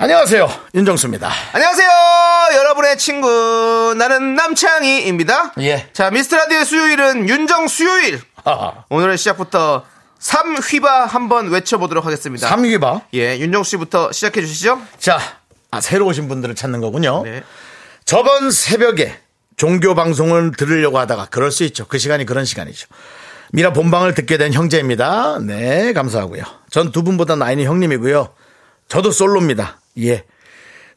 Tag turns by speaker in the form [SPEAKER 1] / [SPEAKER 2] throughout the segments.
[SPEAKER 1] 안녕하세요 윤정수입니다
[SPEAKER 2] 안녕하세요, 여러분의 친구 나는 남창희입니다.
[SPEAKER 1] 예.
[SPEAKER 2] 자, 미스터 라디오 수요일은 윤정 수요일.
[SPEAKER 1] 하하.
[SPEAKER 2] 오늘의 시작부터 삼휘바 한번 외쳐보도록 하겠습니다.
[SPEAKER 1] 삼기바
[SPEAKER 2] 예, 윤정 씨부터 시작해 주시죠.
[SPEAKER 1] 자 아, 새로 오신 분들을 찾는 거군요
[SPEAKER 2] 네.
[SPEAKER 1] 저번 새벽에 종교 방송을 들으려고 하다가 그럴 수 있죠. 그 시간이 그런 시간이죠. 미라 본방을 듣게 된 형제입니다. 네, 감사하고요. 전 두 분보다 나이는 형님이고요. 저도 솔로입니다. 예.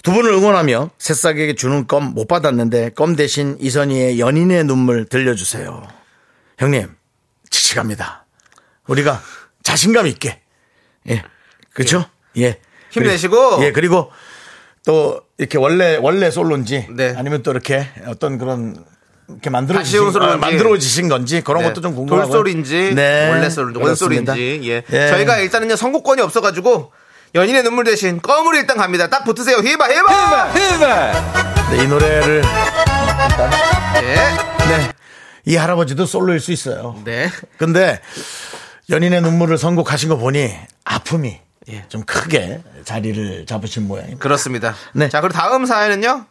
[SPEAKER 1] 두 분을 응원하며 새싹에게 주는 껌 못 받았는데 껌 대신 이선희의 연인의 눈물 들려주세요. 형님, 칙칙합니다. 우리가 자신감 있게. 예. 그죠? 예.
[SPEAKER 2] 힘내시고.
[SPEAKER 1] 예, 그리고 또 이렇게 원래 원래 솔로인지
[SPEAKER 2] 네.
[SPEAKER 1] 아니면 또 이렇게 어떤 그런 이렇게 만들어지신,
[SPEAKER 2] 다시 온 솔로인지.
[SPEAKER 1] 아, 만들어지신 건지 그런
[SPEAKER 2] 네.
[SPEAKER 1] 것도 좀 궁금하고
[SPEAKER 2] 돌솔인지 원래 솔
[SPEAKER 1] 그렇습니다.
[SPEAKER 2] 원솔인지 예. 저희가 일단은요 선곡권이 없어가지고 연인의 눈물 대신 껌으로 일단 갑니다. 딱 붙으세요. 휘바 휘바.
[SPEAKER 1] 네, 이 노래를
[SPEAKER 2] 네.
[SPEAKER 1] 네. 이 할아버지도 솔로일 수 있어요.
[SPEAKER 2] 네.
[SPEAKER 1] 근데 연인의 눈물을 선곡하신 거 보니 아픔이
[SPEAKER 2] 예.
[SPEAKER 1] 좀 크게 자리를 잡으신 모양입니다.
[SPEAKER 2] 그렇습니다.
[SPEAKER 1] 네.
[SPEAKER 2] 자 그리고 다음 사연은요.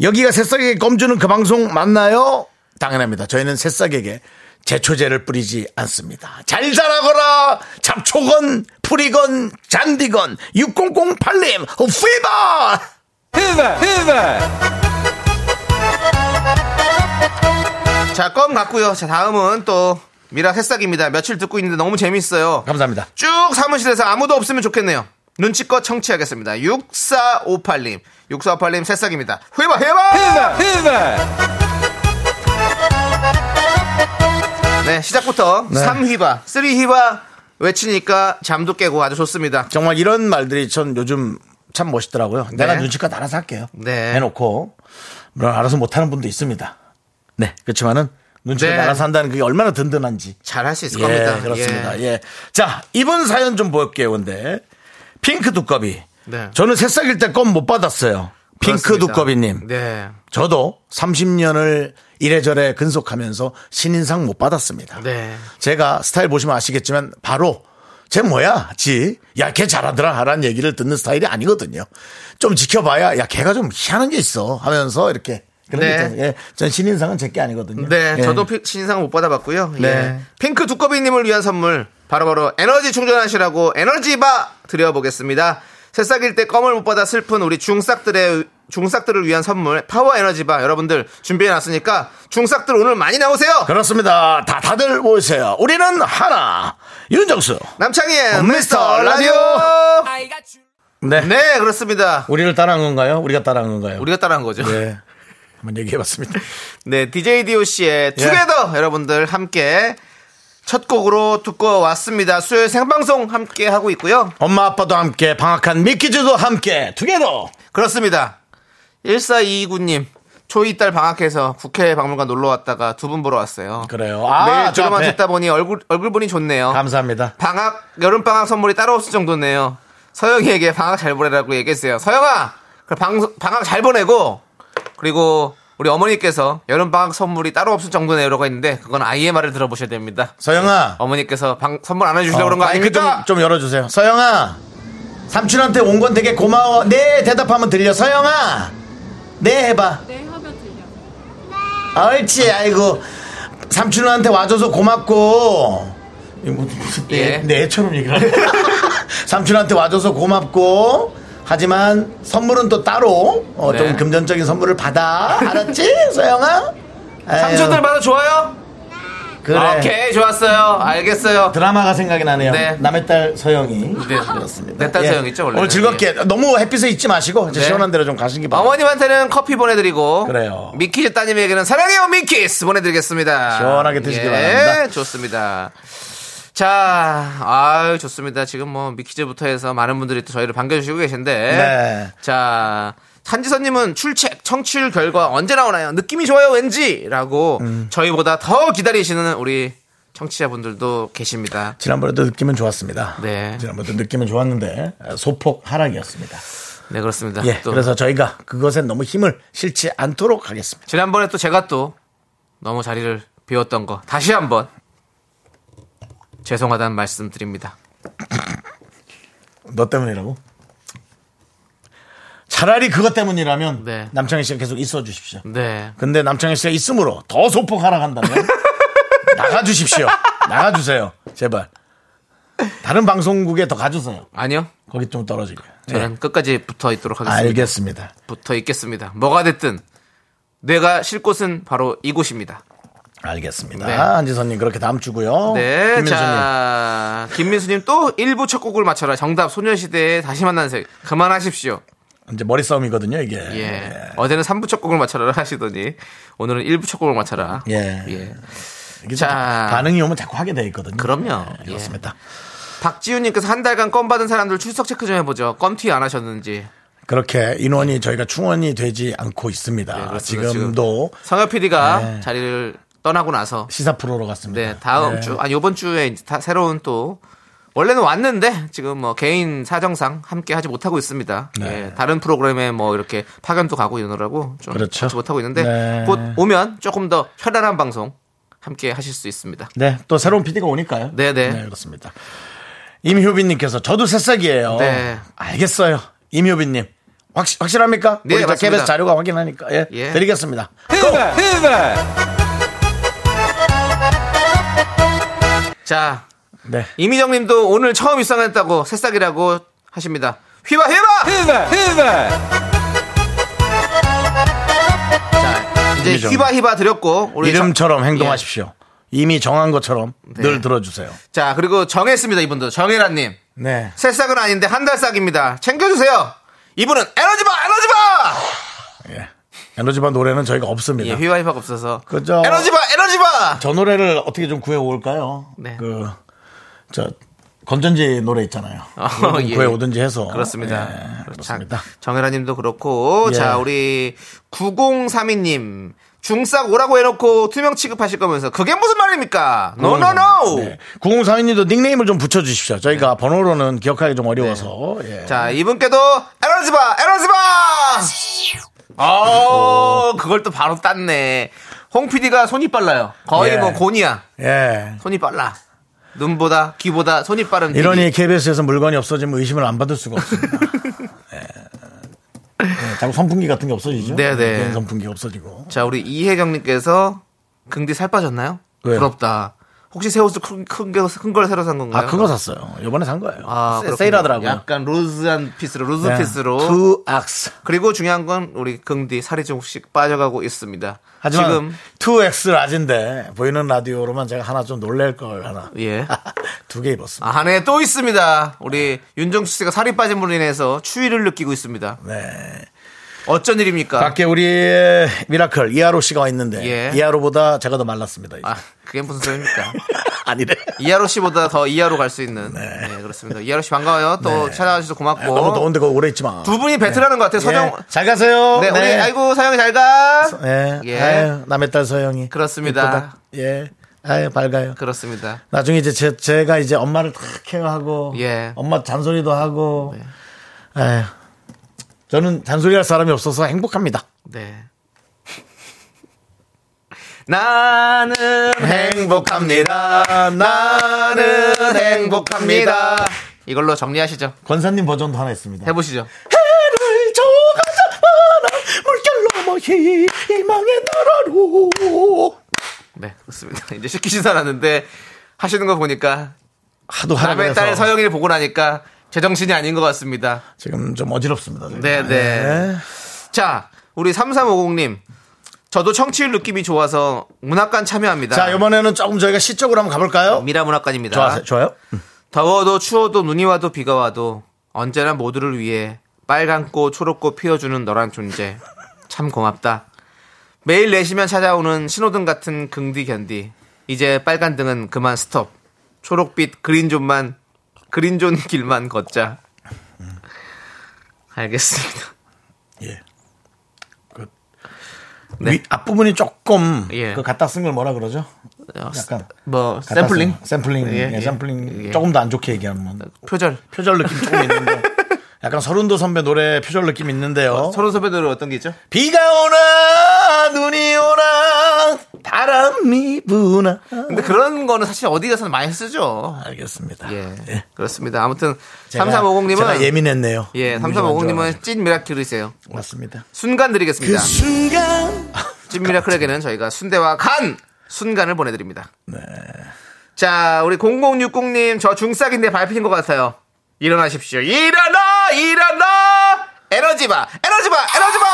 [SPEAKER 1] 여기가 새싹에게 껌 주는 그 방송 맞나요? 당연합니다. 저희는 새싹에게 제초제를 뿌리지 않습니다. 잘 자라거라! 잡초건, 풀이건, 잔디건, 6008님, 피바!
[SPEAKER 2] 자 껌 갔고요. 자 다음은 또 미라 새싹입니다. 며칠 듣고 있는데 너무 재밌어요.
[SPEAKER 1] 감사합니다.
[SPEAKER 2] 쭉 사무실에서 아무도 없으면 좋겠네요. 눈치껏 청취하겠습니다. 6458님. 6458님 새싹입니다. 휘바 휘바! 네, 시작부터
[SPEAKER 1] 네.
[SPEAKER 2] 삼 3휘바, 3휘바 외치니까 잠도 깨고 아주 좋습니다.
[SPEAKER 1] 정말 이런 말들이 전 요즘 참 멋있더라고요. 내가 눈치껏 알아서 할게요.
[SPEAKER 2] 네.
[SPEAKER 1] 해놓고 물론 알아서 못하는 분도 있습니다. 네, 그렇지만은 눈치껏
[SPEAKER 2] 네.
[SPEAKER 1] 알아서 한다는 그게 얼마나 든든한지.
[SPEAKER 2] 잘 할 수 있을
[SPEAKER 1] 예,
[SPEAKER 2] 겁니다.
[SPEAKER 1] 그렇습니다.
[SPEAKER 2] 예.
[SPEAKER 1] 예. 자, 이번 사연 좀 볼게요, 근데. 핑크 두꺼비.
[SPEAKER 2] 네.
[SPEAKER 1] 저는 새싹일 때 껌 못 받았어요. 핑크
[SPEAKER 2] 그렇습니다.
[SPEAKER 1] 두꺼비님.
[SPEAKER 2] 네.
[SPEAKER 1] 저도 30년을 이래저래 근속하면서 신인상 못 받았습니다.
[SPEAKER 2] 네.
[SPEAKER 1] 제가 스타일 보시면 아시겠지만 바로 쟤 뭐야? 지. 야, 걔 잘하더라. 라는 얘기를 듣는 스타일이 아니거든요. 좀 지켜봐야, 야, 걔가 좀 희한한 게 있어. 하면서 이렇게. 그런
[SPEAKER 2] 네.
[SPEAKER 1] 게 있잖아요. 예. 전 신인상은 제 게 아니거든요.
[SPEAKER 2] 네,
[SPEAKER 1] 예.
[SPEAKER 2] 저도 피- 신상 못 받아봤고요. 예.
[SPEAKER 1] 네.
[SPEAKER 2] 핑크 두꺼비님을 위한 선물 바로바로 에너지 충전하시라고 에너지바 드려보겠습니다. 새싹일 때 껌을 못 받아 슬픈 우리 중싹들의 중싹들을 위한 선물 파워 에너지바 여러분들 준비해놨으니까 중싹들 오늘 많이 나오세요.
[SPEAKER 1] 그렇습니다. 다 다들 모이세요. 우리는 하나. 윤정수.
[SPEAKER 2] 남창희의
[SPEAKER 1] 어, 미스터
[SPEAKER 2] 미스터 라디오.
[SPEAKER 1] 네.
[SPEAKER 2] 네, 그렇습니다.
[SPEAKER 1] 우리를 따라한 건가요? 우리가 따라한 건가요?
[SPEAKER 2] 우리가 따라한 거죠.
[SPEAKER 1] 네. 한번 얘기해봤습니다.
[SPEAKER 2] 네, DJ DOC의
[SPEAKER 1] 예.
[SPEAKER 2] 투게더 여러분들 함께 첫 곡으로 듣고 왔습니다. 수요일 생방송 함께 하고 있고요.
[SPEAKER 1] 엄마 아빠도 함께 방학한 미키즈도 함께 투게더.
[SPEAKER 2] 그렇습니다. 1429님. 초이 딸 방학해서 국회 박물관 놀러 왔다가 두 분 보러 왔어요.
[SPEAKER 1] 그래요. 아,
[SPEAKER 2] 매일
[SPEAKER 1] 저
[SPEAKER 2] 들어만
[SPEAKER 1] 앞에.
[SPEAKER 2] 듣다 보니 얼굴 얼굴 보니 좋네요.
[SPEAKER 1] 감사합니다.
[SPEAKER 2] 방학 여름 방학 선물이 따로 없을 정도네요. 서영이에게 방학 잘 보내라고 얘기했어요. 서영아, 그 방, 방학 잘 보내고 그리고 우리 어머니께서 여름 방학 선물이 따로 없을 정도네요라고 했는데 그건 아이의 말을 들어보셔야 됩니다.
[SPEAKER 1] 서영아.
[SPEAKER 2] 어머니께서 방, 선물 안 해주시려고
[SPEAKER 1] 어,
[SPEAKER 2] 그런 거
[SPEAKER 1] 마이크 좀,
[SPEAKER 2] 아닙니까?
[SPEAKER 1] 좀 열어주세요. 서영아. 삼촌한테 온 건 되게 고마워. 네, 대답하면 들려. 서영아. 네, 해봐. 네, 하면 들려. 옳지, 아이고. 삼촌한테 와줘서 고맙고. 이거 무슨 애-
[SPEAKER 2] 예.
[SPEAKER 1] 내 애처럼 얘기를 하네. 삼촌한테 와줘서 고맙고. 하지만 선물은 또 따로 어,
[SPEAKER 2] 네.
[SPEAKER 1] 좀 금전적인 선물을 받아. 알았지, 서영아? 아유,
[SPEAKER 2] 삼촌들 받아 좋아요?
[SPEAKER 1] 네. 그래.
[SPEAKER 2] 오케이 좋았어요. 알겠어요.
[SPEAKER 1] 드라마가 생각이 나네요.
[SPEAKER 2] 네.
[SPEAKER 1] 남의 딸 서영이.
[SPEAKER 2] 네.
[SPEAKER 1] 그렇습니다.
[SPEAKER 2] 내딸
[SPEAKER 1] 예.
[SPEAKER 2] 서영이죠, 원래.
[SPEAKER 1] 오늘 즐겁게 너무 햇빛에 있지 마시고 이제
[SPEAKER 2] 네.
[SPEAKER 1] 시원한 데로 좀 가시기 바랍니다.
[SPEAKER 2] 어머님한테는 커피 보내드리고
[SPEAKER 1] 그래요.
[SPEAKER 2] 미키즈 따님에게는 사랑해요 미키스 보내드리겠습니다.
[SPEAKER 1] 시원하게 드시기 바랍니다.
[SPEAKER 2] 좋습니다. 자, 아유, 좋습니다. 지금 뭐, 미키즈부터 해서 많은 분들이 또 저희를 반겨주시고 계신데.
[SPEAKER 1] 네.
[SPEAKER 2] 자, 한지선님은 출첵, 청취율 결과 언제 나오나요? 느낌이 좋아요, 왠지! 라고
[SPEAKER 1] 음.
[SPEAKER 2] 저희보다 더 기다리시는 우리 청취자분들도 계십니다.
[SPEAKER 1] 지난번에도 느낌은 좋았습니다.
[SPEAKER 2] 네.
[SPEAKER 1] 지난번에도 느낌은 좋았는데 소폭 하락이었습니다.
[SPEAKER 2] 네, 그렇습니다.
[SPEAKER 1] 예.
[SPEAKER 2] 또
[SPEAKER 1] 그래서 저희가 그것엔 너무 힘을 실지 않도록 하겠습니다.
[SPEAKER 2] 지난번에 또 제가 또 너무 자리를 비웠던 거 다시 한번 죄송하다는 말씀 드립니다.
[SPEAKER 1] 너 때문이라고? 차라리 그것 때문이라면
[SPEAKER 2] 네.
[SPEAKER 1] 남창희 씨가 계속 있어 주십시오.
[SPEAKER 2] 네.
[SPEAKER 1] 근데 남창희 씨가 있으므로 더 소폭 하락한다면 나가 주십시오. 나가 주세요. 제발. 다른 방송국에 더 가주세요.
[SPEAKER 2] 아니요.
[SPEAKER 1] 거기 좀 떨어지고.
[SPEAKER 2] 저는 끝까지 붙어 있도록 하겠습니다.
[SPEAKER 1] 네. 알겠습니다.
[SPEAKER 2] 붙어 있겠습니다. 뭐가 됐든 내가 쉴 곳은 바로 이곳입니다.
[SPEAKER 1] 알겠습니다.
[SPEAKER 2] 네.
[SPEAKER 1] 한지선님 그렇게 다음 주고요.
[SPEAKER 2] 네,
[SPEAKER 1] 어, 김민수님.
[SPEAKER 2] 자 김민수님 또 1부 첫 곡을 맞춰라. 정답 소녀시대의 다시 만난 색 그만하십시오.
[SPEAKER 1] 이제 머리 싸움이거든요 이게.
[SPEAKER 2] 예. 어제는 3부 첫 곡을 맞춰라 하시더니 오늘은 1부 첫 곡을 맞춰라.
[SPEAKER 1] 예. 이게
[SPEAKER 2] 자.
[SPEAKER 1] 자꾸 반응이 오면 자꾸 하게 돼 있거든요.
[SPEAKER 2] 그럼요.
[SPEAKER 1] 예, 그렇습니다.
[SPEAKER 2] 박지훈님께서 한 달간 껌 받은 사람들 출석 체크 좀 해보죠. 껌티 안 하셨는지.
[SPEAKER 1] 그렇게 인원이 저희가 충원이 되지 않고
[SPEAKER 2] 예. 네,
[SPEAKER 1] 있습니다.
[SPEAKER 2] 그렇습니다.
[SPEAKER 1] 아, 지금도
[SPEAKER 2] 지금 성엽 PD가
[SPEAKER 1] 네.
[SPEAKER 2] 자리를 떠나고 나서
[SPEAKER 1] 시사 프로로 갔습니다.
[SPEAKER 2] 네 다음
[SPEAKER 1] 네.
[SPEAKER 2] 주 아니 이번 주에 이제 다 새로운 또 원래는 왔는데 지금 뭐 개인 사정상 함께 하지 못하고 있습니다.
[SPEAKER 1] 네.
[SPEAKER 2] 예, 다른 프로그램에 뭐 이렇게 파견도 가고 이러느라고 좀
[SPEAKER 1] 그렇죠.
[SPEAKER 2] 같이 못하고 있는데
[SPEAKER 1] 네.
[SPEAKER 2] 곧 오면 조금 더 편안한 방송 함께 하실 수 있습니다.
[SPEAKER 1] 네, 또 새로운 PD가 오니까요.
[SPEAKER 2] 네, 네.
[SPEAKER 1] 그렇습니다. 임효빈님께서 저도 새싹이에요.
[SPEAKER 2] 네.
[SPEAKER 1] 알겠어요. 임효빈님. 확, 확실합니까?
[SPEAKER 2] 네,
[SPEAKER 1] 우리
[SPEAKER 2] 맞습니다.
[SPEAKER 1] KBS 자료가 확인하니까. 예.
[SPEAKER 2] 예.
[SPEAKER 1] 드리겠습니다.
[SPEAKER 2] 자
[SPEAKER 1] 네.
[SPEAKER 2] 이미정님도 오늘 처음 입상했다고 새싹이라고 하십니다. 휘바 휘바 자 이제
[SPEAKER 1] 이미정.
[SPEAKER 2] 휘바 휘바 드렸고 우리
[SPEAKER 1] 이름처럼
[SPEAKER 2] 정-
[SPEAKER 1] 행동하십시오. 이미 정한 것처럼
[SPEAKER 2] 네.
[SPEAKER 1] 늘 들어주세요.
[SPEAKER 2] 예. 자 그리고 정했습니다 이분도 정혜란님
[SPEAKER 1] 네.
[SPEAKER 2] 새싹은 아닌데 한 달 싹입니다. 챙겨주세요. 이분은 에너지바 에너지바
[SPEAKER 1] 예. 에너지바 노래는 저희가
[SPEAKER 2] 예,
[SPEAKER 1] 없습니다.
[SPEAKER 2] 휘바 휘바가 없어서
[SPEAKER 1] 그죠.
[SPEAKER 2] 에너지바 에너지바
[SPEAKER 1] 저 노래를 어떻게 좀 구해 올까요?
[SPEAKER 2] 네.
[SPEAKER 1] 그, 저, 건전지 노래 있잖아요.
[SPEAKER 2] 어,
[SPEAKER 1] 그거 좀
[SPEAKER 2] 예.
[SPEAKER 1] 구해 오든지 해서.
[SPEAKER 2] 그렇습니다. 그렇죠.
[SPEAKER 1] 예, 그렇습니다.
[SPEAKER 2] 정혜라님도 그렇고
[SPEAKER 1] 예.
[SPEAKER 2] 자 우리 9032님 중싹 오라고 해놓고 투명 취급하실 거면서 그게 무슨 말입니까? 노노노.
[SPEAKER 1] 네. 9042님도 닉네임을 좀 붙여주십시오. 저희가 번호로는 기억하기 좀 어려워서. 예.
[SPEAKER 2] 네. 자 이분께도 에너지바 에너지바. 어 그걸 또 바로 땄네. 홍 PD가 손이 빨라요. 거의
[SPEAKER 1] 예.
[SPEAKER 2] 뭐 고니야.
[SPEAKER 1] 예.
[SPEAKER 2] 손이 빨라. 눈보다 귀보다 손이 빠른 PD.
[SPEAKER 1] 이러니 KBS에서 물건이 없어지면 의심을 안 받을 수가 없습니다. 예. 예, 자꾸 선풍기 같은 게 없어지죠?
[SPEAKER 2] 네, 네.
[SPEAKER 1] 개인 선풍기 없어지고.
[SPEAKER 2] 자, 우리 이혜경님께서 긍디 살 빠졌나요?
[SPEAKER 1] 왜요?
[SPEAKER 2] 부럽다. 혹시 새 옷을 큰, 큰, 게- 큰, 걸 새로 산 건가요?
[SPEAKER 1] 아, 그거 샀어요. 요번에 산 거예요.
[SPEAKER 2] 아,
[SPEAKER 1] 세-
[SPEAKER 2] 그렇군요.
[SPEAKER 1] 세일하더라고요. 예. 네.
[SPEAKER 2] 약간 로즈한 피스로, 로즈 피스로.
[SPEAKER 1] 투 악스.
[SPEAKER 2] 그리고 중요한 건 우리 긍디 살이 조금씩 빠져가고 있습니다.
[SPEAKER 1] 하지만
[SPEAKER 2] 지금,
[SPEAKER 1] 투 2X 라지인데 보이는 라디오로만 제가 하나 좀 놀랄 걸 하나
[SPEAKER 2] 예.
[SPEAKER 1] 두 개 입었습니다.
[SPEAKER 2] 아, 안에 또 있습니다. 우리 윤정수 씨가 살이 빠진 분로 인해서 추위를 느끼고 있습니다.
[SPEAKER 1] 네.
[SPEAKER 2] 어쩐 일입니까?
[SPEAKER 1] 밖에 우리 의 미라클 이하로 씨가 와 있는데
[SPEAKER 2] 아. 예.
[SPEAKER 1] 이하로보다 제가 더 말랐습니다.
[SPEAKER 2] 아, 그게 무슨 소리입니까?
[SPEAKER 1] 아니래.
[SPEAKER 2] 이하로 씨보다 더 이하로 갈 수 있는. 네. 그렇습니다. 이하로 씨 반가워요. 또 찾아와주셔서 고맙고.
[SPEAKER 1] 네. 너무 더운데 거 오래 있지 마.
[SPEAKER 2] 뭐? 두 분이 배틀하는 것 같아요. 서정.
[SPEAKER 1] 예. 잘 가세요.
[SPEAKER 2] 네, 우리 아이고 서영이 잘 가.
[SPEAKER 1] 예.
[SPEAKER 2] 예.
[SPEAKER 1] 아유, 남의 딸 서영이.
[SPEAKER 2] 그렇습니다.
[SPEAKER 1] 이쁘다. 예. 아유 밝아요.
[SPEAKER 2] 그렇습니다.
[SPEAKER 1] 나중에 이제 제, 제가 이제 엄마를 다 케어하고
[SPEAKER 2] 예. 네.
[SPEAKER 1] 엄마 잔소리도 하고 에휴, 저는 잔소리할 사람이 없어서 행복합니다.
[SPEAKER 2] 네. 나는
[SPEAKER 1] 행복합니다. 아, 나는 행복합니다.
[SPEAKER 2] 이걸로 정리하시죠.
[SPEAKER 1] 권사님 버전도 하나 있습니다.
[SPEAKER 2] 해보시죠.
[SPEAKER 1] 해를 저가잖아 물결 넘어 희망의 나라로
[SPEAKER 2] 네, 그렇습니다. 이제 시키신 줄 알았는데 하시는 거 보니까
[SPEAKER 1] 하도
[SPEAKER 2] 남의
[SPEAKER 1] 하라면서
[SPEAKER 2] 딸 서영이를 보고 나니까 제정신이 아닌 것 같습니다.
[SPEAKER 1] 지금 좀 어지럽습니다. 예. 지금.
[SPEAKER 2] 네, 네. 자, 우리 3350님. 저도 청취율 느낌이 좋아서 문학관 참여합니다.
[SPEAKER 1] 자 이번에는 조금 저희가 시적으로 한번 가볼까요?
[SPEAKER 2] 미라 문학관입니다.
[SPEAKER 1] 좋아요. 좋아요.
[SPEAKER 2] 더워도 추워도 눈이 와도 비가 와도 언제나 모두를 위해 빨간 꽃, 초록꽃 피워주는 너란 존재. 참 고맙다. 매일 내시면 찾아오는 신호등 같은 긍디 견디. 이제 빨간 등은 그만 스톱. 초록빛 그린존만 그린존 길만 걷자. 알겠습니다.
[SPEAKER 1] 예. 그
[SPEAKER 2] 네.
[SPEAKER 1] 위, 앞부분이 조금
[SPEAKER 2] 예.
[SPEAKER 1] 그 갖다 쓴 걸 뭐라 그러죠?
[SPEAKER 2] 어,
[SPEAKER 1] 약간
[SPEAKER 2] 뭐
[SPEAKER 1] 갖다
[SPEAKER 2] 샘플링,
[SPEAKER 1] 쓴- 샘플링,
[SPEAKER 2] 예,
[SPEAKER 1] 예,
[SPEAKER 2] 예,
[SPEAKER 1] 샘플링
[SPEAKER 2] 예.
[SPEAKER 1] 조금 더 안 좋게 얘기하면
[SPEAKER 2] 표절.
[SPEAKER 1] 표절 느낌 조금 있는데 약간 서른도 선배 노래 표절 느낌 있는데요.
[SPEAKER 2] 서른 선배들은 어떤 게 있죠?
[SPEAKER 1] 비가 오나 눈이 오나 바람이 부나.
[SPEAKER 2] 근데 그런 거는 사실 어디 가서는 많이 쓰죠.
[SPEAKER 1] 알겠습니다.
[SPEAKER 2] 예.
[SPEAKER 1] 예.
[SPEAKER 2] 그렇습니다. 아무튼
[SPEAKER 1] 제가-
[SPEAKER 2] 3350님은
[SPEAKER 1] 제가 예민했네요.
[SPEAKER 2] 예,
[SPEAKER 1] 좋아하죠.
[SPEAKER 2] 3350님은 찐 미라클이세요.
[SPEAKER 1] 맞습니다.
[SPEAKER 2] 순간 드리겠습니다.
[SPEAKER 1] 그 순간
[SPEAKER 2] 찐 미라클에게는 저희가 순대와 간 순간을 보내드립니다.
[SPEAKER 1] 네.
[SPEAKER 2] 자, 우리 0060님 저 중싹인데 밟힌 것 같아요. 일어나십시오. 일어나, 일어나. 에너지바, 에너지바, 에너지바.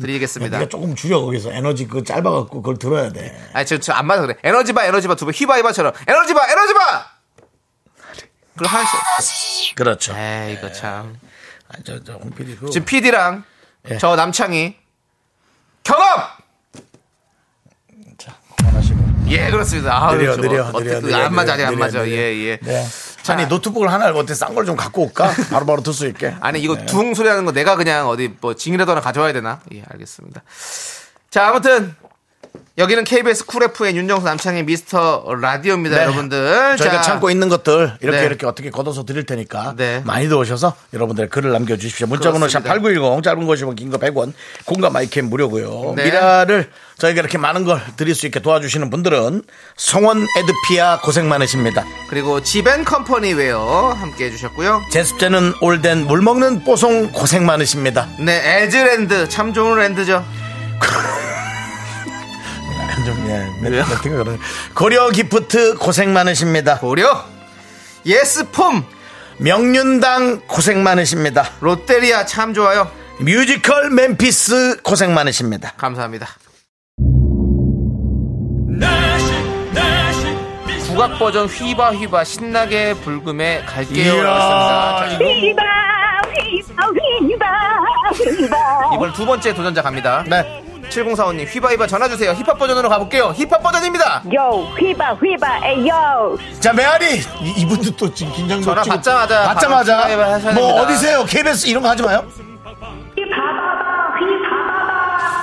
[SPEAKER 2] 드리겠습니다.
[SPEAKER 1] 네가 조금 줄여 거기서 에너지 그 짧아갖고 그걸 들어야 돼.
[SPEAKER 2] 아, 저, 저안 맞아 그래. 에너지바, 에너지바 두 번 히바히바처럼 에너지바, 에너지바. 그럼 한 시.
[SPEAKER 1] 그렇죠.
[SPEAKER 2] 에이, 이거 참.
[SPEAKER 1] 아, 저, 저, 홍 PD 그
[SPEAKER 2] 지금 PD랑
[SPEAKER 1] 예.
[SPEAKER 2] 저 남창이 경험.
[SPEAKER 1] 자, 그만하시고.
[SPEAKER 2] 예, 그렇습니다. 아,
[SPEAKER 1] 느려, 느려, 느려, 느려,
[SPEAKER 2] 안 맞아, 아직 안
[SPEAKER 1] 느려,
[SPEAKER 2] 맞아.
[SPEAKER 1] 느려.
[SPEAKER 2] 예, 예.
[SPEAKER 1] 네. 아니 노트북을 하나 어떻게 싼 걸 좀 갖고 올까? 바로바로 들 수 있게.
[SPEAKER 2] 아니 이거 둥 소리 하는 거 내가 그냥 어디 뭐 징이라도 하나 가져와야 되나? 예, 알겠습니다. 자, 아무튼 여기는 KBS 쿨 FM의 윤정수 남창희 미스터 라디오입니다,
[SPEAKER 1] 네.
[SPEAKER 2] 여러분들.
[SPEAKER 1] 저희가
[SPEAKER 2] 자,
[SPEAKER 1] 참고 있는 것들 이렇게
[SPEAKER 2] 네.
[SPEAKER 1] 이렇게 어떻게 걷어서 드릴 테니까
[SPEAKER 2] 네.
[SPEAKER 1] 많이 들어오셔서 여러분들 글을 남겨주십시오. 문자번호
[SPEAKER 2] 그렇습니다.
[SPEAKER 1] 샵8910 짧은 것이 긴거 100원 공감 마이캠 무료고요.
[SPEAKER 2] 네.
[SPEAKER 1] 미라를 저희가 이렇게 많은 걸 드릴 수 있게 도와주시는 분들은 성원 에드피아 고생 많으십니다.
[SPEAKER 2] 그리고 지벤 컴퍼니 웨어 함께 해주셨고요.
[SPEAKER 1] 제습제는 올덴 물 먹는 뽀송 고생 많으십니다.
[SPEAKER 2] 네, 에즈랜드 참 좋은 랜드죠.
[SPEAKER 1] 좀, 예, 멘- 멘트가 그러네. 고려 기프트 고생 많으십니다.
[SPEAKER 2] 고려, 예스폼,
[SPEAKER 1] 명륜당 고생 많으십니다.
[SPEAKER 2] 롯데리아 참 좋아요.
[SPEAKER 1] 뮤지컬 맨피스 고생 많으십니다.
[SPEAKER 2] 감사합니다.
[SPEAKER 3] 내시 내시
[SPEAKER 2] 국악 버전 휘바 휘바 신나게 불금에 갈게요.
[SPEAKER 1] 이야,
[SPEAKER 2] 이야,
[SPEAKER 4] 휘바 휘바 휘바 휘바
[SPEAKER 2] 이번 두 번째 도전자 갑니다.
[SPEAKER 1] 네.
[SPEAKER 2] 7045님 휘바휘바 전화주세요 힙합 버전으로 가볼게요 힙합 버전입니다
[SPEAKER 4] 요 휘바 휘바 에요
[SPEAKER 1] 자, 메아리! 이, 이분도 또 지금 긴장
[SPEAKER 2] 전화
[SPEAKER 1] 놓치고
[SPEAKER 2] 받자마자 바로 전화해봐
[SPEAKER 1] 받자마자.
[SPEAKER 2] 하셔야
[SPEAKER 1] 뭐
[SPEAKER 2] 됩니다.
[SPEAKER 1] 어디세요? KBS 이런 거 하지 마요.
[SPEAKER 4] 휘바바바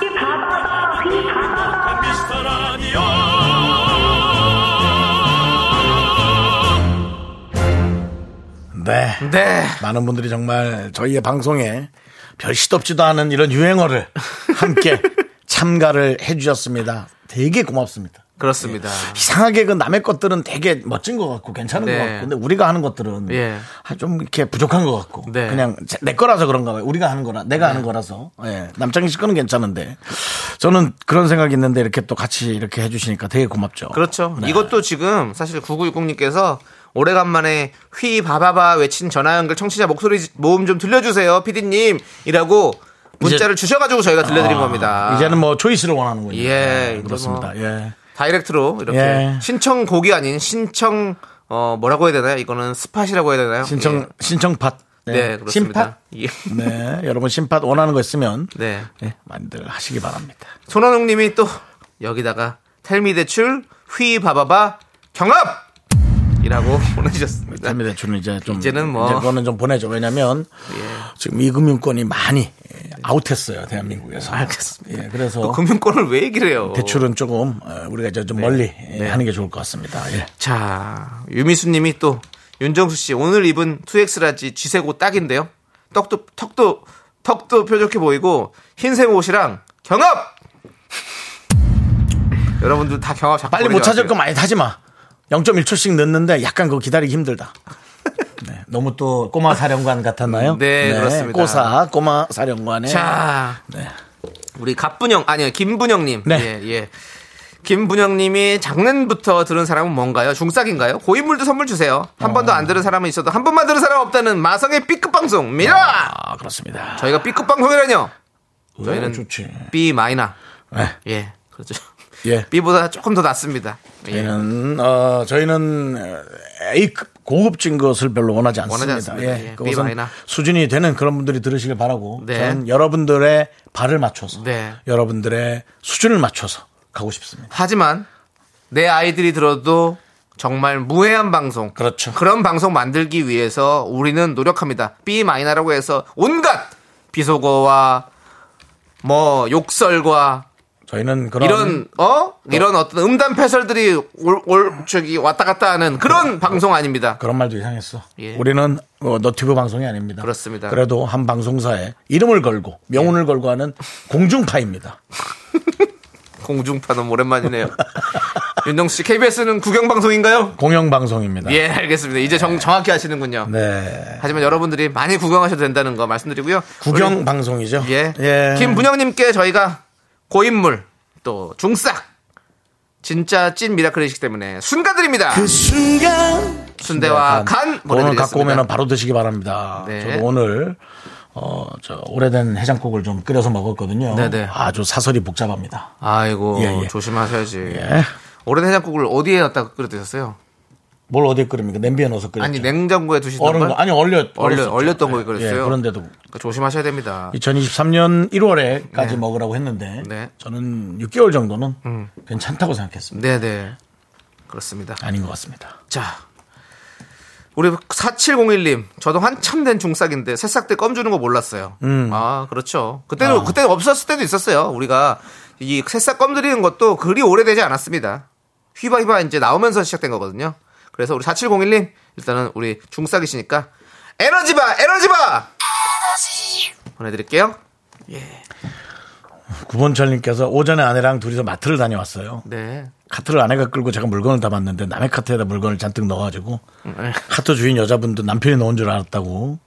[SPEAKER 4] 휘바바바 휘바바바 휘바바바
[SPEAKER 3] 미스터 라디오
[SPEAKER 1] 네.
[SPEAKER 2] 네
[SPEAKER 1] 많은 분들이 정말 저희의 방송에 별 시덥지도 않은 이런 유행어를 함께 참가를 해주셨습니다. 되게 고맙습니다.
[SPEAKER 2] 그렇습니다
[SPEAKER 1] 이상하게 그 남의 것들은 되게 멋진 것 같고 괜찮은
[SPEAKER 2] 네.
[SPEAKER 1] 것 같고 근데 우리가 하는 것들은
[SPEAKER 2] 예.
[SPEAKER 1] 아, 좀 이렇게 부족한 것 같고
[SPEAKER 2] 네.
[SPEAKER 1] 그냥 제- 내 거라서 그런가 봐요 우리가 하는 거라 내가 하는 거라서 예. 남창희 씨 거는 괜찮은데 저는 그런 생각이 있는데 이렇게 또 같이 이렇게 해주시니까 되게 고맙죠
[SPEAKER 2] 그렇죠
[SPEAKER 1] 네.
[SPEAKER 2] 이것도 지금 사실 9960님께서 오래간만에 휘바바바 외친 전화 연결 청취자 목소리 지- 모음 좀 들려주세요 피디님 이라고 문자를 주셔가지고 저희가 들려드린
[SPEAKER 1] 아,
[SPEAKER 2] 겁니다
[SPEAKER 1] 이제는 뭐 초이스를 원하는군요
[SPEAKER 2] 예,
[SPEAKER 1] 네,
[SPEAKER 2] 이제
[SPEAKER 1] 그렇습니다
[SPEAKER 2] 뭐
[SPEAKER 1] 예.
[SPEAKER 2] 다이렉트로 이렇게
[SPEAKER 1] 예.
[SPEAKER 2] 신청곡이 아닌 신청 어 뭐라고 해야 되나요 이거는 스팟이라고 해야 되나요
[SPEAKER 1] 신청
[SPEAKER 2] 예.
[SPEAKER 1] 신청팟
[SPEAKER 2] 네,
[SPEAKER 1] 심팟
[SPEAKER 2] 그렇습니다 예.
[SPEAKER 1] 네 여러분 심팟 원하는 거 있으면
[SPEAKER 2] 네
[SPEAKER 1] 예, 많이들 하시기 바랍니다
[SPEAKER 2] 손원웅 님이 또 여기다가 텔미 대출 휘바바바 경합! 이라고 보내주셨습니다.
[SPEAKER 1] 담배 대출은 이제 좀
[SPEAKER 2] 네. 이제는 뭐. 예.
[SPEAKER 1] 이제 그거는 좀 보내죠. 왜냐하면 지금 이 금융권이 많이 아웃했어요 대한민국에서.
[SPEAKER 2] 알겠습니다.
[SPEAKER 1] 예, 그래서
[SPEAKER 2] 또 금융권을 네. 왜 얘기를 해요?
[SPEAKER 1] 대출은 조금 어, 우리가 이제 좀 멀리 예, 하는 게 좋을 것 같습니다. 예.
[SPEAKER 2] 자, 유미수 님이 또 윤정수 씨 오늘 입은 2X라지 쥐새고 딱인데요. 떡도, 턱도, 턱도 뾰족해 보이고 흰색 옷이랑 경합! 여러분들 다 경합 자꾸
[SPEAKER 1] 빨리 못
[SPEAKER 2] 보내지
[SPEAKER 1] 찾을 거
[SPEAKER 2] 마세요.
[SPEAKER 1] 많이 타지 마. 0.1초씩 넣는데 약간 그거 기다리기 힘들다. 네, 너무 또 꼬마 사령관 같았나요?
[SPEAKER 2] 네, 그렇습니다.
[SPEAKER 1] 꼬사 꼬마 사령관의
[SPEAKER 2] 자, 우리 갑분영 아니요 김분영님.
[SPEAKER 1] 네.
[SPEAKER 2] 예, 예. 김분영님이 작년부터 들은 사람은 뭔가요? 중싹인가요? 고인물도 선물 주세요. 한 번도 안 들은 사람은 있어도 한 번만 들은 사람 없다는 마성의 B급 방송 미라.
[SPEAKER 1] 아 그렇습니다.
[SPEAKER 2] 저희가 B급 방송이라뇨. 저희는
[SPEAKER 1] 네, 좋지.
[SPEAKER 2] B 마이너.
[SPEAKER 1] 네,
[SPEAKER 2] 예, 그렇죠.
[SPEAKER 1] 예.
[SPEAKER 2] B보다 조금 더 낫습니다. 예.
[SPEAKER 1] 저희는 어 저희는 A급 고급진 것을 별로 원하지 않습니다.
[SPEAKER 2] 원하지 않습니다.
[SPEAKER 1] 예,
[SPEAKER 2] 예,
[SPEAKER 1] 그것은
[SPEAKER 2] B-.
[SPEAKER 1] 수준이 되는 그런 분들이 들으시길 바라고
[SPEAKER 2] 네.
[SPEAKER 1] 저는 여러분들의 발을 맞춰서
[SPEAKER 2] 네.
[SPEAKER 1] 여러분들의 수준을 맞춰서 가고 싶습니다.
[SPEAKER 2] 하지만 내 아이들이 들어도 정말 무해한 방송.
[SPEAKER 1] 그렇죠.
[SPEAKER 2] 그런 방송 만들기 위해서 우리는 노력합니다. B 마이너라고 해서 온갖 비속어와 뭐 욕설과
[SPEAKER 1] 저희는 그런 뭐.
[SPEAKER 2] 이런 어 이런 어떤 음담 패설들이 올, 올 저기 왔다 갔다 하는
[SPEAKER 1] 네.
[SPEAKER 2] 그런 방송 아닙니다.
[SPEAKER 1] 그런 말도 이상했어.
[SPEAKER 2] 예.
[SPEAKER 1] 우리는 어, 너튜브 방송이 아닙니다.
[SPEAKER 2] 그렇습니다. 예.
[SPEAKER 1] 그래도 한 방송사에 이름을 걸고 명운을 걸고 하는 공중파입니다.
[SPEAKER 2] 공중파는 오랜만이네요. 윤정수 씨 KBS는 구경 방송인가요?
[SPEAKER 1] 공영 방송입니다.
[SPEAKER 2] 예 알겠습니다. 이제 정, 정확히 하시는군요.
[SPEAKER 1] 네.
[SPEAKER 2] 하지만 여러분들이 많이 구경하셔도 된다는 거 말씀드리고요.
[SPEAKER 1] 구경
[SPEAKER 2] 우리-
[SPEAKER 1] 방송이죠.
[SPEAKER 2] 예. 김분영님께 저희가 고인물 또 중싹 진짜 찐 미라클이시기 때문에 순간드립니다.
[SPEAKER 1] 그 순간
[SPEAKER 2] 순대와 간
[SPEAKER 1] 오늘
[SPEAKER 2] 보내드리겠습니다.
[SPEAKER 1] 갖고 오면 바로 드시기 바랍니다.
[SPEAKER 2] 네.
[SPEAKER 1] 저도 오늘 어, 저 오래된 해장국을 좀 끓여서 먹었거든요.
[SPEAKER 2] 네네.
[SPEAKER 1] 아주 사설이 복잡합니다.
[SPEAKER 2] 아이고
[SPEAKER 1] 예, 예.
[SPEAKER 2] 조심하셔야지.
[SPEAKER 1] 예.
[SPEAKER 2] 오랜 해장국을 어디에 갖다가 끓여 드셨어요?
[SPEAKER 1] 뭘 어디에 끓입니까? 냄비에 넣어서 끓였죠.
[SPEAKER 2] 아니 냉장고에 두시던
[SPEAKER 1] 그렇죠. 얼은
[SPEAKER 2] 걸
[SPEAKER 1] 거 아니 얼려
[SPEAKER 2] 얼려
[SPEAKER 1] 얼렸었죠.
[SPEAKER 2] 얼렸던 거에
[SPEAKER 1] 예,
[SPEAKER 2] 그랬어요.
[SPEAKER 1] 그런데도
[SPEAKER 2] 그러니까 조심하셔야 됩니다.
[SPEAKER 1] 2023년 1월에까지 먹으라고 했는데
[SPEAKER 2] 네. 음.
[SPEAKER 1] 저는 6개월 정도는 괜찮다고 생각했습니다.
[SPEAKER 2] 네네 그렇습니다.
[SPEAKER 1] 아닌 것 같습니다.
[SPEAKER 2] 자 우리 4701님 저도 한참 된 중싹인데 새싹 때 껌 주는 거 몰랐어요. 아 그렇죠. 그때는 그때는 없었을 때도 있었어요. 우리가 이 새싹 껌 드리는 것도 그리 오래되지 않았습니다. 휘바휘바 이제 나오면서 시작된 거거든요. 그래서 우리 4701님 일단은 우리 중싹이시니까 에너지바 에너지바 보내드릴게요.
[SPEAKER 1] 9번철님께서 오전에 아내랑 둘이서 마트를 다녀왔어요.
[SPEAKER 2] 네.
[SPEAKER 1] 카트를 아내가 끌고 제가 물건을 담았는데 남의 카트에다 물건을 잔뜩 넣어가지고 카트 주인 여자분도 남편이 넣은 줄 알았다고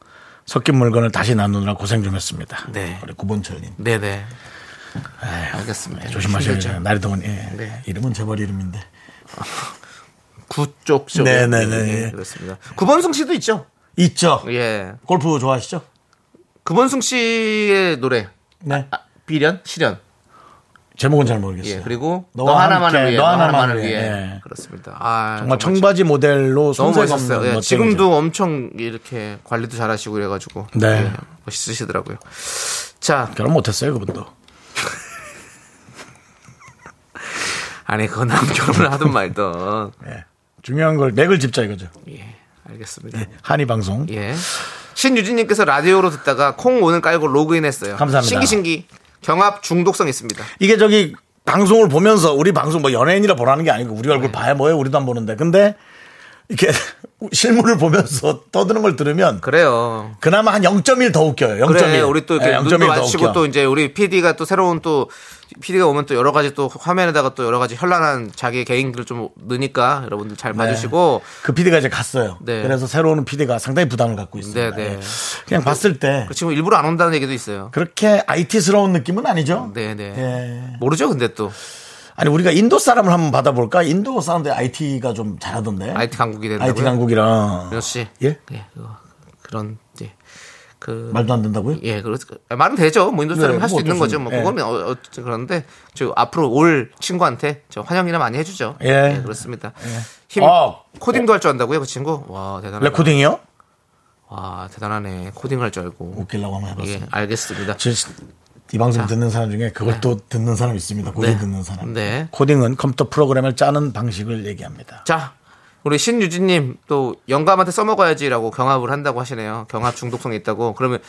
[SPEAKER 1] 섞인 물건을 다시 나누느라 고생 좀 했습니다.
[SPEAKER 2] 네.
[SPEAKER 1] 우리 구본철님
[SPEAKER 2] 네네. 네, 알겠습니다.
[SPEAKER 1] 조심하셔야죠. 날이 더운 예.
[SPEAKER 2] 그렇죠. 네.
[SPEAKER 1] 이름은 재벌 이름인데
[SPEAKER 2] 구쪽 쪽.
[SPEAKER 1] 네네네.
[SPEAKER 2] 예, 그렇습니다. 구본승 씨도 있죠.
[SPEAKER 1] 있죠.
[SPEAKER 2] 예.
[SPEAKER 1] 골프 좋아하시죠?
[SPEAKER 2] 구본승 씨의 노래.
[SPEAKER 1] 네.
[SPEAKER 2] 아, 비련? 실현.
[SPEAKER 1] 제목은 잘 모르겠어요.
[SPEAKER 2] 예. 그리고 너,
[SPEAKER 1] 너와
[SPEAKER 2] 하나만을
[SPEAKER 1] 함께,
[SPEAKER 2] 위해.
[SPEAKER 1] 너 하나만을
[SPEAKER 2] 하나만을
[SPEAKER 1] 위해.
[SPEAKER 2] 위해.
[SPEAKER 1] 예.
[SPEAKER 2] 그렇습니다. 아,
[SPEAKER 1] 정말 청바지 모델로
[SPEAKER 2] 너무
[SPEAKER 1] 손색
[SPEAKER 2] 멋있었어요.
[SPEAKER 1] 없는
[SPEAKER 2] 예,
[SPEAKER 1] 멋쟁이죠.
[SPEAKER 2] 지금도 엄청 이렇게 관리도 잘하시고 이래가지고
[SPEAKER 1] 네.
[SPEAKER 2] 예, 멋있으시더라고요. 자,
[SPEAKER 1] 결혼 못했어요 그분도.
[SPEAKER 2] 아니 그건 남 결혼을 하든 말든
[SPEAKER 1] 예. 중요한 걸 맥을 짚자 이거죠.
[SPEAKER 2] 예, 알겠습니다.
[SPEAKER 1] 한의 방송.
[SPEAKER 2] 예. 신유진님께서 라디오로 듣다가 콩 오늘 깔고 로그인했어요.
[SPEAKER 1] 감사합니다.
[SPEAKER 2] 신기신기. 경합 중독성 있습니다.
[SPEAKER 1] 이게 저기 방송을 보면서 우리 방송 뭐 연예인이라 보라는 게 아니고 우리
[SPEAKER 2] 네.
[SPEAKER 1] 얼굴 봐야 뭐해 우리도 안 보는데 근데 이렇게 실물을 보면서 떠드는 걸 들으면
[SPEAKER 2] 그래요.
[SPEAKER 1] 그나마 한 0.1 더 웃겨요. 0.1.
[SPEAKER 2] 그래 우리 또 이렇게
[SPEAKER 1] 예,
[SPEAKER 2] 눈도
[SPEAKER 1] 0.1더
[SPEAKER 2] 마주치고
[SPEAKER 1] 웃겨.
[SPEAKER 2] 또 이제 우리 PD가 또 새로운 또 PD가 오면 또 여러 가지 또 화면에다가 또 여러 가지 현란한 자기 개인들을 좀 넣으니까 여러분들
[SPEAKER 1] 네.
[SPEAKER 2] 잘 봐주시고
[SPEAKER 1] 그 PD가 이제 갔어요.
[SPEAKER 2] 네.
[SPEAKER 1] 그래서 새로 오는 PD가 상당히 부담을 갖고 있습니다.
[SPEAKER 2] 네, 네.
[SPEAKER 1] 예. 그냥 봤을 때
[SPEAKER 2] 그리고 지금 뭐 일부러 안 온다는 얘기도 있어요.
[SPEAKER 1] 그렇게 IT스러운 느낌은 아니죠.
[SPEAKER 2] 네네
[SPEAKER 1] 예.
[SPEAKER 2] 모르죠 근데 또
[SPEAKER 1] 아니 우리가 인도 사람을 한번 받아볼까? 인도 사람들 IT가 좀 잘하던데.
[SPEAKER 2] IT 강국이 된다고요. 네.
[SPEAKER 1] IT 강국이랑
[SPEAKER 2] 민호 씨.
[SPEAKER 1] 예?
[SPEAKER 2] 그거. 그런 이제 그
[SPEAKER 1] 말도 안 된다고요?
[SPEAKER 2] 예, 그렇 말은 되죠. 뭐 인도
[SPEAKER 1] 네,
[SPEAKER 2] 사람이 할 수
[SPEAKER 1] 뭐
[SPEAKER 2] 있는
[SPEAKER 1] 어쩔 수
[SPEAKER 2] 거죠. 뭐
[SPEAKER 1] 없-
[SPEAKER 2] 그거는 어, 어쨌든 그런데 저 앞으로 올 친구한테 저 환영이나 많이 해주죠.
[SPEAKER 1] 예.
[SPEAKER 2] 그렇습니다. 힘
[SPEAKER 1] 아.
[SPEAKER 2] 코딩도 할 줄 안다고요, 그 친구? 와 대단하다.
[SPEAKER 1] 레코딩이요?
[SPEAKER 2] 와 아, 대단하네. 코딩 할 줄 알고.
[SPEAKER 1] 웃기려고 한번
[SPEAKER 2] 예,
[SPEAKER 1] 해봤습니다.
[SPEAKER 2] 알겠습니다.
[SPEAKER 1] 저, 이 방송 듣는 사람 중에 그걸 또 듣는 사람 있습니다. 고딩
[SPEAKER 2] 네.
[SPEAKER 1] 듣는 사람.
[SPEAKER 2] 네.
[SPEAKER 1] 코딩은 컴퓨터 프로그램을 짜는 방식을 얘기합니다.
[SPEAKER 2] 자, 우리 신유진님 또 영감한테 써먹어야지라고 경합을 한다고 하시네요. 경합 중독성이 있다고. 그러면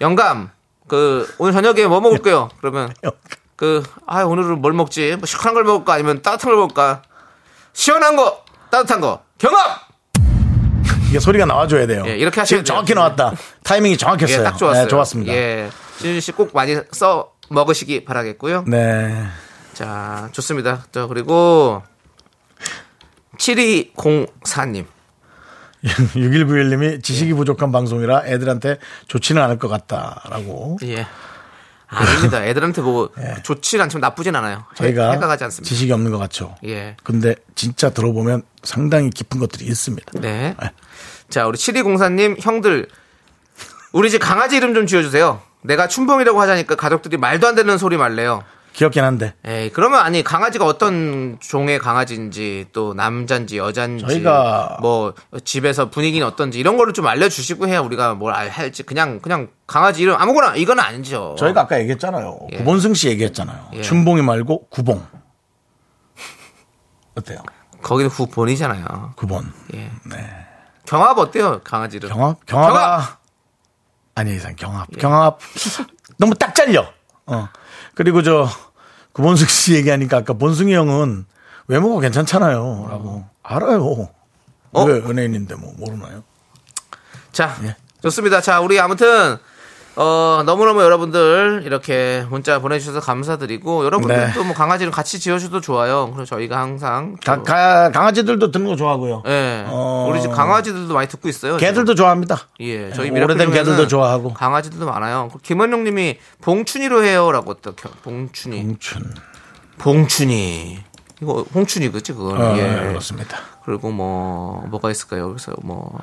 [SPEAKER 2] 영감 그 오늘 저녁에 뭐 먹을게요? 그러면
[SPEAKER 1] 어,
[SPEAKER 2] 그, 아, 오늘은 뭘 먹지? 뭐 시원한 걸 먹을까? 아니면 따뜻한 걸 먹을까? 시원한 거, 따뜻한 거, 경합!
[SPEAKER 1] 이게 소리가 나와줘야 돼요.
[SPEAKER 2] 예, 이렇게
[SPEAKER 1] 지금
[SPEAKER 2] 하시면
[SPEAKER 1] 정확히
[SPEAKER 2] 돼요. 네.
[SPEAKER 1] 나왔다. 타이밍이 정확했어요.
[SPEAKER 2] 예, 딱 좋았어요.
[SPEAKER 1] 네, 좋았습니다.
[SPEAKER 2] 예. 신유진 씨 꼭 많이 써 먹으시기 바라겠고요.
[SPEAKER 1] 네.
[SPEAKER 2] 자, 좋습니다. 자, 그리고 7204님.
[SPEAKER 1] 6191님이 지식이
[SPEAKER 2] 예.
[SPEAKER 1] 부족한 방송이라 애들한테 좋지는 않을 것 같다라고.
[SPEAKER 2] 예. 아닙니다. 애들한테 뭐 좋진 않지만 나쁘진 않아요.
[SPEAKER 1] 예.
[SPEAKER 2] 예,
[SPEAKER 1] 저희가
[SPEAKER 2] 해가가지 않습니다.
[SPEAKER 1] 지식이 없는 것 같죠.
[SPEAKER 2] 예.
[SPEAKER 1] 근데 진짜 들어보면 상당히 깊은 것들이 있습니다.
[SPEAKER 2] 네. 자, 우리 7204님, 형들. 우리 집 강아지 이름 좀 지어주세요. 내가 춘봉이라고 하자니까 가족들이 말도 안 되는 소리 말래요.
[SPEAKER 1] 귀엽긴 한데
[SPEAKER 2] 에이, 그러면 아니, 강아지가 어떤 종의 강아지인지, 또 남잔지, 여잔지,
[SPEAKER 1] 저희가-
[SPEAKER 2] 뭐, 집에서 분위기는 어떤지, 이런 거를 좀 알려주시고 해야 우리가 뭘 알- 할지. 그냥, 그냥 강아지 이름 아무거나, 이건 아니죠.
[SPEAKER 1] 저희가 아까 얘기했잖아요.
[SPEAKER 2] 예.
[SPEAKER 1] 구본승 씨 얘기했잖아요.
[SPEAKER 2] 예.
[SPEAKER 1] 춘봉이 말고 구봉. 어때요?
[SPEAKER 2] 거기는 구본이잖아요.
[SPEAKER 1] 9번.
[SPEAKER 2] 예. 경합 어때요, 강아지를?
[SPEAKER 1] 경합? 경합?
[SPEAKER 2] 경합!
[SPEAKER 1] 아니, 이상 경합. 경합. 너무 딱 잘려. 어. 그리고 저, 구본숙 씨 얘기하니까 아까 본승이 형은 외모가 괜찮잖아요. 라고. 알아요.
[SPEAKER 2] 어?
[SPEAKER 1] 왜 연예인인데 뭐 모르나요?
[SPEAKER 2] 자,
[SPEAKER 1] 예.
[SPEAKER 2] 좋습니다. 자, 우리 아무튼 어 너무너무 여러분들 이렇게 문자 보내주셔서 감사드리고
[SPEAKER 1] 네.
[SPEAKER 2] 여러분들 또뭐 강아지를 같이 지어주셔도 좋아요. 그럼 저희가 항상
[SPEAKER 1] 가,
[SPEAKER 2] 또-
[SPEAKER 1] 가- 강아지들도 듣는 거 좋아하고요.
[SPEAKER 2] 예,
[SPEAKER 1] 어.
[SPEAKER 2] 우리 집 강아지들도 많이 듣고 있어요.
[SPEAKER 1] 개들도 좋아합니다.
[SPEAKER 2] 지금. 예, 저희
[SPEAKER 1] 오래된
[SPEAKER 2] 미라클이면은
[SPEAKER 1] 개들도 좋아하고.
[SPEAKER 2] 강아지들도 많아요. 그 김원영님이 봉춘이로 해요라고 또 겨- 봉춘이,
[SPEAKER 1] 봉춘.
[SPEAKER 2] 봉춘이 이거 홍춘이 그치 그거.
[SPEAKER 1] 어,
[SPEAKER 2] 예,
[SPEAKER 1] 그렇습니다.
[SPEAKER 2] 그리고 뭐 뭐가 있을까요? 그래서 뭐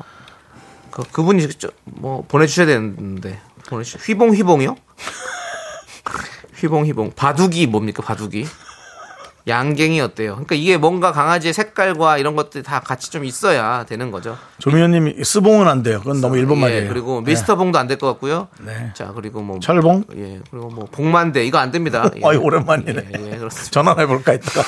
[SPEAKER 2] 그, 그분이 직접 뭐 보내주셔야 되는데 보내주 휘봉 휘봉이요? 휘봉 휘봉 바둑이 뭡니까 바둑이? 양갱이 어때요? 그러니까 이게 뭔가 강아지의 색깔과 이런 것들이 다 같이 좀 있어야 되는 거죠.
[SPEAKER 1] 조미연님이 쓰봉은 안 돼요. 그건 너무 일본
[SPEAKER 2] 예,
[SPEAKER 1] 말이에요.
[SPEAKER 2] 그리고 미스터 봉도 안 될 것 같고요.
[SPEAKER 1] 네.
[SPEAKER 2] 자 그리고 뭐
[SPEAKER 1] 철봉?
[SPEAKER 2] 예 그리고 뭐 봉만대 이거 안 됩니다. 예.
[SPEAKER 1] 아이, 오랜만이네.
[SPEAKER 2] 예, 예, 그렇습니다.
[SPEAKER 1] 전화해볼까 했다가.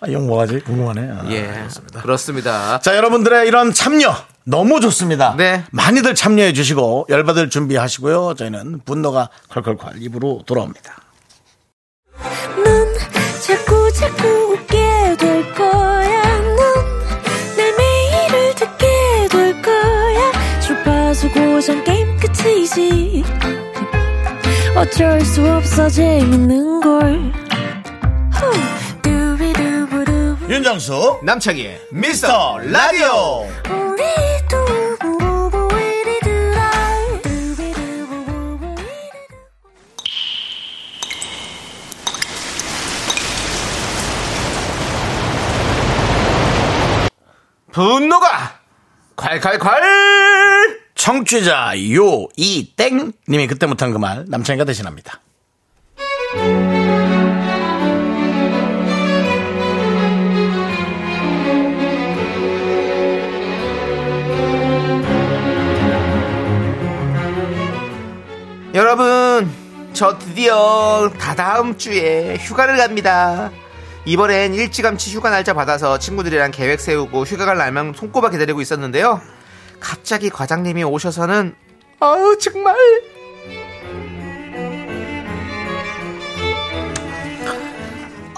[SPEAKER 1] 아, 이형 뭐하지? 궁금하네. 아,
[SPEAKER 2] 예
[SPEAKER 1] 그렇습니다.
[SPEAKER 2] 그렇습니다.
[SPEAKER 1] 자, 여러분들의 이런 참여 너무 좋습니다.
[SPEAKER 2] 네.
[SPEAKER 1] 많이들 참여해 주시고 열받을 준비하시고요. 저희는 분노가 콸콸콸 입으로 돌아옵니다.
[SPEAKER 5] 넌 자꾸 자꾸 웃게 될 거야. 넌내 매일을 듣게 될 거야. 주파수 고정 게임 끝이지. 어쩔 수 없어 재밌는 걸. 후. 두비두부두.
[SPEAKER 1] 윤정수
[SPEAKER 2] 남창희의
[SPEAKER 1] 미스터 라디오
[SPEAKER 5] 우리 두부부부 우리 두라. 두비두부부부 우리 두라.
[SPEAKER 2] 분노가 콸콸콸
[SPEAKER 1] 청취자 요이땡 님이 그때 못한 그 말 남창이가 대신합니다.
[SPEAKER 2] 여러분, 저 드디어 다 다음 주에 휴가를 갑니다. 이번엔 일찌감치 휴가 날짜 받아서 친구들이랑 계획 세우고 휴가 갈 날만 손꼽아 기다리고 있었는데요. 갑자기 과장님이 오셔서는 아우 정말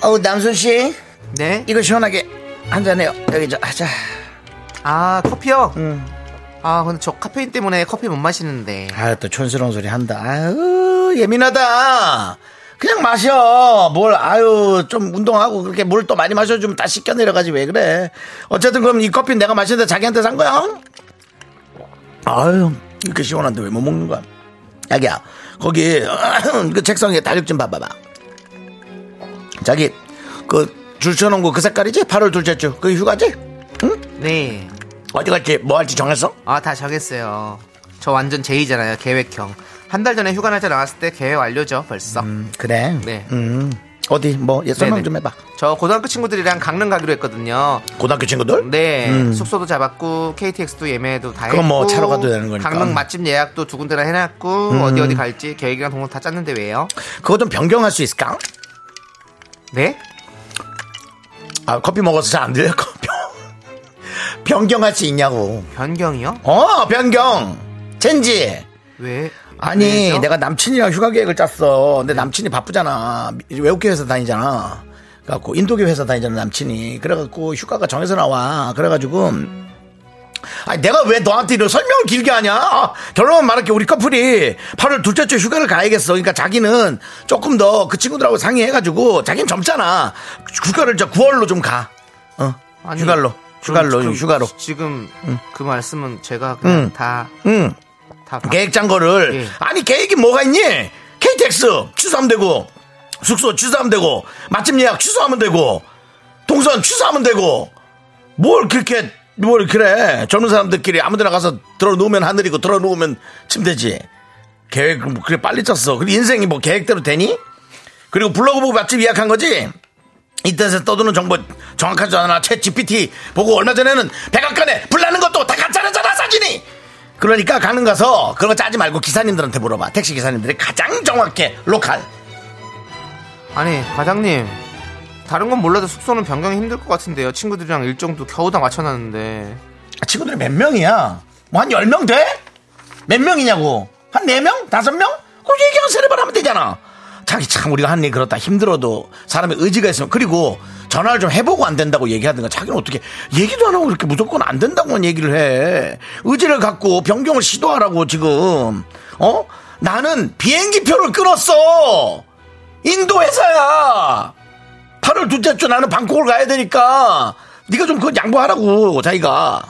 [SPEAKER 1] 어우 남순 씨
[SPEAKER 2] 네?
[SPEAKER 1] 이거 시원하게 한잔해요. 여기 저 하자.
[SPEAKER 2] 아 커피요? 아 근데 저 카페인 때문에 커피 못 마시는데
[SPEAKER 1] 아또 촌스러운 소리 한다. 아유 예민하다. 그냥 마셔. 뭘 아유 좀 운동하고 그렇게 물 또 많이 마셔주면 다 씻겨 내려가지 왜 그래? 어쨌든 그럼 이 커피 내가 마시는데 자기한테 산 거야? 아유 이렇게 시원한데 왜 못 먹는 거야? 자기야 거기 그 책상에 달력 좀 봐봐봐. 자기 그줄 쳐놓은 거 그 색깔이지? 8월 둘째 주 그 휴가지?
[SPEAKER 2] 네
[SPEAKER 1] 어디 갈지 뭐 할지 정했어?
[SPEAKER 2] 아 다 정했어요 저 완전 제이잖아요 계획형 한 달 전에 휴가 날짜 나왔을 때 계획 완료죠 벌써
[SPEAKER 1] 그래.
[SPEAKER 2] 네.
[SPEAKER 1] 음. 어디 뭐 예, 설명
[SPEAKER 2] 네네.
[SPEAKER 1] 좀 해봐.
[SPEAKER 2] 저 고등학교 친구들이랑 강릉 가기로 했거든요
[SPEAKER 1] 고등학교 친구들?
[SPEAKER 2] 네 숙소도 잡았고 KTX도 예매도 다
[SPEAKER 1] 음. 그건
[SPEAKER 2] 했고
[SPEAKER 1] 뭐 차로 가도 되는 거니까. 음.
[SPEAKER 2] 강릉 맛집 예약도 두 군데나 해놨고 어디 어디 갈지 계획이랑 동선 다 짰는데 왜요?
[SPEAKER 1] 그거 좀 변경할 수 있을까?
[SPEAKER 2] 네?
[SPEAKER 1] 아 커피 먹어서 잘 안 들려 커피. 변경할 수 있냐고.
[SPEAKER 2] 변경이요?
[SPEAKER 1] 어 변경. 젠지.
[SPEAKER 2] 왜?
[SPEAKER 1] 아니
[SPEAKER 2] 왜죠?
[SPEAKER 1] 내가 남친이랑 휴가 계획을 짰어. 근데 남친이 바쁘잖아. 미- 외국계 회사 다니잖아. 그래갖고 인도계 회사 다니잖아 남친이. 그래갖고 휴가가 정해서 나와. 그래가지고 아니 내가 왜 너한테 이런 설명을 길게 하냐? 아, 결론만 말할게 우리 커플이 8월 둘째 주 휴가를 가야겠어. 그러니까 자기는 조금 더 그 친구들하고 상의해가지고 자기는 젊잖아. 휴가를 저 9월로 좀 가. 어
[SPEAKER 2] 아니,
[SPEAKER 1] 휴갈로
[SPEAKER 2] 그럼
[SPEAKER 1] 휴갈로
[SPEAKER 2] 지금
[SPEAKER 1] 휴가로.
[SPEAKER 2] 지- 지금 그 말씀은 제가 그냥
[SPEAKER 1] 음.
[SPEAKER 2] 다,
[SPEAKER 1] 응.
[SPEAKER 2] 다 바-
[SPEAKER 1] 계획 짠 거를
[SPEAKER 2] 예.
[SPEAKER 1] 아니 계획이 뭐가 있니? KTX 취소하면 되고 숙소 취소하면 되고 맛집 예약 취소하면 되고 동선 취소하면 되고 뭘 그렇게 뭘 그래 젊은 사람들끼리 아무데나 가서 들어놓으면 하늘이고 들어놓으면 침대지 계획 그래 빨리 짰어 그리고 인생이 뭐 계획대로 되니? 그리고 블로그 보고 맛집 예약한 거지? 인터넷에 떠도는 정보 정확하지 않아 챗 GPT 보고 얼마 전에는 백악관에 불나는 것도 다 가짜라잖아 사진이 그러니까 가는 가서 그런 거 짜지 말고 기사님들한테 물어봐 택시 기사님들이 가장 정확해 로컬
[SPEAKER 2] 아니 과장님 다른 건 몰라도 숙소는 변경이 힘들 것 같은데요. 친구들이랑 일정도 겨우 다 맞춰놨는데.
[SPEAKER 1] 아, 친구들이 몇 명이야? 뭐 한 10명 돼? 몇 명이냐고? 한 4명? 5명? 그럼 얘기하고 세레발 하면 되잖아. 자기 참 우리가 한 일 그렇다 힘들어도 사람의 의지가 있으면 그리고 전화를 좀 해보고 안 된다고 얘기하든가 자기는 어떻게 얘기도 안 하고 그렇게 무조건 안 된다고만 얘기를 해 의지를 갖고 변경을 시도하라고 지금 어 나는 비행기표를 끊었어 인도 회사야 8월 둘째 주 나는 방콕을 가야 되니까 네가 좀 그건 양보하라고 자기가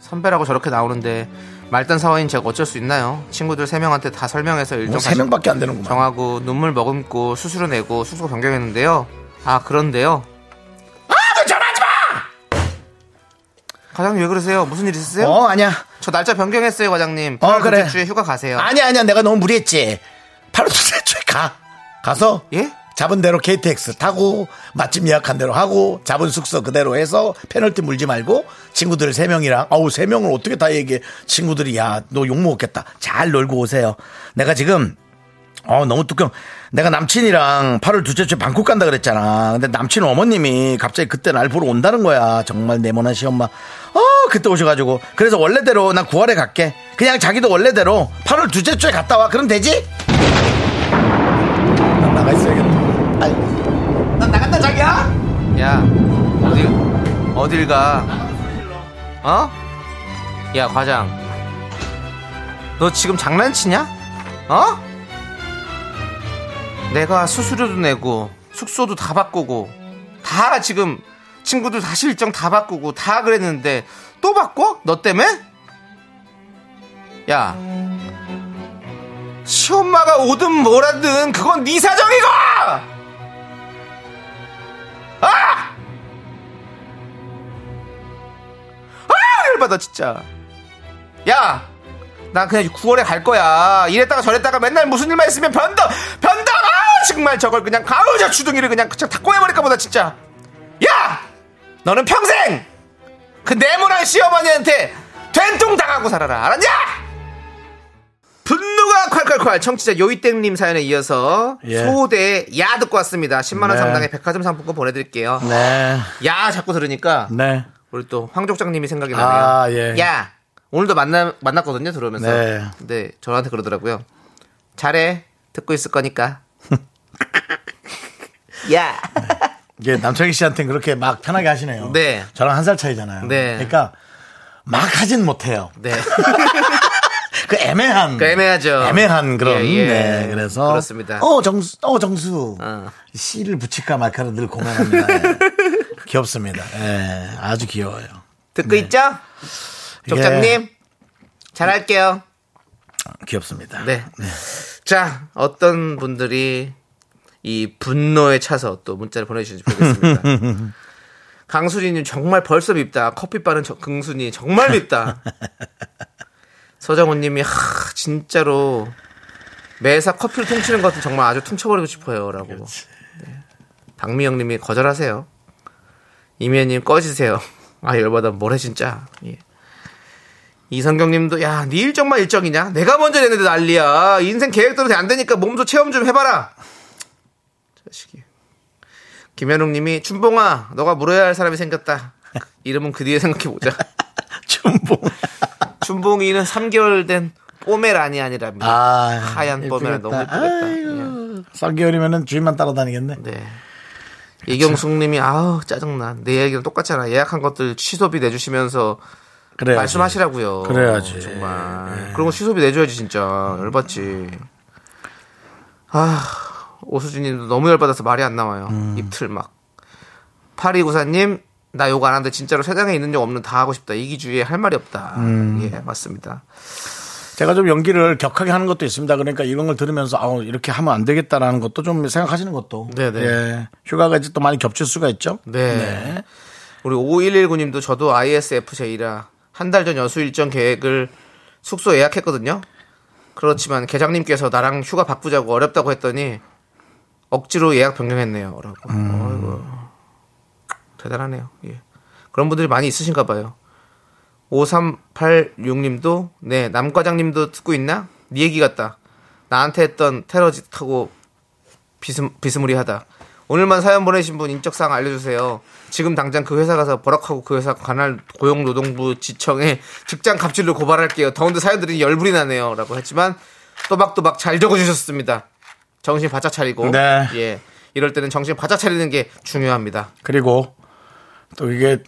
[SPEAKER 2] 선배라고 저렇게 나오는데 말단 사원인 제가 어쩔 수 있나요? 친구들 세 명한테 다 설명해서 일정
[SPEAKER 1] 뭐 세 명밖에 안 되는구만.
[SPEAKER 2] 정하고 눈물 머금고 수수료 내고 숙소 변경했는데요. 아 그런데요.
[SPEAKER 1] 아, 너 전화하지 마!
[SPEAKER 2] 과장님 왜 그러세요? 무슨 일 있으세요?
[SPEAKER 1] 어, 아니야.
[SPEAKER 2] 저 날짜 변경했어요, 과장님.
[SPEAKER 1] 어,
[SPEAKER 2] 팔월 둘째
[SPEAKER 1] 그래.
[SPEAKER 2] 주에 휴가 가세요.
[SPEAKER 1] 아니야, 아니야. 내가 너무 무리했지. 바로 둘째 주에 가. 가서.
[SPEAKER 2] 예?
[SPEAKER 1] 잡은 대로 KTX 타고 맛집 예약한 대로 하고 잡은 숙소 그대로 해서 페널티 물지 말고 친구들 세 명이랑 어우 세 명을 어떻게 다 얘기해 친구들이 야 너 욕 먹겠다 잘 놀고 오세요 내가 지금 어, 너무 뚜껑. 내가 남친이랑 8월 둘째 주에 방콕 간다 그랬잖아. 근데 남친 어머님이 갑자기 그때 날 보러 온다는 거야. 정말 네모난 시엄마. 어, 그때 오셔가지고. 그래서 원래대로 난 9월에 갈게. 그냥 자기도 원래대로 8월 둘째 주에 갔다 와. 그럼 되지? 난 나가 있어야겠다. 빨리. 난 나간다, 자기야!
[SPEAKER 2] 야 어디 어딜 가? 어? 야 과장, 너 지금 장난치냐? 어? 내가 수수료도 내고 숙소도 다 바꾸고 다 지금 친구들 다시 일정 다 바꾸고 다 그랬는데 또 바꿔? 너 때문에? 야 시엄마가 오든 뭐라든 그건 네 사정이고! 아! 아 열받아 진짜 야! 나 그냥 9월에 갈 거야 이랬다가 저랬다가 맨날 무슨 일만 있으면 변덕 변덕 아 정말 저걸 그냥 가을자 주둥이를 그냥 그냥 다 꼬여버릴까 보다 진짜 야! 너는 평생 그 네모난 시어머니한테 된통 당하고 살아라 알았냐? 분노가 콸콸콸 청취자 요이땡님 사연에 이어서
[SPEAKER 1] 예.
[SPEAKER 2] 소호대 야 듣고 왔습니다 10만원
[SPEAKER 1] 네.
[SPEAKER 2] 상당의 백화점 상품권 보내드릴게요
[SPEAKER 1] 네.
[SPEAKER 2] 야 자꾸 들으니까
[SPEAKER 1] 네.
[SPEAKER 2] 우리 또 황족장님이 생각이 나네요.
[SPEAKER 1] 아, 예.
[SPEAKER 2] 야 오늘도 만나 만났거든요 들어오면서.
[SPEAKER 1] 네.
[SPEAKER 2] 근데 저한테 그러더라고요. 잘해 듣고 있을 거니까. 야.
[SPEAKER 1] 이게 남창희 씨한테는 그렇게 막 편하게 하시네요.
[SPEAKER 2] 네.
[SPEAKER 1] 저랑 한 살 차이잖아요.
[SPEAKER 2] 네.
[SPEAKER 1] 그러니까 막 하진 못해요.
[SPEAKER 2] 네.
[SPEAKER 1] 그 애매한.
[SPEAKER 2] 그 애매하죠.
[SPEAKER 1] 애매한 그런
[SPEAKER 2] 예, 예.
[SPEAKER 1] 네 그래서
[SPEAKER 2] 그렇습니다.
[SPEAKER 1] 어 정수 어 정수
[SPEAKER 2] 어.
[SPEAKER 1] 씨를 붙일까 말까를 늘 고민합니다 예. 귀엽습니다 예 아주 귀여워요
[SPEAKER 2] 듣고
[SPEAKER 1] 네.
[SPEAKER 2] 있죠?
[SPEAKER 1] 예.
[SPEAKER 2] 족장님 잘할게요.
[SPEAKER 1] 귀엽습니다
[SPEAKER 2] 네. 자 어떤 분들이 이 분노에 차서 또 문자를 보내주실지 보겠습니다. 강순이님 정말 벌써 밉다. 커피 빠는 저- 긍순이 정말 밉다. 서정훈님이 하 진짜로 매사 커피를 퉁치는 것은 정말 아주 퉁쳐버리고 싶어요라고. 네. 박미영님이 거절하세요. 이미애님 꺼지세요. 아 열받아 뭐래 진짜. 예. 이성경님도 야 네 일정만 일정이냐? 내가 먼저 냈는데 난리야. 인생 계획대로 안 되니까 몸도 체험 좀 해봐라. 자식이. 김현웅님이 춘봉아 너가 물어야 할 사람이 생겼다. 이름은 그 뒤에 생각해보자.
[SPEAKER 1] 춤봉
[SPEAKER 2] 춘봉이는 3개월 된 뽀메란이 아니랍니다.
[SPEAKER 1] 아
[SPEAKER 2] 하얀 뽀메란 너무
[SPEAKER 1] 예쁘겠다.
[SPEAKER 2] 예쁘겠다. 예.
[SPEAKER 1] 3개월이면은 주인만 따라다니겠네
[SPEAKER 2] 네. 이경숙님이 아우 짜증나. 내 얘기랑 똑같잖아. 예약한 것들 취소비 내주시면서
[SPEAKER 1] 그래요 예.
[SPEAKER 2] 말씀하시라고요.
[SPEAKER 1] 그래야지. 예.
[SPEAKER 2] 정말. 그런 거 취소비 내줘야지 진짜. 열받지. 아 오수진님도 너무 열받아서 말이 안 나와요.
[SPEAKER 1] 음.
[SPEAKER 2] 입틀 막. 파리 구사님 나 욕 안 하는데 진짜로 세상에 있는 적 없는 다 하고 싶다. 이기주의에 할 말이 없다.
[SPEAKER 1] 음.
[SPEAKER 2] 예 맞습니다.
[SPEAKER 1] 제가 좀 연기를 격하게 하는 것도 있습니다 그러니까 이런 걸 들으면서 아우 이렇게 하면 안 되겠다라는 것도 좀 생각하시는 것도
[SPEAKER 2] 네네.
[SPEAKER 1] 예. 휴가가 이제 또 많이 겹칠 수가 있죠
[SPEAKER 2] 네. 우리 5119님도 저도 ISFJ라 한 달 전 여수 일정 계획을 숙소 예약했거든요. 그렇지만 계장님께서 나랑 휴가 바꾸자고 어렵다고 했더니 억지로 예약 변경했네요. 라고. 어이구. 대단하네요. 예. 그런 분들이 많이 있으신가 봐요. 5386님도 네, 남과장님도 듣고 있나? 네 얘기 같다. 나한테 했던 테러짓하고 비스, 비스무리하다. 오늘만 사연 보내신 분 인적사항 알려주세요. 지금 당장 그 회사 가서 버럭하고 그 회사 관할 고용노동부 지청에 직장 갑질로 고발할게요. 더운데 사연 들으니 열불이 나네요. 라고 했지만 또박또박 잘 적어주셨습니다. 정신 바짝 차리고.
[SPEAKER 1] 네.
[SPEAKER 2] 예. 이럴 때는 정신 바짝 차리는 게 중요합니다.
[SPEAKER 1] 그리고 또 이게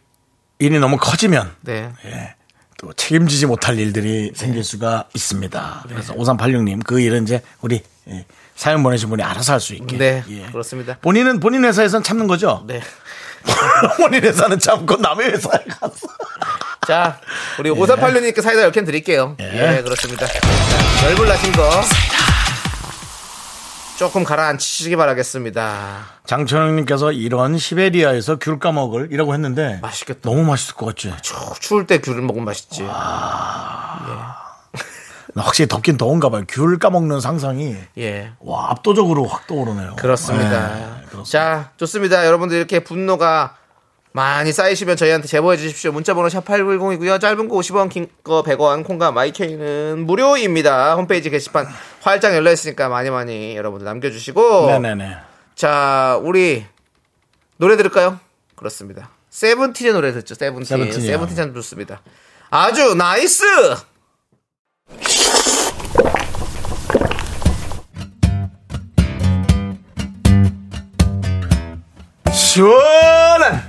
[SPEAKER 1] 일이 너무 커지면
[SPEAKER 2] 네.
[SPEAKER 1] 예, 또 책임지지 못할 일들이 생길 수가 있습니다.
[SPEAKER 2] 네.
[SPEAKER 1] 그래서 5386님 그 일은 이제 우리 예, 사연 보내신 분이 알아서 할 수 있게.
[SPEAKER 2] 네.
[SPEAKER 1] 예.
[SPEAKER 2] 그렇습니다.
[SPEAKER 1] 본인은 본인 회사에선 참는 거죠?
[SPEAKER 2] 네.
[SPEAKER 1] 본인 회사는 참고 남의 회사에 가서.
[SPEAKER 2] 자, 우리 5486님께 사이다 10캔 드릴게요.
[SPEAKER 1] 예.
[SPEAKER 2] 예, 그렇습니다. 자, 열불 나신 거. 조금 가라앉히시기 바라겠습니다.
[SPEAKER 1] 장천영님께서 이런 시베리아에서 귤 까먹을 이라고 했는데
[SPEAKER 2] 맛있겠다.
[SPEAKER 1] 너무 맛있을 것 같지?
[SPEAKER 2] 추- 추울 때 귤을 먹으면 맛있지.
[SPEAKER 1] 아. 확실히 덥긴 더운가 봐요. 귤 까먹는 상상이
[SPEAKER 2] 예.
[SPEAKER 1] 와 압도적으로 확 떠오르네요.
[SPEAKER 2] 그렇습니다.
[SPEAKER 1] 네, 그렇습니다.
[SPEAKER 2] 자, 좋습니다. 여러분들 이렇게 분노가 많이 쌓이시면 저희한테 제보해 주십시오. 문자번호 샵8910이고요. 짧은 거 50원, 긴 거 100원, 콩과 마이케이는 무료입니다. 홈페이지 게시판 활짝 열려있으니까 많이 많이 여러분들 남겨주시고.
[SPEAKER 1] 네네네.
[SPEAKER 2] 자, 우리 노래 들을까요? 그렇습니다. 세븐틴의 노래 듣죠. 세븐틴.
[SPEAKER 1] 세븐틴이요.
[SPEAKER 2] 세븐틴, 참 좋습니다. 아주 나이스! 시원한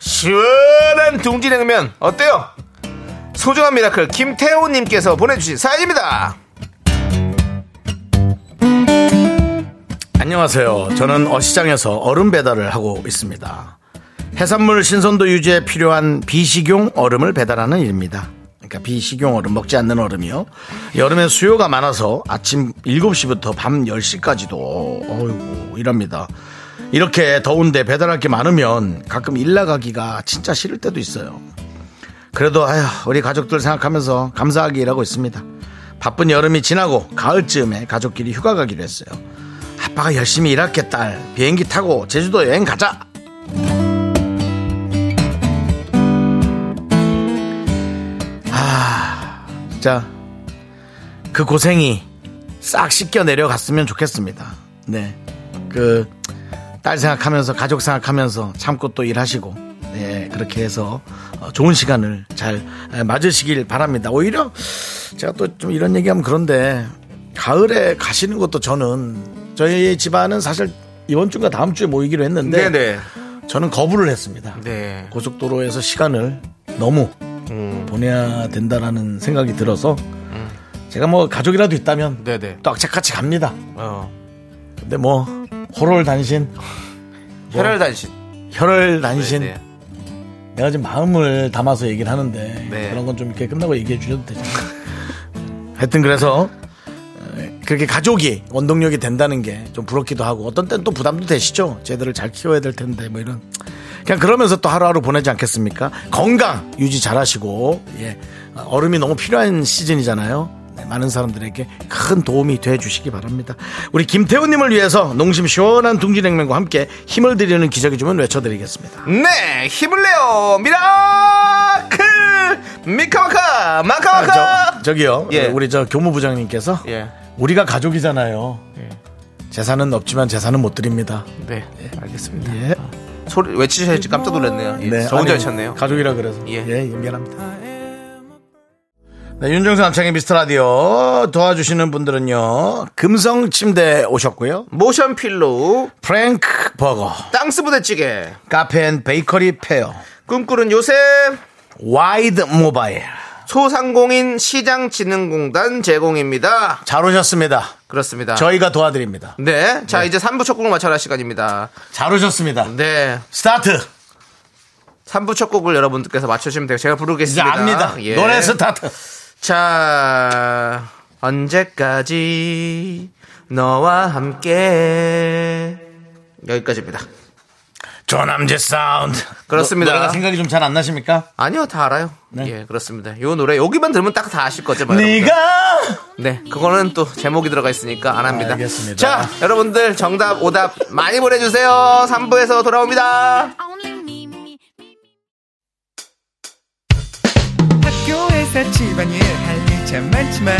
[SPEAKER 2] 시원한 둥지냉면 어때요? 소중한 미라클 김태호님께서 보내주신 사연입니다.
[SPEAKER 1] 안녕하세요. 저는 어시장에서 얼음 배달을 하고 있습니다. 해산물 신선도 유지에 필요한 비식용 얼음을 배달하는 일입니다. 그러니까 비식용 얼음 먹지 않는 얼음이요. 여름에 수요가 많아서 아침 7시부터 밤 10시까지도 어이구 이랍니다. 이렇게 더운데 배달할 게 많으면 가끔 일 나가기가 진짜 싫을 때도 있어요. 그래도 아휴 우리 가족들 생각하면서 감사하게 일하고 있습니다. 바쁜 여름이 지나고 가을쯤에 가족끼리 휴가 가기로 했어요. 아빠가 열심히 일할게 딸 비행기 타고 제주도 여행 가자 아 진짜 그 고생이 싹 씻겨 내려갔으면 좋겠습니다 네. 네그 딸 생각하면서 가족 생각하면서 참고 또 일하시고 네 그렇게 해서 어, 좋은 시간을 잘 에, 맞으시길 바랍니다 오히려 제가 또 좀 이런 얘기하면 그런데 가을에 가시는 것도 저는 저희 집안은 사실 이번 주가 다음 주에 모이기로 했는데 저는 거부를 했습니다.
[SPEAKER 2] 네.
[SPEAKER 1] 고속도로에서 시간을 너무
[SPEAKER 2] 음.
[SPEAKER 1] 보내야 된다라는 생각이 들어서 제가 뭐 가족이라도 있다면
[SPEAKER 2] 네네.
[SPEAKER 1] 또 악착같이 갑니다.
[SPEAKER 2] 어.
[SPEAKER 1] 근데 뭐 호롤 단신,
[SPEAKER 2] 뭐? 혈혈단신.
[SPEAKER 1] 혈혈 단신
[SPEAKER 2] 네, 네.
[SPEAKER 1] 내가 지금 마음을 담아서 얘기를 하는데
[SPEAKER 2] 네.
[SPEAKER 1] 그런 건 좀 이렇게 끝나고 얘기해 주셔도 되잖아요. 하여튼 그래서 어, 그렇게 가족이 원동력이 된다는 게 좀 부럽기도 하고 어떤 땐 또 부담도 되시죠. 쟤들을 잘 키워야 될 텐데 뭐 이런 그냥 그러면서 또 하루하루 보내지 않겠습니까? 건강 유지 잘하시고 예 어, 얼음이 너무 필요한 시즌이잖아요. 네, 많은 사람들에게 큰 도움이 돼 주시기 바랍니다. 우리 김태우님을 위해서 농심 시원한 둥지냉면과 함께 힘을 드리는 기적의 주문 외쳐드리겠습니다.
[SPEAKER 2] 네, 힘을 내요. 미라클! 미카마카! 마카마카!
[SPEAKER 1] 아, 저, 기요
[SPEAKER 2] 예.
[SPEAKER 1] 우리 저 교무부장님께서
[SPEAKER 2] 예.
[SPEAKER 1] 우리가 가족이잖아요.
[SPEAKER 2] 예.
[SPEAKER 1] 재산은 없지만 재산은 못 드립니다.
[SPEAKER 2] 네, 알겠습니다.
[SPEAKER 1] 예.
[SPEAKER 2] 소리 외치셨지 깜짝 놀랐네요. 예, 저 혼자
[SPEAKER 1] 아니,
[SPEAKER 2] 외쳤네요.
[SPEAKER 1] 가족이라 그래서 예,
[SPEAKER 2] 예.
[SPEAKER 1] 연결합니다. 네, 윤정수 남창의 미스터 라디오 도와주시는 분들은요. 금성 침대 오셨고요.
[SPEAKER 2] 모션 필로우,
[SPEAKER 1] 프랭크 버거,
[SPEAKER 2] 땅스 부대찌개,
[SPEAKER 1] 카페앤 베이커리 페어,
[SPEAKER 2] 꿈꾸는 요새,
[SPEAKER 1] 와이드 모바일.
[SPEAKER 2] 소상공인 시장진흥공단 제공입니다.
[SPEAKER 1] 잘 오셨습니다.
[SPEAKER 2] 그렇습니다.
[SPEAKER 1] 저희가 도와드립니다.
[SPEAKER 2] 네, 자, 이제 3부 첫 곡을 맞춰라 시간입니다.
[SPEAKER 1] 잘 오셨습니다.
[SPEAKER 2] 네,
[SPEAKER 1] 스타트.
[SPEAKER 2] 3부 첫 곡을 여러분들께서 맞춰주시면 돼요. 제가
[SPEAKER 1] 이제
[SPEAKER 2] 부르겠습니다.
[SPEAKER 1] 네, 압니다.
[SPEAKER 2] 예.
[SPEAKER 1] 노래 스타트.
[SPEAKER 2] 자, 언제까지 너와 함께 여기까지입니다.
[SPEAKER 1] 조남재 사운드.
[SPEAKER 2] 그렇습니다.
[SPEAKER 1] 노, 노래가 생각이 좀 잘 안 나십니까?
[SPEAKER 2] 아니요, 다 알아요. 예, 그렇습니다. 요 노래 여기만 들으면 딱 다 아실
[SPEAKER 1] 뭐
[SPEAKER 2] 거죠, 여러분들?
[SPEAKER 1] 네. 네가
[SPEAKER 2] 네, 그거는 또 제목이 들어가 있으니까 안 합니다.
[SPEAKER 1] 알겠습니다.
[SPEAKER 2] 자, 여러분들 정답 오답 많이 보내주세요. 3부에서 돌아옵니다.
[SPEAKER 6] 학교에서 집안일 할 일 참 많지만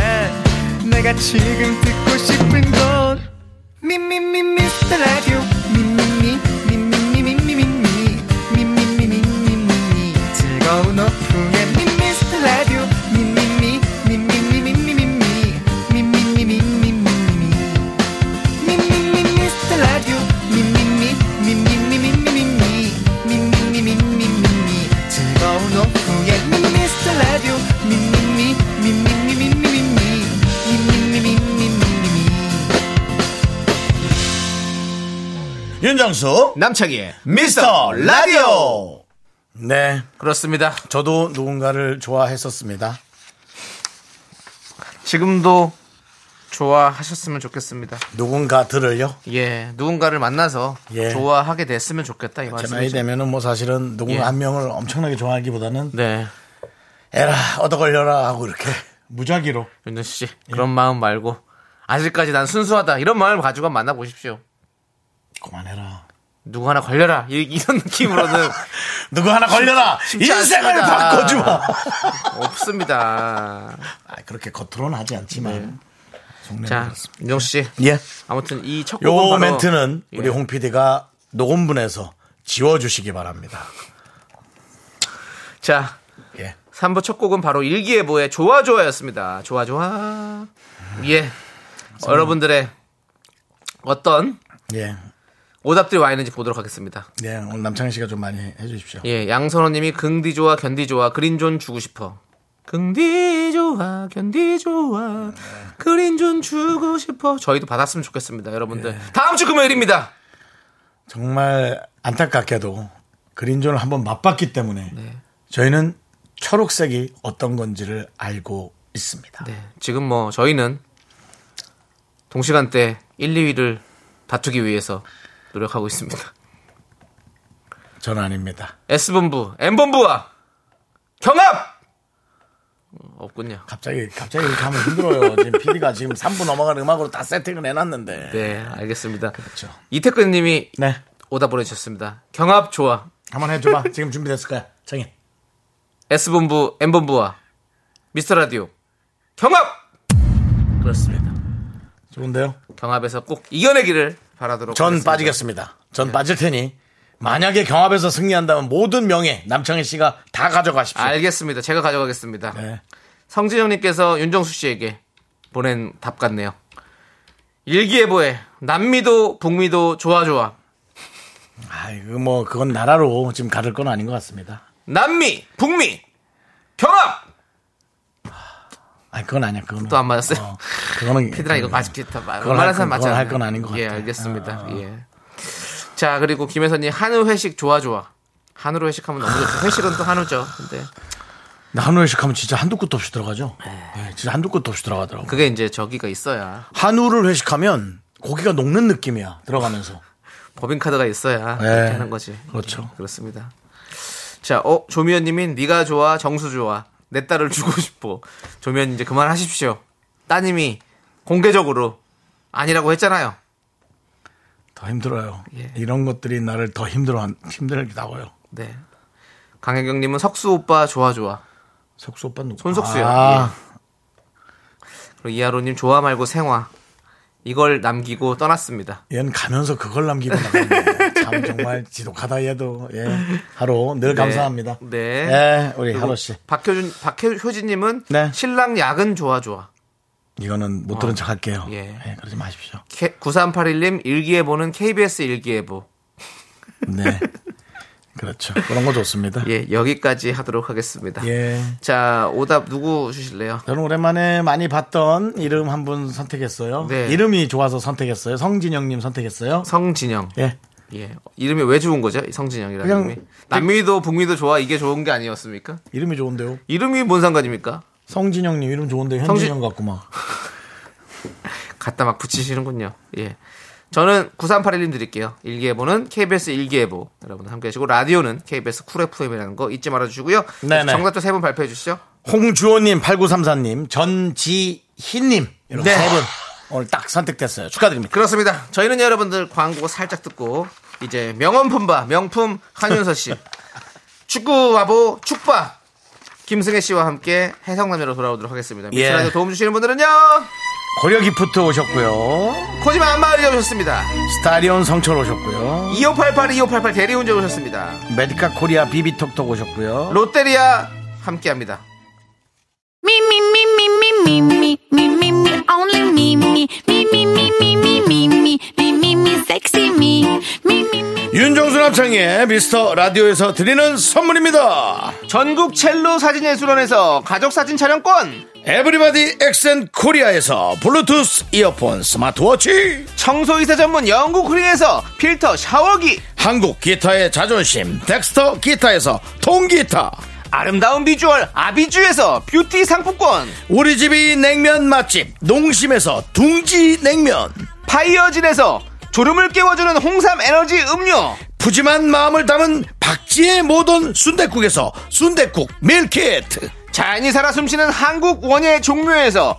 [SPEAKER 6] 내가 지금 듣고 싶은 건 미미미 미스터 라디오 미미미 즐거운 오후에 미스터 라디오 미미미 미미미미미미미 미미미미미미미 미미미 미스터 라디오 미미미 미미미미미미미 미미미미미미 즐거운 오후에 미스터 라디오 미미미 미미미미미미 미미미미미미미
[SPEAKER 1] 윤정수
[SPEAKER 2] 남창희의
[SPEAKER 1] 미스터 라디오. 네,
[SPEAKER 2] 그렇습니다.
[SPEAKER 1] 저도 누군가를 좋아했었습니다.
[SPEAKER 2] 지금도 좋아하셨으면 좋겠습니다.
[SPEAKER 1] 누군가들을요.
[SPEAKER 2] 예, 누군가를 만나서
[SPEAKER 1] 예.
[SPEAKER 2] 좋아하게 됐으면 좋겠다 이
[SPEAKER 1] 제 나이
[SPEAKER 2] 말씀이죠.
[SPEAKER 1] 되면은 뭐 사실은 누군가
[SPEAKER 2] 예.
[SPEAKER 1] 한 명을 엄청나게 좋아하기보다는
[SPEAKER 2] 네,
[SPEAKER 1] 에라 얻어 걸려라 하고 이렇게 무작위로
[SPEAKER 2] 윤정 씨
[SPEAKER 1] 예.
[SPEAKER 2] 그런 마음 말고 아직까지 난 순수하다 이런 마음을 가지고 만나 보십시오.
[SPEAKER 1] 그만해라.
[SPEAKER 2] 누구 하나 걸려라 이, 이런 느낌으로는
[SPEAKER 1] 누구 하나 걸려라.
[SPEAKER 2] 쉽지
[SPEAKER 1] 인생을
[SPEAKER 2] 않습니다.
[SPEAKER 1] 바꿔줘.
[SPEAKER 2] 없습니다.
[SPEAKER 1] 아, 그렇게 겉으로는 하지 않지만. 속내는
[SPEAKER 2] 자,
[SPEAKER 1] 그렇습니다.
[SPEAKER 2] 윤정 씨
[SPEAKER 1] 네. 예.
[SPEAKER 2] 아무튼 이첫 곡은
[SPEAKER 1] 요
[SPEAKER 2] 바로
[SPEAKER 1] 멘트는
[SPEAKER 2] 예.
[SPEAKER 1] 우리 홍 PD가 녹음분에서 지워주시기 바랍니다.
[SPEAKER 2] 자,
[SPEAKER 1] 예.
[SPEAKER 2] 3부 첫 곡은 바로 일기예보의 좋아 좋아였습니다. 좋아 좋아. 예. 여러분들의 어떤
[SPEAKER 1] 예.
[SPEAKER 2] 오답들이 와 있는지 보도록 하겠습니다.
[SPEAKER 1] 예. 오늘 남창희 씨가 좀 많이 해주십시오.
[SPEAKER 2] 예, 양선호님이 긍디 좋아, 견디 좋아, 그린존 주고 싶어. 긍디 좋아, 견디 좋아, 그린존 주고 싶어. 저희도 받았으면 좋겠습니다, 여러분들.
[SPEAKER 1] 예.
[SPEAKER 2] 다음 주 금요일입니다.
[SPEAKER 1] 정말 안타깝게도 그린존을 한번 맛봤기 때문에
[SPEAKER 2] 네.
[SPEAKER 1] 저희는 초록색이 어떤 건지를 알고 있습니다.
[SPEAKER 2] 네, 지금 뭐 저희는 동시간대 1, 2위를 다투기 위해서 노력하고 있습니다.
[SPEAKER 1] 저는 아닙니다.
[SPEAKER 2] S본부, M본부와 경합! 어, 없군요.
[SPEAKER 1] 갑자기 갑자기 이렇게 하면 힘들어요. 지금 PD가 지금 3분 넘어가는 음악으로 다 세팅을 해놨는데.
[SPEAKER 2] 네, 알겠습니다.
[SPEAKER 1] 그렇죠.
[SPEAKER 2] 이태근 님이
[SPEAKER 1] 네.
[SPEAKER 2] 오다 보내주셨습니다. 경합 좋아.
[SPEAKER 1] 한번 해줘봐. 지금 준비됐을 거야. 정인.
[SPEAKER 2] S본부, M본부와 미스터 라디오 경합! 그렇습니다.
[SPEAKER 1] 좋은데요?
[SPEAKER 2] 경합에서 꼭 이겨내기를 바라도록
[SPEAKER 1] 전
[SPEAKER 2] 하겠습니다. 예.
[SPEAKER 1] 빠지겠습니다. 전 빠질 테니 만약에 경합에서 승리한다면 모든 명예 남창희 씨가 다 가져가십시오.
[SPEAKER 2] 알겠습니다. 제가 가져가겠습니다.
[SPEAKER 1] 네.
[SPEAKER 2] 성진영님께서 윤정수 씨에게 보낸 답 같네요. 일기예보에 남미도 북미도 좋아 좋아.
[SPEAKER 1] 아이고 뭐 그건 나라로 지금 가를 건 아닌 것 같습니다.
[SPEAKER 2] 남미, 북미 경합!
[SPEAKER 1] 아니 그건 아니야. 그건
[SPEAKER 2] 또 안 맞았어요?
[SPEAKER 1] 그거는
[SPEAKER 2] 피드라 이거
[SPEAKER 1] 그거는-
[SPEAKER 2] 아직 다
[SPEAKER 1] 음. 그건
[SPEAKER 2] 말하는
[SPEAKER 1] 할 건-
[SPEAKER 2] 사람 맞지
[SPEAKER 1] 그건
[SPEAKER 2] 않아요?
[SPEAKER 1] 할건 아닌 것
[SPEAKER 2] 예,
[SPEAKER 1] 같아요.
[SPEAKER 2] 알겠습니다. 예. 자 그리고 김혜선님 한우 회식 좋아 좋아. 한우로 회식하면 너무 좋죠. 회식은 또 한우죠. 근데
[SPEAKER 1] 한우 회식하면 진짜 한두 끝도 없이 들어가죠. 네, 진짜 한두 끝도 없이 들어가더라고. 요
[SPEAKER 2] 그게 이제 저기가 있어야
[SPEAKER 1] 한우를 회식하면 고기가 녹는 느낌이야 들어가면서.
[SPEAKER 2] 법인 카드가 있어야
[SPEAKER 1] 네.
[SPEAKER 2] 그렇게 하는 거지.
[SPEAKER 1] 그렇죠.
[SPEAKER 2] 예, 그렇습니다. 자, 어 조미연님이 네가 좋아, 정수 좋아, 내 딸을 주고 싶어. 조미연 이제 그만하십시오. 따님이 공개적으로 아니라고 했잖아요.
[SPEAKER 1] 더 힘들어요.
[SPEAKER 2] 예.
[SPEAKER 1] 이런 것들이 나를 더 힘들어 힘들게 나고요.
[SPEAKER 2] 네. 강혜경님은 석수 오빠 좋아 좋아.
[SPEAKER 1] 석수 오빠 누구?
[SPEAKER 2] 손석수요. 예.
[SPEAKER 1] 아,
[SPEAKER 2] 그리고 이하로님 좋아 말고 생화 이걸 남기고 떠났습니다.
[SPEAKER 1] 얘는 가면서 그걸 남기고 나갔네. 참 정말 지독하다 얘도. 예. 하루 늘 감사합니다.
[SPEAKER 2] 네.
[SPEAKER 1] 예, 우리
[SPEAKER 2] 그리고
[SPEAKER 1] 하루 씨.
[SPEAKER 2] 박효준 박효진님은
[SPEAKER 1] 네.
[SPEAKER 2] 신랑 야근 좋아 좋아.
[SPEAKER 1] 이거는 못 들은 척 할게요.
[SPEAKER 2] 예.
[SPEAKER 1] 예, 그러지 마십시오.
[SPEAKER 2] 9381님 일기예보는 KBS 일기예보.
[SPEAKER 1] 네. 그렇죠. 그런 거 좋습니다. 예.
[SPEAKER 2] 예 여기까지 하도록 하겠습니다. 자 오답 누구 주실래요?
[SPEAKER 1] 저는 오랜만에 많이 봤던 이름 한 분 선택했어요.
[SPEAKER 2] 네.
[SPEAKER 1] 이름이 좋아서 선택했어요. 성진영님 선택했어요.
[SPEAKER 2] 성진영. 예.
[SPEAKER 1] 예.
[SPEAKER 2] 이름이 왜 좋은 거죠? 이 성진영이라는
[SPEAKER 1] 그냥-
[SPEAKER 2] 이름이. 남미도 북미도 좋아 이게 좋은 게 아니었습니까?
[SPEAKER 1] 이름이 좋은데요.
[SPEAKER 2] 이름이 뭔 상관입니까?
[SPEAKER 1] 성진영님 이름 좋은데
[SPEAKER 2] 성진-
[SPEAKER 1] 현진영 같고 막.
[SPEAKER 2] 갖다 막 붙이시는군요. 예. 저는 9381님 드릴게요. 일기예보는 KBS 일기예보. 여러분 함께 하시고, 라디오는 KBS 쿨 FM이라는 거 잊지 말아주시고요.
[SPEAKER 1] 네네.
[SPEAKER 2] 정답도 세 분 발표해 주시죠.
[SPEAKER 1] 홍주호님, 8934님, 전지희님 이렇게
[SPEAKER 2] 네.
[SPEAKER 1] 세 분 오늘 딱 선택됐어요. 축하드립니다.
[SPEAKER 2] 그렇습니다. 저희는 여러분들 광고 살짝 듣고, 이제 명언 품바, 명품 한윤서 씨. 축구 와보, 축바. 김승혜 씨와 함께 해성남녀로 돌아오도록 하겠습니다. 미스라디오 도움 주시는 분들은요.
[SPEAKER 1] 고려기프트 오셨고요.
[SPEAKER 2] 코지마 안마을이 오셨습니다.
[SPEAKER 1] 스타리온 성철 오셨고요.
[SPEAKER 2] 2588, 2588 대리운전 오셨습니다.
[SPEAKER 1] 메디카 코리아 비비톡톡 오셨고요.
[SPEAKER 2] 롯데리아 함께합니다.
[SPEAKER 5] Me, me, me, me, me, me, me, me, me, me, only me, me, me, me, me, me, me, me, me, me, me, me, sexy me, me, me, me.
[SPEAKER 1] 윤종수 남창의 미스터 라디오에서 드리는 선물입니다.
[SPEAKER 2] 전국 첼로 사진예술원에서 가족사진 촬영권
[SPEAKER 1] 에브리바디 엑센 코리아에서 블루투스 이어폰 스마트워치
[SPEAKER 2] 청소이사 전문 영국 크린에서 필터 샤워기
[SPEAKER 1] 한국 기타의 자존심 덱스터 기타에서 통기타
[SPEAKER 2] 아름다운 비주얼 아비주에서 뷰티 상품권
[SPEAKER 1] 우리 집이 냉면 맛집 농심에서 둥지 냉면
[SPEAKER 2] 파이어진에서 졸음을 깨워주는 홍삼 에너지 음료
[SPEAKER 1] 푸짐한 마음을 담은 박지의 모던 순댓국에서 순댓국 밀키트
[SPEAKER 2] 자연이 살아 숨쉬는 한국 원예 종묘에서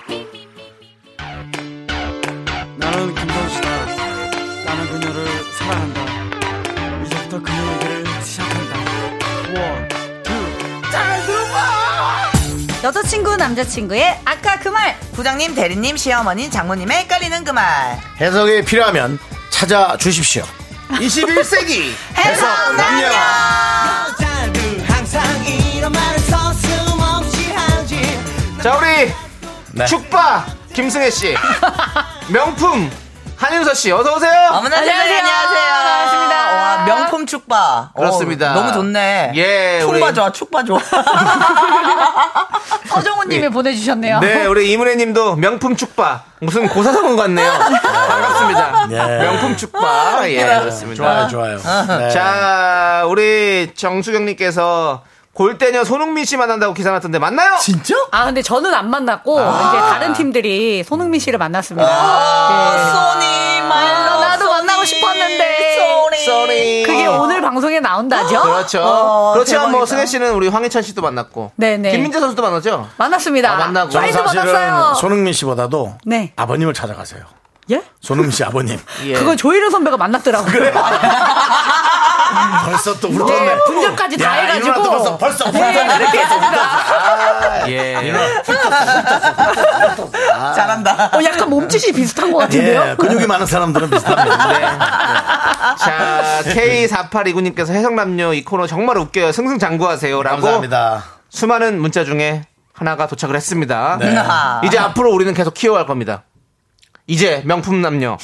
[SPEAKER 5] me, me.
[SPEAKER 7] 나는 김선수다. 나는 그녀를 사랑한다. 이제부터 그녀 얘기를 시작한다. 원, 투.
[SPEAKER 8] 여자친구 남자친구의 아까 그 말
[SPEAKER 9] 부장님, 대리님, 시어머니, 장모님의 헷갈리는 그 말.
[SPEAKER 1] 해석이 필요하면 찾아 주십시오.
[SPEAKER 2] 21세기
[SPEAKER 1] 해석 남녀.
[SPEAKER 2] 자 우리
[SPEAKER 1] 네.
[SPEAKER 2] 축바 김승혜 씨 명품 한윤서 씨 어서 오세요.
[SPEAKER 9] 어머나 세상에, 안녕하세요.
[SPEAKER 8] 반갑습니다.
[SPEAKER 9] 와, 명품 축바. 어,
[SPEAKER 2] 그렇습니다.
[SPEAKER 9] 너무 좋네.
[SPEAKER 2] 예,
[SPEAKER 9] 축바
[SPEAKER 2] 우리-
[SPEAKER 9] 좋아, 축바 좋아.
[SPEAKER 8] 서정우님이 보내주셨네요.
[SPEAKER 2] 네 우리 이문혜님도 명품 축바 무슨 고사성어 같네요. 반갑습니다.
[SPEAKER 1] 예.
[SPEAKER 2] 명품 축바 예 그렇습니다. 어,
[SPEAKER 1] 좋아요, 좋아요. 네.
[SPEAKER 2] 자 우리 정수경님께서 골대녀 손흥민 씨 만난다고 기사 났던데 맞나요?
[SPEAKER 1] 진짜?
[SPEAKER 8] 아 근데 저는 안 만났고
[SPEAKER 2] 아.
[SPEAKER 8] 이제 다른 팀들이 손흥민 씨를 만났습니다. 예.
[SPEAKER 9] 소니,
[SPEAKER 2] 아,
[SPEAKER 9] 말로
[SPEAKER 8] 나도 만나고 싶었는데.
[SPEAKER 9] 소니.
[SPEAKER 2] 쏘리. 어,
[SPEAKER 8] 네. 그게 오늘 방송에 나온다죠?
[SPEAKER 2] 그렇죠.
[SPEAKER 9] 어,
[SPEAKER 2] 그렇지만 뭐
[SPEAKER 9] 대박이다.
[SPEAKER 2] 승혜 씨는 우리 황희찬 씨도 만났고
[SPEAKER 8] 네네.
[SPEAKER 2] 김민재 선수도 만났죠.
[SPEAKER 8] 만났습니다.
[SPEAKER 2] 아, 만나고.
[SPEAKER 8] 많이도
[SPEAKER 2] 저는
[SPEAKER 8] 만났어요.
[SPEAKER 1] 손흥민 씨보다도
[SPEAKER 8] 네.
[SPEAKER 1] 아버님을 찾아가세요.
[SPEAKER 8] 예?
[SPEAKER 1] 손흥민 씨 아버님.
[SPEAKER 2] 예.
[SPEAKER 8] 그건 조희료 선배가 만났더라고요. 그래?
[SPEAKER 1] 벌써 또
[SPEAKER 8] 네,
[SPEAKER 1] 아. 울었네.
[SPEAKER 8] 분장까지 다
[SPEAKER 1] 야,
[SPEAKER 8] 해가지고.
[SPEAKER 1] 일어났다, 벌써
[SPEAKER 9] 네.
[SPEAKER 1] 벌써 분장 이렇게
[SPEAKER 2] 예.
[SPEAKER 9] 네. 잘한다.
[SPEAKER 8] 어, 약간 몸짓이 비슷한 것 같은데요?
[SPEAKER 9] 네.
[SPEAKER 2] 그
[SPEAKER 1] 예, 근육이 많은 사람들은 비슷합니다. 네,
[SPEAKER 2] 자, K4829님께서 해성남녀 이 코너 정말 웃겨요. 승승장구하세요. 라고
[SPEAKER 1] 감사합니다.
[SPEAKER 2] 수많은 문자 중에 하나가 도착을 했습니다.
[SPEAKER 1] 네.
[SPEAKER 9] 아.
[SPEAKER 2] 이제 앞으로 우리는 계속 키워갈 겁니다. 이제 명품 남녀.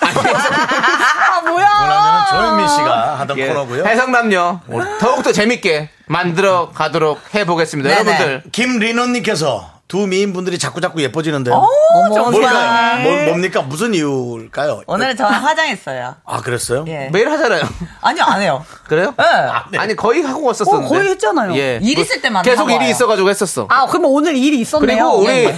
[SPEAKER 8] 아, 뭐야?
[SPEAKER 1] 왜냐면 조현민 씨가 하던
[SPEAKER 2] 예.
[SPEAKER 1] 코너고요.
[SPEAKER 2] 해성남녀 더욱더 재밌게 만들어 가도록 해보겠습니다.
[SPEAKER 9] 네네.
[SPEAKER 2] 여러분들.
[SPEAKER 1] 김리노님께서 두 미인분들이 자꾸 자꾸 예뻐지는데요.
[SPEAKER 9] 어머,
[SPEAKER 1] 뭘까요?
[SPEAKER 9] 정말.
[SPEAKER 1] 뭐, 뭡니까? 무슨 이유일까요?
[SPEAKER 9] 오늘 저 화장했어요.
[SPEAKER 1] 아 그랬어요?
[SPEAKER 9] 예.
[SPEAKER 2] 매일 하잖아요.
[SPEAKER 9] 아니요, 안 해요.
[SPEAKER 2] 그래요?
[SPEAKER 9] 예.
[SPEAKER 1] 네.
[SPEAKER 2] 아니 거의 하고 왔었었는데. 예. 뭐
[SPEAKER 8] 어, 거의 했잖아요.
[SPEAKER 9] 일 있을 때만
[SPEAKER 2] 계속
[SPEAKER 9] 하고
[SPEAKER 2] 일이
[SPEAKER 9] 와요.
[SPEAKER 2] 있어가지고 했었어.
[SPEAKER 8] 아, 그러면 오늘 일이 있었네요.
[SPEAKER 2] 그리고 우리
[SPEAKER 9] 예.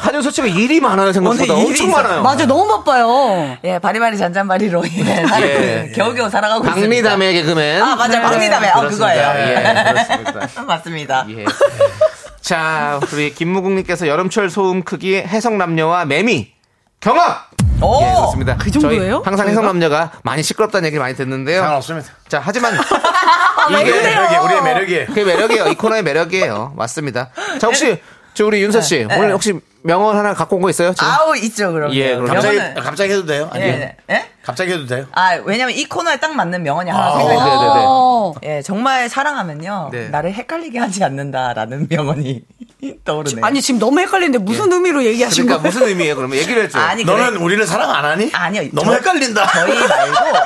[SPEAKER 2] 한윤서 씨가 일이 많아요 생각보다
[SPEAKER 9] 오늘 일이
[SPEAKER 2] 엄청
[SPEAKER 9] 있어요.
[SPEAKER 2] 많아요.
[SPEAKER 8] 맞아, 너무 바빠요.
[SPEAKER 9] 예, 바리바리 잔잔바리로 예, 살아-
[SPEAKER 2] 예.
[SPEAKER 9] 겨우겨우 살아가고 있습니다.
[SPEAKER 2] 박미담의 개그맨.
[SPEAKER 9] 아, 맞아, 박미담의. 아,
[SPEAKER 2] 네. 그렇습니다.
[SPEAKER 9] 그거예요. 아,
[SPEAKER 2] 예, 그렇습니다.
[SPEAKER 9] 맞습니다.
[SPEAKER 2] 예. 자, 우리 김무국님께서 여름철 소음 크기 해성남녀와 매미 경합.
[SPEAKER 9] 오!
[SPEAKER 2] 예, 그렇습니다. 그
[SPEAKER 8] 정도예요?
[SPEAKER 2] 항상 해성남녀가 많이 시끄럽다는 얘기를 많이 듣는데요.
[SPEAKER 1] 상관없습니다.
[SPEAKER 2] 자, 하지만
[SPEAKER 1] 이게
[SPEAKER 2] 이게
[SPEAKER 1] 매력이 우리의 매력이에요.
[SPEAKER 2] 그 매력이에요. 이 코너의 매력이에요. 맞습니다. 자, 혹시 저 우리 윤서 씨 오늘 혹시 명언 하나 갖고 온 거 있어요? 지금?
[SPEAKER 9] 아우, 있죠, 그럼.
[SPEAKER 2] 예, 그럼요.
[SPEAKER 1] 갑자기
[SPEAKER 9] 명언은-
[SPEAKER 1] 갑자기 해도 돼요? 아니
[SPEAKER 9] 예, 네. 예?
[SPEAKER 1] 갑자기 해도 돼요?
[SPEAKER 9] 아, 왜냐면 이 코너에 딱 맞는 명언이 하나
[SPEAKER 2] 네,
[SPEAKER 9] 생각이
[SPEAKER 2] 네,
[SPEAKER 9] 나요.
[SPEAKER 2] 네, 네.
[SPEAKER 8] 어,
[SPEAKER 9] 예, 정말 사랑하면요.
[SPEAKER 2] 네.
[SPEAKER 9] 나를 헷갈리게 하지 않는다라는 명언이 떠오르네요.
[SPEAKER 8] 아니, 지금 너무 헷갈리는데 무슨 의미로 얘기하신
[SPEAKER 2] 그러니까
[SPEAKER 8] 거예요?
[SPEAKER 2] 무슨 의미예요? 그러면 얘기를 해줘.
[SPEAKER 9] 아니, 그래.
[SPEAKER 1] 너는 우리를 사랑 안 하니?
[SPEAKER 9] 아니요.
[SPEAKER 1] 너무
[SPEAKER 9] 저-
[SPEAKER 1] 헷갈린다.
[SPEAKER 9] 저희 말고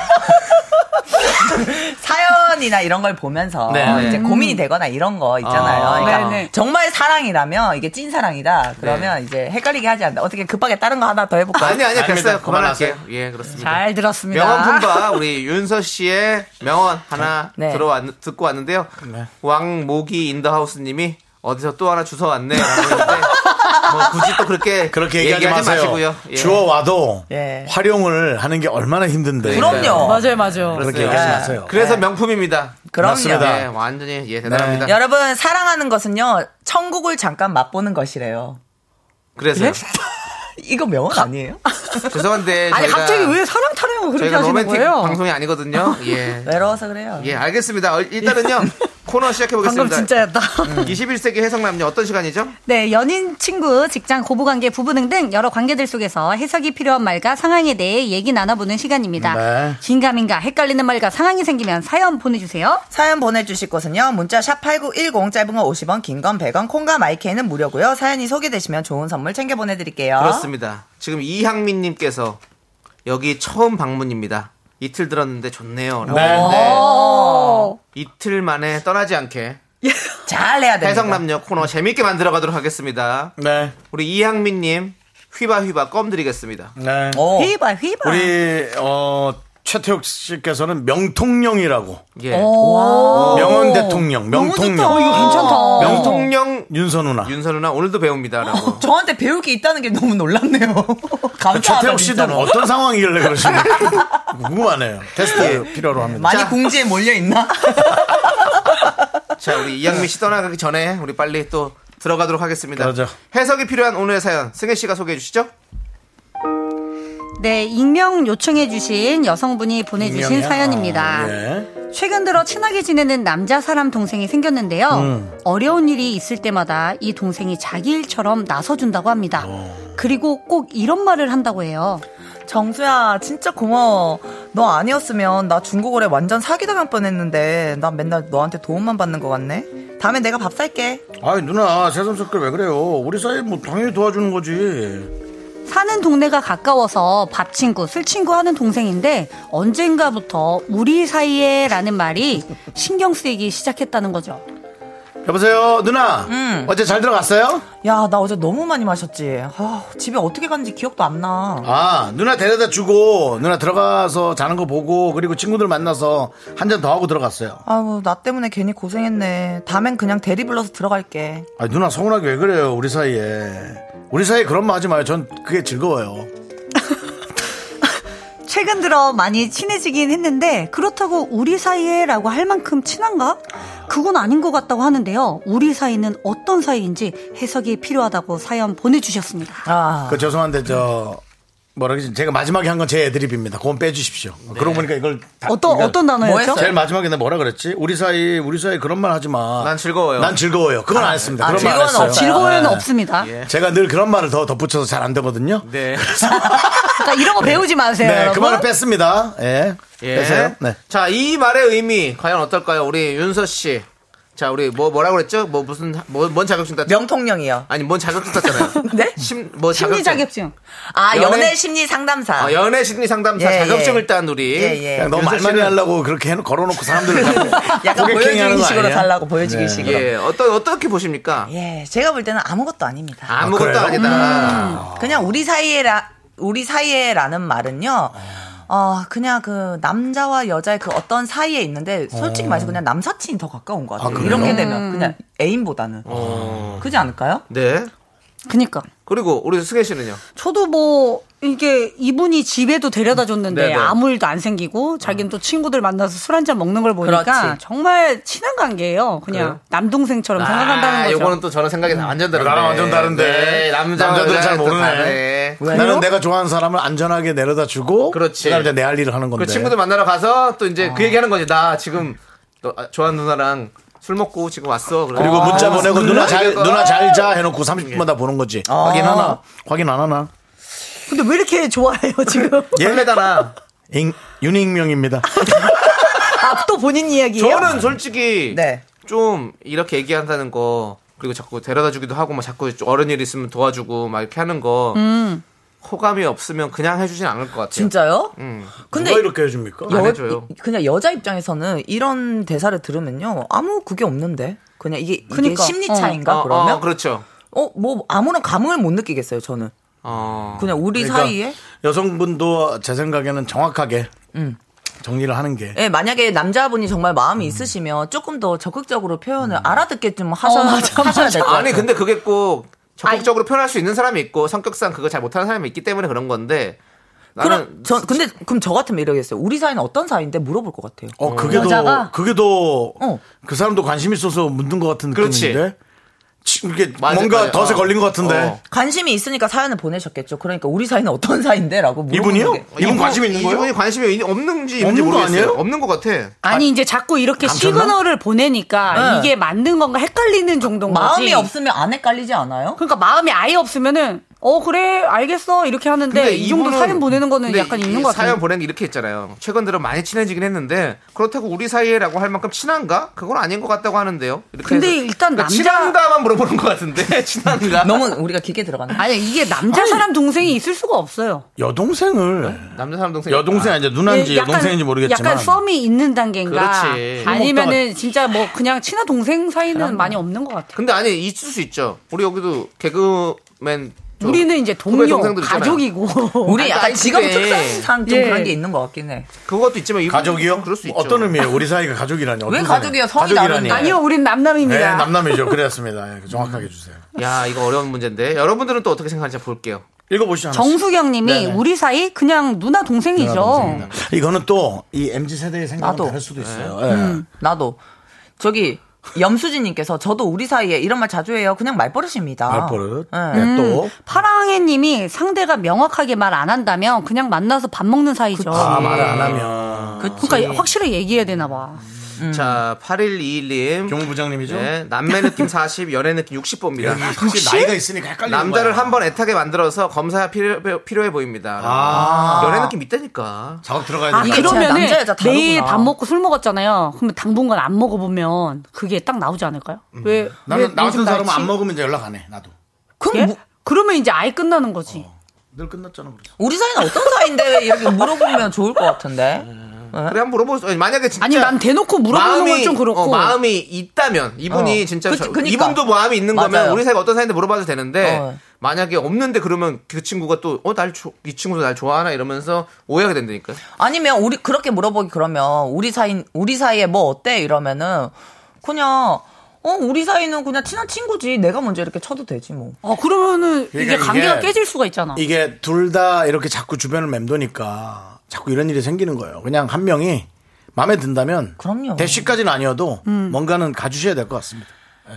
[SPEAKER 9] 사연이나 이런 걸 보면서
[SPEAKER 2] 네.
[SPEAKER 9] 이제 고민이 되거나 이런 거 있잖아요.
[SPEAKER 2] 아.
[SPEAKER 9] 그러니까
[SPEAKER 8] 음. 네, 네.
[SPEAKER 9] 정말 사랑이라면 이게 찐 사랑이다. 그러면 이제 헷갈리게 하지 않는다. 어떻게 급하게 다른 거 하나 더 해볼까요?
[SPEAKER 2] 네. 아니 아니 됐어요.
[SPEAKER 1] 아닙니다.
[SPEAKER 2] 그만할게요.
[SPEAKER 1] 그만하세요.
[SPEAKER 2] 예, 그렇습니다.
[SPEAKER 8] 잘 들었습니다.
[SPEAKER 2] 명언 품바 우리 윤서 씨의 명언 하나
[SPEAKER 9] 네.
[SPEAKER 1] 네.
[SPEAKER 2] 들어왔 듣고 왔는데요. 왕모기 인더하우스님이 어디서 또 하나 주워 왔네. 뭐 굳이 또 그렇게
[SPEAKER 1] 그렇게 얘기하지 마세요.
[SPEAKER 2] 마시고요. 예.
[SPEAKER 1] 주워와도
[SPEAKER 9] 예.
[SPEAKER 1] 활용을 하는 게 얼마나 힘든데. 네.
[SPEAKER 2] 그럼-
[SPEAKER 9] 그럼요.
[SPEAKER 8] 맞아요, 맞아요.
[SPEAKER 1] 그렇게
[SPEAKER 2] 그렇습니다.
[SPEAKER 1] 얘기하지
[SPEAKER 9] 예.
[SPEAKER 1] 마세요.
[SPEAKER 8] 네.
[SPEAKER 1] 네.
[SPEAKER 2] 그래서 명품입니다.
[SPEAKER 9] 그럼요.
[SPEAKER 1] 맞습니다.
[SPEAKER 2] 예, 완전히 예 대단합니다.
[SPEAKER 9] 여러분 사랑하는 것은요 천국을 잠깐 맛보는 것이래요.
[SPEAKER 2] 그래서
[SPEAKER 9] 이거 명언 아니에요?
[SPEAKER 2] 죄송한데
[SPEAKER 8] 네? 아니
[SPEAKER 2] 네, 저희가
[SPEAKER 8] 갑자기 왜 사랑 타령을 그렇게
[SPEAKER 2] 저희가
[SPEAKER 8] 하시는
[SPEAKER 2] 로맨틱
[SPEAKER 8] 거예요?
[SPEAKER 2] 방송이 아니거든요. 예.
[SPEAKER 9] 외로워서 그래요.
[SPEAKER 2] 예, 알겠습니다. 어, 일단은요. 코너 시작해
[SPEAKER 8] 방금
[SPEAKER 2] 보겠습니다. 음,
[SPEAKER 8] 진짜였다.
[SPEAKER 2] 21세기 해석남녀 어떤 시간이죠?
[SPEAKER 10] 네, 연인, 친구, 직장, 고부관계, 부부 등등 여러 관계들 속에서 해석이 필요한 말과 상황에 대해 예, 얘기 나눠보는 시간입니다.
[SPEAKER 1] 네.
[SPEAKER 10] 긴가민가 헷갈리는 말과 상황이 생기면 사연 보내주세요.
[SPEAKER 9] 사연 보내주실 곳은요 문자 샵 #8910 짧은 건 50원, 긴 건 100원, 콩과 마이크는 무료고요. 사연이 소개되시면 좋은 선물 챙겨
[SPEAKER 10] 아?
[SPEAKER 9] 보내드릴게요.
[SPEAKER 2] 그렇습니다. 지금 이향민 님께서 여기 처음 방문입니다. 이틀 들었는데 좋네요. 라고
[SPEAKER 1] 네.
[SPEAKER 9] 어.
[SPEAKER 2] 하는데
[SPEAKER 10] 어.
[SPEAKER 2] 이틀 만에 떠나지 않게
[SPEAKER 9] 잘 해야
[SPEAKER 10] 네.
[SPEAKER 9] 됩니다.
[SPEAKER 2] 해성남녀 코너 재밌게 만들어 가도록 하겠습니다.
[SPEAKER 1] 네.
[SPEAKER 2] 우리 이향민 님 휘바휘바 껌 드리겠습니다.
[SPEAKER 1] 네.
[SPEAKER 9] 어.
[SPEAKER 8] 휘바 휘바.
[SPEAKER 1] 우리 어 최태욱 씨께서는 명통령이라고
[SPEAKER 2] 예.
[SPEAKER 10] 어.
[SPEAKER 1] 명언 대통령 명통령
[SPEAKER 9] 어.
[SPEAKER 8] 괜찮다.
[SPEAKER 2] 명통령
[SPEAKER 1] 윤선우나
[SPEAKER 2] 윤선우나 오늘도 배웁니다라고.
[SPEAKER 9] 저한테 배울 게 있다는 게 너무 놀랍네요. 감사합니다.
[SPEAKER 1] 그 최태욱 씨도 뭐,
[SPEAKER 9] 진짜로.
[SPEAKER 1] 어떤 상황이길래 그러시는지 궁금하네요 테스트 필요로 합니다
[SPEAKER 9] 많이
[SPEAKER 2] 자.
[SPEAKER 9] 궁지에 몰려 있나?
[SPEAKER 2] 자, 우리 이양민 씨 떠나가기 전에 우리 빨리 또 들어가도록 하겠습니다.
[SPEAKER 1] 그러죠.
[SPEAKER 2] 해석이 필요한 오늘의 사연 승혜 씨가 소개해 주시죠.
[SPEAKER 10] 네, 익명 요청해주신 여성분이 보내주신
[SPEAKER 1] 익명이야?
[SPEAKER 10] 사연입니다.
[SPEAKER 1] 아, 예.
[SPEAKER 10] 최근 들어 친하게 지내는 남자 사람 동생이 생겼는데요. 어려운 일이 있을 때마다 이 동생이 자기 일처럼 나서준다고 합니다. 그리고 꼭 이런 말을 한다고 해요.
[SPEAKER 9] 정수야 진짜 고마워. 너 아니었으면 나 중고거래 완전 사기당할 뻔했는데 난 맨날 너한테 도움만 받는 것 같네. 다음에 내가 밥 살게.
[SPEAKER 1] 아이 누나 새삼스럽게 왜 그래요 우리 사이 뭐 당연히 도와주는 거지
[SPEAKER 10] 사는 동네가 가까워서 밥 친구, 술 친구 하는 동생인데 언젠가부터 우리 사이에라는 말이 신경 쓰이기 시작했다는 거죠.
[SPEAKER 1] 여보세요 누나 어제 잘 들어갔어요?
[SPEAKER 9] 야 나 어제 너무 많이 마셨지. 아, 집에 어떻게 갔는지 기억도 안 나.
[SPEAKER 1] 아 누나 데려다 주고 누나 들어가서 자는 거 보고 그리고 친구들 만나서 한 잔 더 하고 들어갔어요
[SPEAKER 9] 아우 나 때문에 괜히 고생했네. 다음엔 그냥 대리 불러서 들어갈게.
[SPEAKER 1] 아 누나 서운하게 왜 그래요 우리 사이에 우리 사이에 그런 말 하지 마요 전 그게 즐거워요
[SPEAKER 10] 최근 들어 많이 친해지긴 했는데 그렇다고 우리 사이에라고 할 만큼 친한가? 그건 아닌 것 같다고 하는데요. 우리 사이는 어떤 사이인지 해석이 필요하다고 사연 보내주셨습니다.
[SPEAKER 9] 아
[SPEAKER 1] 그 죄송한데 저 뭐라 그러지 제가 마지막에 한 건 제 애드립입니다 그건 빼주십시오 그러고 보니까 이걸 다,
[SPEAKER 10] 어떤
[SPEAKER 1] 이걸
[SPEAKER 10] 어떤 단어였죠?
[SPEAKER 9] 네. 뭐였어요?
[SPEAKER 1] 제일 마지막에 나 뭐라 그랬지 우리 사이 우리 사이 그런 말 하지 마난
[SPEAKER 2] 난 즐거워요.
[SPEAKER 1] 난 즐거워요 그건 안 했습니다
[SPEAKER 9] 아,
[SPEAKER 1] 그런 말 안
[SPEAKER 9] 즐거워는
[SPEAKER 1] 했어요
[SPEAKER 9] 없지. 아,
[SPEAKER 10] 즐거워요는
[SPEAKER 1] 네.
[SPEAKER 10] 없습니다.
[SPEAKER 2] 예.
[SPEAKER 1] 제가 늘 그런 말을 더 덧붙여서 잘 안 되거든요
[SPEAKER 2] 네.
[SPEAKER 10] 그러니까 이런 거 배우지 마세요.
[SPEAKER 1] 네, 그
[SPEAKER 10] 여러분.
[SPEAKER 1] 말을 뺐습니다. 예.
[SPEAKER 2] 예.
[SPEAKER 1] 빼세요. 네.
[SPEAKER 2] 자, 이 말의 의미 과연 어떨까요? 우리 윤서 씨. 자, 우리 뭐 뭐라고 그랬죠? 뭐 무슨 뭐, 뭔 자격증 땄죠?
[SPEAKER 9] 명통령이요.
[SPEAKER 2] 아니, 뭔 자격증 땄잖아요.
[SPEAKER 9] 네?
[SPEAKER 2] 심, 뭐
[SPEAKER 10] 심리
[SPEAKER 2] 자격증.
[SPEAKER 10] 자격증.
[SPEAKER 9] 아
[SPEAKER 2] 연애-
[SPEAKER 9] 연애 심리 상담사.
[SPEAKER 2] 아, 연애 심리 상담사
[SPEAKER 9] 예,
[SPEAKER 2] 자격증을
[SPEAKER 9] 예.
[SPEAKER 2] 딴 우리.
[SPEAKER 9] 예, 예.
[SPEAKER 1] 그냥 너무 말 많이 하려고 그렇게 해놓, 걸어놓고 사람들을
[SPEAKER 2] 네,
[SPEAKER 9] 약간 보여주기 식으로 달라고 보여주기
[SPEAKER 1] 네.
[SPEAKER 9] 식으로. 예.
[SPEAKER 2] 예, 어떤 어떻게 보십니까?
[SPEAKER 9] 제가 볼 때는 아무것도 예. 아닙니다. 음.
[SPEAKER 2] 아무것도
[SPEAKER 1] 아,
[SPEAKER 2] 아, 니다
[SPEAKER 9] 그냥 우리 사이에라 우리 사이에라는 말은요. 어 그냥 그 남자와 여자의 그 어떤 사이에 있는데 솔직히 말해서 그냥 남사친이 더 가까운 것 같아요.
[SPEAKER 1] 그래요?
[SPEAKER 9] 이렇게 되면 그냥 애인보다는 그지 않을까요?
[SPEAKER 2] 네.
[SPEAKER 10] 그니까.
[SPEAKER 2] 그리고 우리 승혜 씨는요?
[SPEAKER 10] 저도 뭐 이게 이분이 집에도 데려다 줬는데
[SPEAKER 2] 네네.
[SPEAKER 10] 아무 일도 안 생기고 자기는 또 친구들 만나서 술 한 잔 먹는 걸 보니까
[SPEAKER 9] 그렇지.
[SPEAKER 10] 정말 친한 관계예요. 그냥
[SPEAKER 2] 그래요?
[SPEAKER 10] 남동생처럼 생각한다는
[SPEAKER 2] 아,
[SPEAKER 10] 거죠.
[SPEAKER 2] 요거는 또 저는 생각이 완전 다른데.
[SPEAKER 1] 나랑 완전 다른데.
[SPEAKER 2] 네, 남자,
[SPEAKER 1] 남자들은 잘
[SPEAKER 2] 여자는 또
[SPEAKER 1] 모르네.
[SPEAKER 2] 다르네.
[SPEAKER 1] 나는 내가 좋아하는 사람을 안전하게 내려다 주고
[SPEAKER 2] 그렇지.
[SPEAKER 1] 그다음에 이제 내 할 일을 하는 건데.
[SPEAKER 2] 그 친구들 만나러 가서 또 이제 그
[SPEAKER 9] 어.
[SPEAKER 2] 얘기하는 거지. 나 지금 너, 아, 좋아하는 누나랑 술 먹고 지금 왔어. 그래.
[SPEAKER 1] 그리고 문자
[SPEAKER 2] 아,
[SPEAKER 1] 보내고
[SPEAKER 2] 그래?
[SPEAKER 1] 누나 잘
[SPEAKER 2] 그래서,
[SPEAKER 1] 누나 잘 자 해놓고 30분마다 보는 거지.
[SPEAKER 2] 아.
[SPEAKER 1] 확인하나? 확인 안 하나?
[SPEAKER 10] 근데 왜 이렇게 좋아해요 지금?
[SPEAKER 2] 예? 설레잖아.
[SPEAKER 1] 잉, 윤익명입니다.
[SPEAKER 10] 아, 또 본인 이야기예요?
[SPEAKER 2] 저는 솔직히
[SPEAKER 9] 네.
[SPEAKER 2] 좀 이렇게 얘기한다는 거 그리고 자꾸 데려다 주기도 하고 막 자꾸 어른 일 있으면 도와주고 막 이렇게 하는 거 호감이 없으면 그냥 해주진 않을 것 같아요.
[SPEAKER 9] 음. 진짜요?
[SPEAKER 2] 음.
[SPEAKER 9] 근데
[SPEAKER 1] 누가 이렇게 해줍니까?
[SPEAKER 2] 안
[SPEAKER 9] 여-
[SPEAKER 2] 해줘요.
[SPEAKER 9] 이- 그냥 여자 입장에서는 이런 대사를 들으면요 아무 그게 없는데 그냥 이게, 이게
[SPEAKER 10] 그니까.
[SPEAKER 9] 심리
[SPEAKER 10] 어.
[SPEAKER 9] 차인가
[SPEAKER 2] 어,
[SPEAKER 9] 그러면
[SPEAKER 2] 어, 그렇죠.
[SPEAKER 9] 어 뭐 아무런 감흥을 못 느끼겠어요 저는
[SPEAKER 2] 어.
[SPEAKER 9] 그냥 우리
[SPEAKER 1] 그러니까
[SPEAKER 9] 사이에
[SPEAKER 2] 음.
[SPEAKER 1] 여성분도 제 생각에는 정확하게 정리를 하는 게.
[SPEAKER 9] 예, 만약에 남자분이 정말 마음이 있으시면 조금 더 적극적으로 표현을 알아듣게 좀 하셔,
[SPEAKER 2] 어,
[SPEAKER 9] 하셔야 될 것 같아요.
[SPEAKER 2] 아니 근데 그게 꼭 적극적으로 표현할 수 있는 사람이 있고 성격상 그거 잘 못하는 사람이 있기 때문에 그런 건데 나는
[SPEAKER 9] 그럼 저 근데 그럼 저 같으면 이러겠어요. 우리 사이는 어떤 사이인데 물어볼 것 같아요.
[SPEAKER 1] 어, 그게 더, 그게 더, 그 사람도 관심 있어서 묻는 것 같은
[SPEAKER 2] 그렇지.
[SPEAKER 1] 느낌인데. 치- 이렇게
[SPEAKER 9] 맞아,
[SPEAKER 1] 뭔가
[SPEAKER 9] 맞아.
[SPEAKER 1] 덫에
[SPEAKER 9] 어.
[SPEAKER 1] 걸린 것 같은데.
[SPEAKER 9] 어. 관심이 있으니까 사연을 보내셨겠죠. 그러니까 우리 사이는 어떤 사이인데라고 물어보는
[SPEAKER 1] 이분이요?
[SPEAKER 9] 게-
[SPEAKER 1] 이분 관심 있는 거예요?
[SPEAKER 2] 이분이 관심이 있-
[SPEAKER 1] 없는
[SPEAKER 2] 없는지 있는지
[SPEAKER 1] 거
[SPEAKER 2] 모르겠어요.
[SPEAKER 1] 아니에요?
[SPEAKER 2] 없는 것 같아.
[SPEAKER 8] 아니 이제 자꾸 이렇게
[SPEAKER 2] 감췄나?
[SPEAKER 8] 시그널을 보내니까
[SPEAKER 9] 네.
[SPEAKER 8] 이게 맞는 건가 헷갈리는 정도인 거지.
[SPEAKER 9] 마음이 없으면 안 헷갈리지 않아요?
[SPEAKER 8] 그러니까 마음이 아예 없으면은 어 그래 알겠어 이렇게 하는데 이 정도
[SPEAKER 2] 이분은-
[SPEAKER 8] 사연 보내는 거는
[SPEAKER 2] 근데
[SPEAKER 8] 약간
[SPEAKER 2] 이-
[SPEAKER 8] 있는 것 같아요.
[SPEAKER 2] 사연 보낸 게 이렇게 했잖아요. 최근 들어 많이 친해지긴 했는데 그렇다고 우리 사이에라고 할 만큼 친한가? 그건 아닌 것 같다고 하는데요. 이렇게
[SPEAKER 8] 근데
[SPEAKER 2] 해서- 그러니까
[SPEAKER 8] 일단 남자-
[SPEAKER 2] 친한가만 물어보는 것 같은데 친한가?
[SPEAKER 9] 너무 우리가 길게 들어가네.
[SPEAKER 8] 아니 이게 남자 사람 동생이 있을 수가 없어요.
[SPEAKER 1] 여동생을.
[SPEAKER 2] 남자 사람 동생
[SPEAKER 1] 네. 여동생 아니죠. 누나인지
[SPEAKER 8] 예, 약간-
[SPEAKER 1] 여동생인지 모르겠지만.
[SPEAKER 8] 약간 썸이 있는 단계인가
[SPEAKER 2] 그렇지.
[SPEAKER 8] 아니면은 진짜 뭐 그냥 친한 동생 사이는 많이 없는 것 같아요.
[SPEAKER 2] 근데 아니 있을 수 있죠. 우리 여기도 개그맨 저-
[SPEAKER 8] 우리는 이제
[SPEAKER 2] 후배
[SPEAKER 8] 동료,
[SPEAKER 2] 동생들 있잖아요.
[SPEAKER 8] 가족이고
[SPEAKER 9] 우리
[SPEAKER 2] 아니,
[SPEAKER 9] 약간
[SPEAKER 2] 아니,
[SPEAKER 9] 직업
[SPEAKER 2] 근데-
[SPEAKER 9] 특성상 좀
[SPEAKER 8] 예.
[SPEAKER 9] 그런 게 있는 것 같긴 해.
[SPEAKER 2] 그것도 있지만 이분-
[SPEAKER 1] 가족이요?
[SPEAKER 2] 그럴 수 있죠.
[SPEAKER 1] 어떤 의미예요? 우리 사이가 가족이라니. 어떤
[SPEAKER 9] 왜
[SPEAKER 1] 사이예요?
[SPEAKER 9] 가족이요? 성이
[SPEAKER 1] 가족이라니.
[SPEAKER 9] 다른데.
[SPEAKER 8] 아니요, 우린
[SPEAKER 1] 네,
[SPEAKER 8] 남남입니다.
[SPEAKER 1] 남남이죠. 그랬습니다. 예, 정확하게 주세요.
[SPEAKER 2] 야 이거 어려운 문제인데 여러분들은 또 어떻게 생각하는지 볼게요.
[SPEAKER 1] 읽어보시죠. 하나씩.
[SPEAKER 10] 정수경님이
[SPEAKER 1] 네네.
[SPEAKER 10] 우리 사이 그냥 누나 동생이죠.
[SPEAKER 1] 이거는 또 이 MZ 세대의 생각은
[SPEAKER 9] 나도. 음.
[SPEAKER 1] 다를 수도 있어요. 예.
[SPEAKER 9] 나도 저기 염수진님께서 저도 우리 사이에 이런 말 자주 해요. 그냥 말버릇입니다.
[SPEAKER 1] 말버릇.
[SPEAKER 9] 예.
[SPEAKER 1] 네, 또.
[SPEAKER 10] 파랑해님이 상대가 명확하게 말 안 한다면 그냥 만나서 밥 먹는 사이죠.
[SPEAKER 9] 네.
[SPEAKER 1] 아, 말을 안 하면.
[SPEAKER 10] 그러니까 확실히 얘기해야 되나 봐.
[SPEAKER 8] 음.
[SPEAKER 2] 자 8121님
[SPEAKER 1] 경호 부장님이죠?
[SPEAKER 2] 네, 남매 느낌 40, 연애 느낌 60뽑니다.
[SPEAKER 1] 혹시 나이가 있으니까 헷갈리는
[SPEAKER 2] 남자를
[SPEAKER 1] 거야.
[SPEAKER 2] 한 번 애타게 만들어서 검사가 필요, 필요해 보입니다.
[SPEAKER 1] 아.
[SPEAKER 2] 연애 느낌 있다니까.
[SPEAKER 1] 작업 들어가야
[SPEAKER 10] 아,
[SPEAKER 1] 되니까.
[SPEAKER 9] 이게 진짜
[SPEAKER 10] 그러면은
[SPEAKER 9] 남자 여자 다르구나.
[SPEAKER 10] 매일 밥 먹고 술 먹었잖아요. 그러면 당분간 안 먹어보면 그게 딱 나오지 않을까요? 왜? 왜
[SPEAKER 1] 나는 나 같은
[SPEAKER 10] 요즘
[SPEAKER 1] 사람은
[SPEAKER 10] 날씨-
[SPEAKER 1] 안 먹으면 이제 연락 안 해. 나도.
[SPEAKER 9] 그럼
[SPEAKER 10] 예?
[SPEAKER 9] 뭐-
[SPEAKER 10] 그러면 이제 아예 끝나는 거지.
[SPEAKER 1] 늘 끝났잖아. 그래서.
[SPEAKER 9] 우리 사이는 어떤 사이인데 이렇게 물어보면 좋을 것 같은데.
[SPEAKER 2] 그래 한번 물어볼 수. 만약에 진짜
[SPEAKER 10] 아니 난 대놓고 물어보는 건 좀 그렇고.
[SPEAKER 2] 어, 마음이 있다면 이분이
[SPEAKER 9] 어.
[SPEAKER 2] 진짜
[SPEAKER 9] 그치,
[SPEAKER 2] 저-
[SPEAKER 9] 그니까.
[SPEAKER 2] 이분도 마음이 있는 거면
[SPEAKER 9] 맞아요.
[SPEAKER 2] 우리 사이가 어떤 사이인데 물어봐도 되는데
[SPEAKER 9] 어.
[SPEAKER 2] 만약에 없는데 그러면 그 친구가 또어날이 친구도 날 좋아하나 이러면서 오해가 된다니까. 요
[SPEAKER 9] 아니면 우리 그렇게 물어보기 그러면 우리 사이 우리 사이에 뭐 어때 이러면은 그냥 어 우리 사이는 그냥 친한 친구지 내가 먼저 이렇게 쳐도 되지 뭐.
[SPEAKER 10] 어 그러면은
[SPEAKER 1] 그러니까
[SPEAKER 10] 이제 관계가
[SPEAKER 1] 이게-
[SPEAKER 10] 깨질 수가 있잖아.
[SPEAKER 1] 이게 둘 다 이렇게 자꾸 주변을 맴도니까 자꾸 이런 일이 생기는 거예요. 그냥 한 명이 마음에 든다면
[SPEAKER 9] 그럼요.
[SPEAKER 1] 대쉬까지는 아니어도 뭔가는 가주셔야 될 것 같습니다.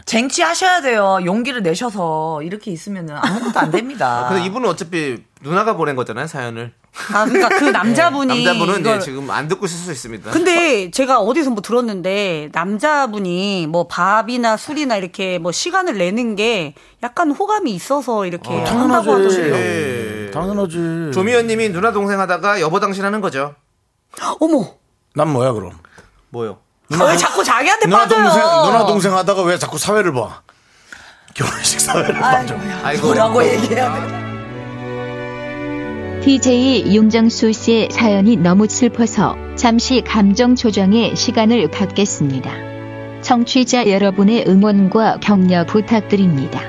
[SPEAKER 9] 쟁취하셔야 돼요. 용기를 내셔서 이렇게 있으면은 아무것도 안 됩니다.
[SPEAKER 2] 근데 이분은 어차피 누나가 보낸 거잖아요 사연을.
[SPEAKER 10] 아, 그러니까 그 남자분이
[SPEAKER 2] 남자분은
[SPEAKER 10] 이걸-
[SPEAKER 2] 예, 지금 안 듣고 있을 수
[SPEAKER 1] 네.
[SPEAKER 2] 있습니다.
[SPEAKER 10] 근데 제가 어디서 뭐 들었는데 남자분이 뭐 밥이나 술이나 이렇게 뭐 시간을 내는 게 약간 호감이 있어서 이렇게
[SPEAKER 1] 아,
[SPEAKER 10] 한다고 하던데. 어.
[SPEAKER 2] 예.
[SPEAKER 1] 당연하지.
[SPEAKER 2] 조미연님이 누나 동생 하다가 여보 당신 하는 거죠.
[SPEAKER 10] 어머.
[SPEAKER 1] 난 뭐야 그럼?
[SPEAKER 2] 뭐요?
[SPEAKER 10] 왜 자꾸 자기한테
[SPEAKER 1] 누나
[SPEAKER 10] 빠져요?
[SPEAKER 1] 동생 누나 동생 하다가 왜 자꾸 사회를 봐? 결혼식 사회를 봐줘.
[SPEAKER 2] 아이고
[SPEAKER 9] 뭐라고 얘기해야 돼?
[SPEAKER 11] DJ 윤정수 씨의 사연이 너무 슬퍼서 잠시 감정 조정의 시간을 갖겠습니다. 청취자 여러분의 응원과 격려 부탁드립니다.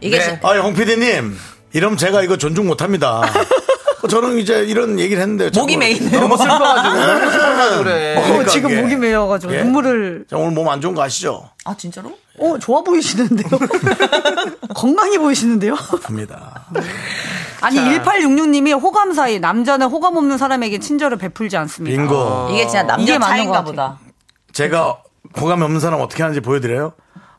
[SPEAKER 9] 이게
[SPEAKER 2] 네.
[SPEAKER 9] 진-
[SPEAKER 1] 아니 홍 PD님 이러면 제가 이거 존중 못합니다. 저는 이제 이런 얘기를 했는데
[SPEAKER 9] 목이
[SPEAKER 1] 자꾸
[SPEAKER 9] 메이네요.
[SPEAKER 1] 너무 슬퍼가지고 너무 슬퍼가지고
[SPEAKER 2] 그래.
[SPEAKER 1] 어, 그러니까
[SPEAKER 10] 지금
[SPEAKER 1] 이게.
[SPEAKER 10] 목이 메여가지고
[SPEAKER 1] 예.
[SPEAKER 10] 눈물을.
[SPEAKER 1] 자, 오늘 몸 안 좋은 거 아시죠?
[SPEAKER 9] 아 진짜로?
[SPEAKER 10] 어 좋아 보이시는데요. 건강해 보이시는데요.
[SPEAKER 1] 갑니다.
[SPEAKER 10] 아니 1866님이 호감 사이 남자는 호감 없는 사람에게 친절을 베풀지 않습니다.
[SPEAKER 1] 빙고.
[SPEAKER 9] 이게 진짜 남녀
[SPEAKER 10] 이게 맞는
[SPEAKER 9] 차인가
[SPEAKER 10] 것
[SPEAKER 9] 보다.
[SPEAKER 10] 같아요.
[SPEAKER 1] 제가 호감이 없는 사람 어떻게 하는지 보여드려요?